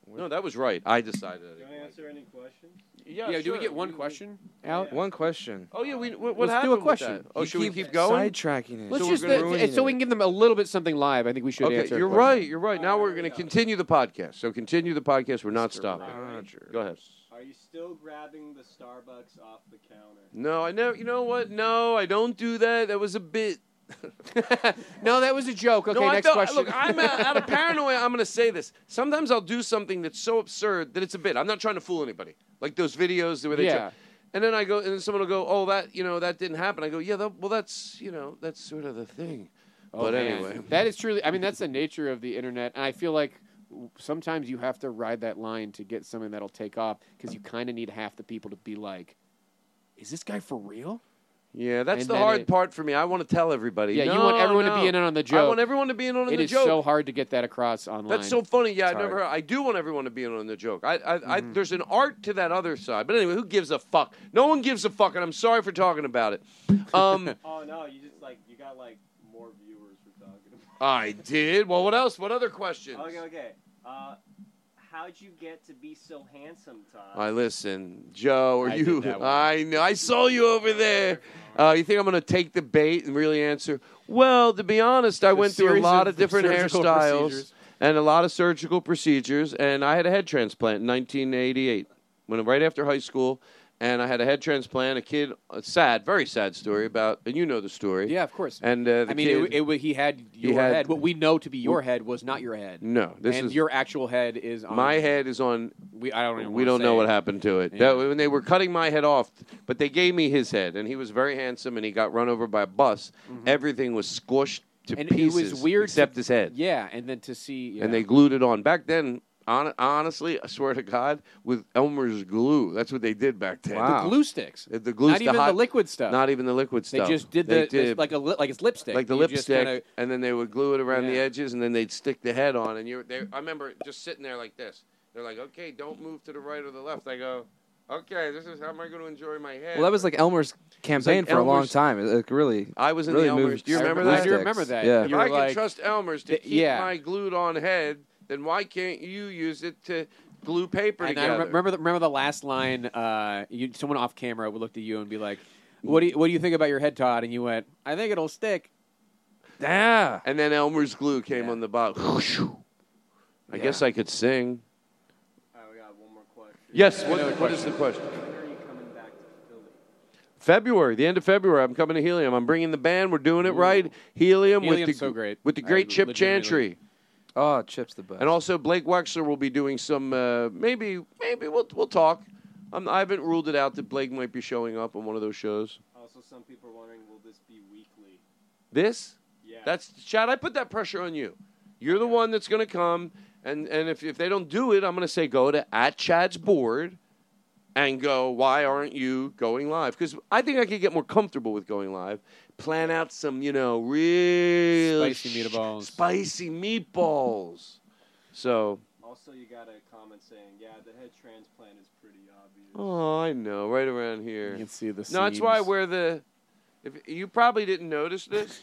[SPEAKER 2] No, that was right. I decided.
[SPEAKER 16] Can I answer any questions?
[SPEAKER 5] Yeah, do we get one question? Out?
[SPEAKER 8] One question.
[SPEAKER 2] Oh yeah, we what, what
[SPEAKER 5] Let's
[SPEAKER 2] happened
[SPEAKER 5] do a
[SPEAKER 2] with
[SPEAKER 5] question.
[SPEAKER 2] that? Oh,
[SPEAKER 8] You
[SPEAKER 2] should we
[SPEAKER 8] keep
[SPEAKER 2] keep going?
[SPEAKER 8] sidetracking it.
[SPEAKER 5] Let's
[SPEAKER 2] So
[SPEAKER 5] just
[SPEAKER 2] we're gonna
[SPEAKER 5] th-
[SPEAKER 2] ruin
[SPEAKER 5] th- so
[SPEAKER 2] it.
[SPEAKER 5] we can give them a little bit something live. I think we should
[SPEAKER 2] Okay,
[SPEAKER 5] answer. a
[SPEAKER 2] you're
[SPEAKER 5] question.
[SPEAKER 2] right. You're right. Now we're going to continue the podcast. So continue the podcast. We're not stopping. Go ahead.
[SPEAKER 16] Are you still grabbing the Starbucks off the counter?
[SPEAKER 2] No, I know. You know what? No, I don't do that. That was a bit.
[SPEAKER 5] no, that was a joke. Okay,
[SPEAKER 2] No, I
[SPEAKER 5] next
[SPEAKER 2] felt-
[SPEAKER 5] question.
[SPEAKER 2] Look, I'm out, out of paranoia. I'm going to say this. Sometimes I'll do something that's so absurd that it's a bit. I'm not trying to fool anybody. Like those videos where they.
[SPEAKER 5] Yeah.
[SPEAKER 2] try- and then I go, and then someone will go, "Oh, that you know that didn't happen." I go, "Yeah, that, well, that's you know that's sort of the thing."
[SPEAKER 5] Oh,
[SPEAKER 2] but
[SPEAKER 5] man.
[SPEAKER 2] anyway,
[SPEAKER 5] that is truly. I mean, that's the nature of the internet, and I feel like w- sometimes you have to ride that line to get something that'll take off because you kind of need half the people to be like, "Is this guy for real?"
[SPEAKER 2] Yeah, that's
[SPEAKER 5] And
[SPEAKER 2] the
[SPEAKER 5] then
[SPEAKER 2] hard
[SPEAKER 5] it-
[SPEAKER 2] part for me. I want to tell everybody.
[SPEAKER 5] Yeah, you want
[SPEAKER 2] "No,
[SPEAKER 5] everyone to
[SPEAKER 2] no."
[SPEAKER 5] be in on the joke.
[SPEAKER 2] I want everyone to be in on
[SPEAKER 5] It
[SPEAKER 2] the
[SPEAKER 5] is
[SPEAKER 2] joke.
[SPEAKER 5] so hard to get that across online.
[SPEAKER 2] That's so funny. Yeah,
[SPEAKER 5] It's
[SPEAKER 2] I never.
[SPEAKER 5] hard.
[SPEAKER 2] Heard, I do want everyone to be in on the joke. I, I, I,
[SPEAKER 16] Mm-hmm.
[SPEAKER 2] there's an art to that other side. But anyway, who gives a fuck? No one gives a fuck, and I'm sorry for talking about it. Um,
[SPEAKER 16] [LAUGHS] oh no, you just like you got like more viewers for talking about.
[SPEAKER 2] I did. Well, what else? What other questions?
[SPEAKER 16] Okay, okay. Uh, how'd you get to be so handsome, Todd?
[SPEAKER 2] I listen, Joe. Or
[SPEAKER 16] I did
[SPEAKER 2] you?
[SPEAKER 16] that one.
[SPEAKER 2] [LAUGHS] I know. I saw you over there. Uh, you think I'm going to take the bait and really answer? Well, to be honest, I
[SPEAKER 7] The
[SPEAKER 2] went through a
[SPEAKER 7] series
[SPEAKER 2] lot
[SPEAKER 7] of
[SPEAKER 2] of different
[SPEAKER 7] surgical
[SPEAKER 2] hairstyles
[SPEAKER 7] procedures.
[SPEAKER 2] and a lot of surgical procedures, and I had a head transplant in 1988, when right after high school, and I had a head transplant. A kid, a sad, very sad story about, and you know the story.
[SPEAKER 5] Yeah, of course.
[SPEAKER 2] And uh, the
[SPEAKER 5] I mean,
[SPEAKER 2] kid,
[SPEAKER 5] it, it, he had
[SPEAKER 2] He
[SPEAKER 5] your
[SPEAKER 2] had-
[SPEAKER 5] head. What we know to be your head was not your head.
[SPEAKER 2] No, this
[SPEAKER 5] and
[SPEAKER 2] is-
[SPEAKER 5] your actual head is on
[SPEAKER 2] my head is on.
[SPEAKER 5] We I don't even
[SPEAKER 2] we
[SPEAKER 5] wanna
[SPEAKER 2] don't
[SPEAKER 5] say
[SPEAKER 2] know
[SPEAKER 5] it.
[SPEAKER 2] what happened to it. That- when they were cutting my head off, but they gave me his head, and he was very handsome, and he got run over by a bus. Everything was squished to
[SPEAKER 5] Mm-hmm. And it was
[SPEAKER 2] pieces.
[SPEAKER 5] weird to-
[SPEAKER 2] except his head,
[SPEAKER 5] Yeah, and then to see yeah.
[SPEAKER 2] and they glued it on. Back then, hon- honestly, I swear to God, with Elmer's glue, that's what they did back then.
[SPEAKER 5] the glue sticks.
[SPEAKER 2] The, the glue,
[SPEAKER 5] Not even the
[SPEAKER 2] hot-
[SPEAKER 5] liquid stuff.
[SPEAKER 2] Not even the liquid
[SPEAKER 5] They
[SPEAKER 2] stuff.
[SPEAKER 5] just did
[SPEAKER 2] They
[SPEAKER 5] the it's like a li- like it's lipstick.
[SPEAKER 2] like the
[SPEAKER 5] You just
[SPEAKER 2] lipstick,
[SPEAKER 5] kinda-
[SPEAKER 2] and then they would glue it around the
[SPEAKER 5] Yeah.
[SPEAKER 2] edges, and then they'd stick the head on. And you, they, I remember just sitting there like this. They're like, "Okay, don't move to the right or the left." I go, "Okay, this is how am I going to enjoy my head?"
[SPEAKER 8] Well, that was like Elmer's campaign for a long
[SPEAKER 2] Elmer's-
[SPEAKER 8] time. It, like, really,
[SPEAKER 2] I was in
[SPEAKER 8] really
[SPEAKER 2] the Elmer's.
[SPEAKER 8] moved
[SPEAKER 2] Do you remember
[SPEAKER 8] glue
[SPEAKER 2] that?
[SPEAKER 8] sticks. Yeah.
[SPEAKER 2] If I can trust Elmer's to
[SPEAKER 8] Th-
[SPEAKER 2] keep
[SPEAKER 8] yeah.
[SPEAKER 2] my glued-on head, then why can't you use it to glue paper
[SPEAKER 5] and
[SPEAKER 2] together?
[SPEAKER 5] I remem- remember the, remember the last line. Uh, you, someone off camera would look to you and be like, "What do you, what do you think about your head, Todd?" And you went, "I think it'll stick."
[SPEAKER 2] Yeah. And then Elmer's glue came on the bottom. I guess I could sing. Yes. What, what is the question? February, the end of February, I'm coming to Helium. I'm bringing the band. We're doing it right. Helium with the
[SPEAKER 8] Helium's so great.
[SPEAKER 2] with the
[SPEAKER 8] I
[SPEAKER 2] great Chip
[SPEAKER 8] legitimately-
[SPEAKER 2] Chantry,
[SPEAKER 8] Oh, Chip's the best.
[SPEAKER 2] and also Blake Wexler will be doing some. Uh, maybe maybe we'll we'll talk. I'm, I haven't ruled it out that Blake might be showing up on one of those shows.
[SPEAKER 16] Also, some people are wondering, will this be weekly?
[SPEAKER 2] This?
[SPEAKER 16] Yeah.
[SPEAKER 2] That's Chad. I put that pressure on you. You're the one that's going to come, and and if if they don't do it, I'm going to say go to at Chad's board, and go. Why aren't you going live? Because I think I could get more comfortable with going live. Plan out some, you know, really
[SPEAKER 5] Spicy
[SPEAKER 2] sh-
[SPEAKER 5] meatballs.
[SPEAKER 2] Spicy meatballs. So,
[SPEAKER 16] Also, you got a comment saying, yeah, the head transplant is pretty obvious.
[SPEAKER 2] oh, I know, right around here. You
[SPEAKER 5] can see the.
[SPEAKER 2] No, that's why I
[SPEAKER 5] seams.
[SPEAKER 2] wear the. If you probably didn't notice this,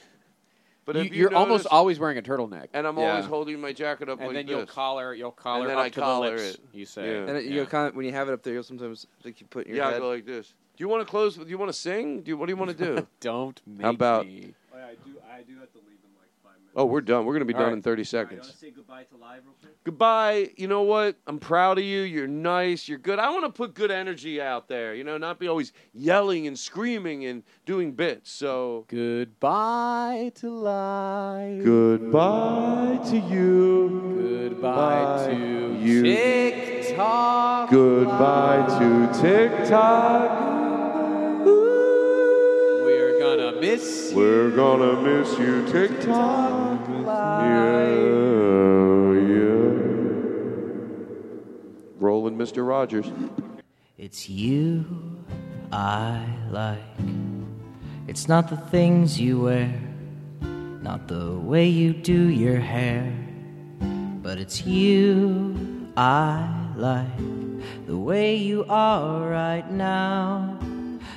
[SPEAKER 2] but
[SPEAKER 5] you,
[SPEAKER 2] if you
[SPEAKER 5] you're almost
[SPEAKER 2] noticed-
[SPEAKER 5] always wearing a turtleneck.
[SPEAKER 2] and I'm
[SPEAKER 5] Yeah.
[SPEAKER 2] always holding my jacket up
[SPEAKER 5] And
[SPEAKER 2] like
[SPEAKER 5] then you'll
[SPEAKER 2] this.
[SPEAKER 5] collar- you'll collar
[SPEAKER 2] and then
[SPEAKER 5] up
[SPEAKER 2] I
[SPEAKER 5] to the
[SPEAKER 2] collar
[SPEAKER 5] lips,
[SPEAKER 2] it.
[SPEAKER 5] you say.
[SPEAKER 2] Yeah,
[SPEAKER 8] And it- you'll kind of, when you have it up there, you'll sometimes like you put in your
[SPEAKER 2] yeah I
[SPEAKER 8] head.
[SPEAKER 2] go like this. Do you want to close? with- Do you want to sing? Do you, what do you want to do?
[SPEAKER 5] Don't
[SPEAKER 2] How about?
[SPEAKER 16] Oh, yeah, I do, I do have to leave in like five minutes.
[SPEAKER 2] Oh, we're done. We're gonna be
[SPEAKER 16] All
[SPEAKER 2] done
[SPEAKER 16] right.
[SPEAKER 2] in 30
[SPEAKER 16] All right, you
[SPEAKER 2] seconds.
[SPEAKER 16] want to say goodbye to live real quick?
[SPEAKER 2] Goodbye. You know what? I'm proud of you. You're nice. You're good. I want to put good energy out there. You know, not be always yelling and screaming and doing bits. So
[SPEAKER 5] goodbye to life.
[SPEAKER 2] Goodbye to you.
[SPEAKER 5] Goodbye to
[SPEAKER 2] Uh, you.
[SPEAKER 5] TikTok.
[SPEAKER 2] Goodbye to TikTok.
[SPEAKER 5] We're gonna miss
[SPEAKER 2] We're gonna miss you, TikTok. Rolling Mr. Rogers.
[SPEAKER 19] It's you I like. It's not the things you wear, not the way you do your hair, but it's you I like. The way you are right now,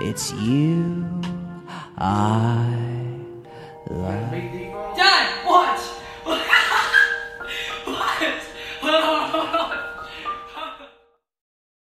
[SPEAKER 19] It's you I love.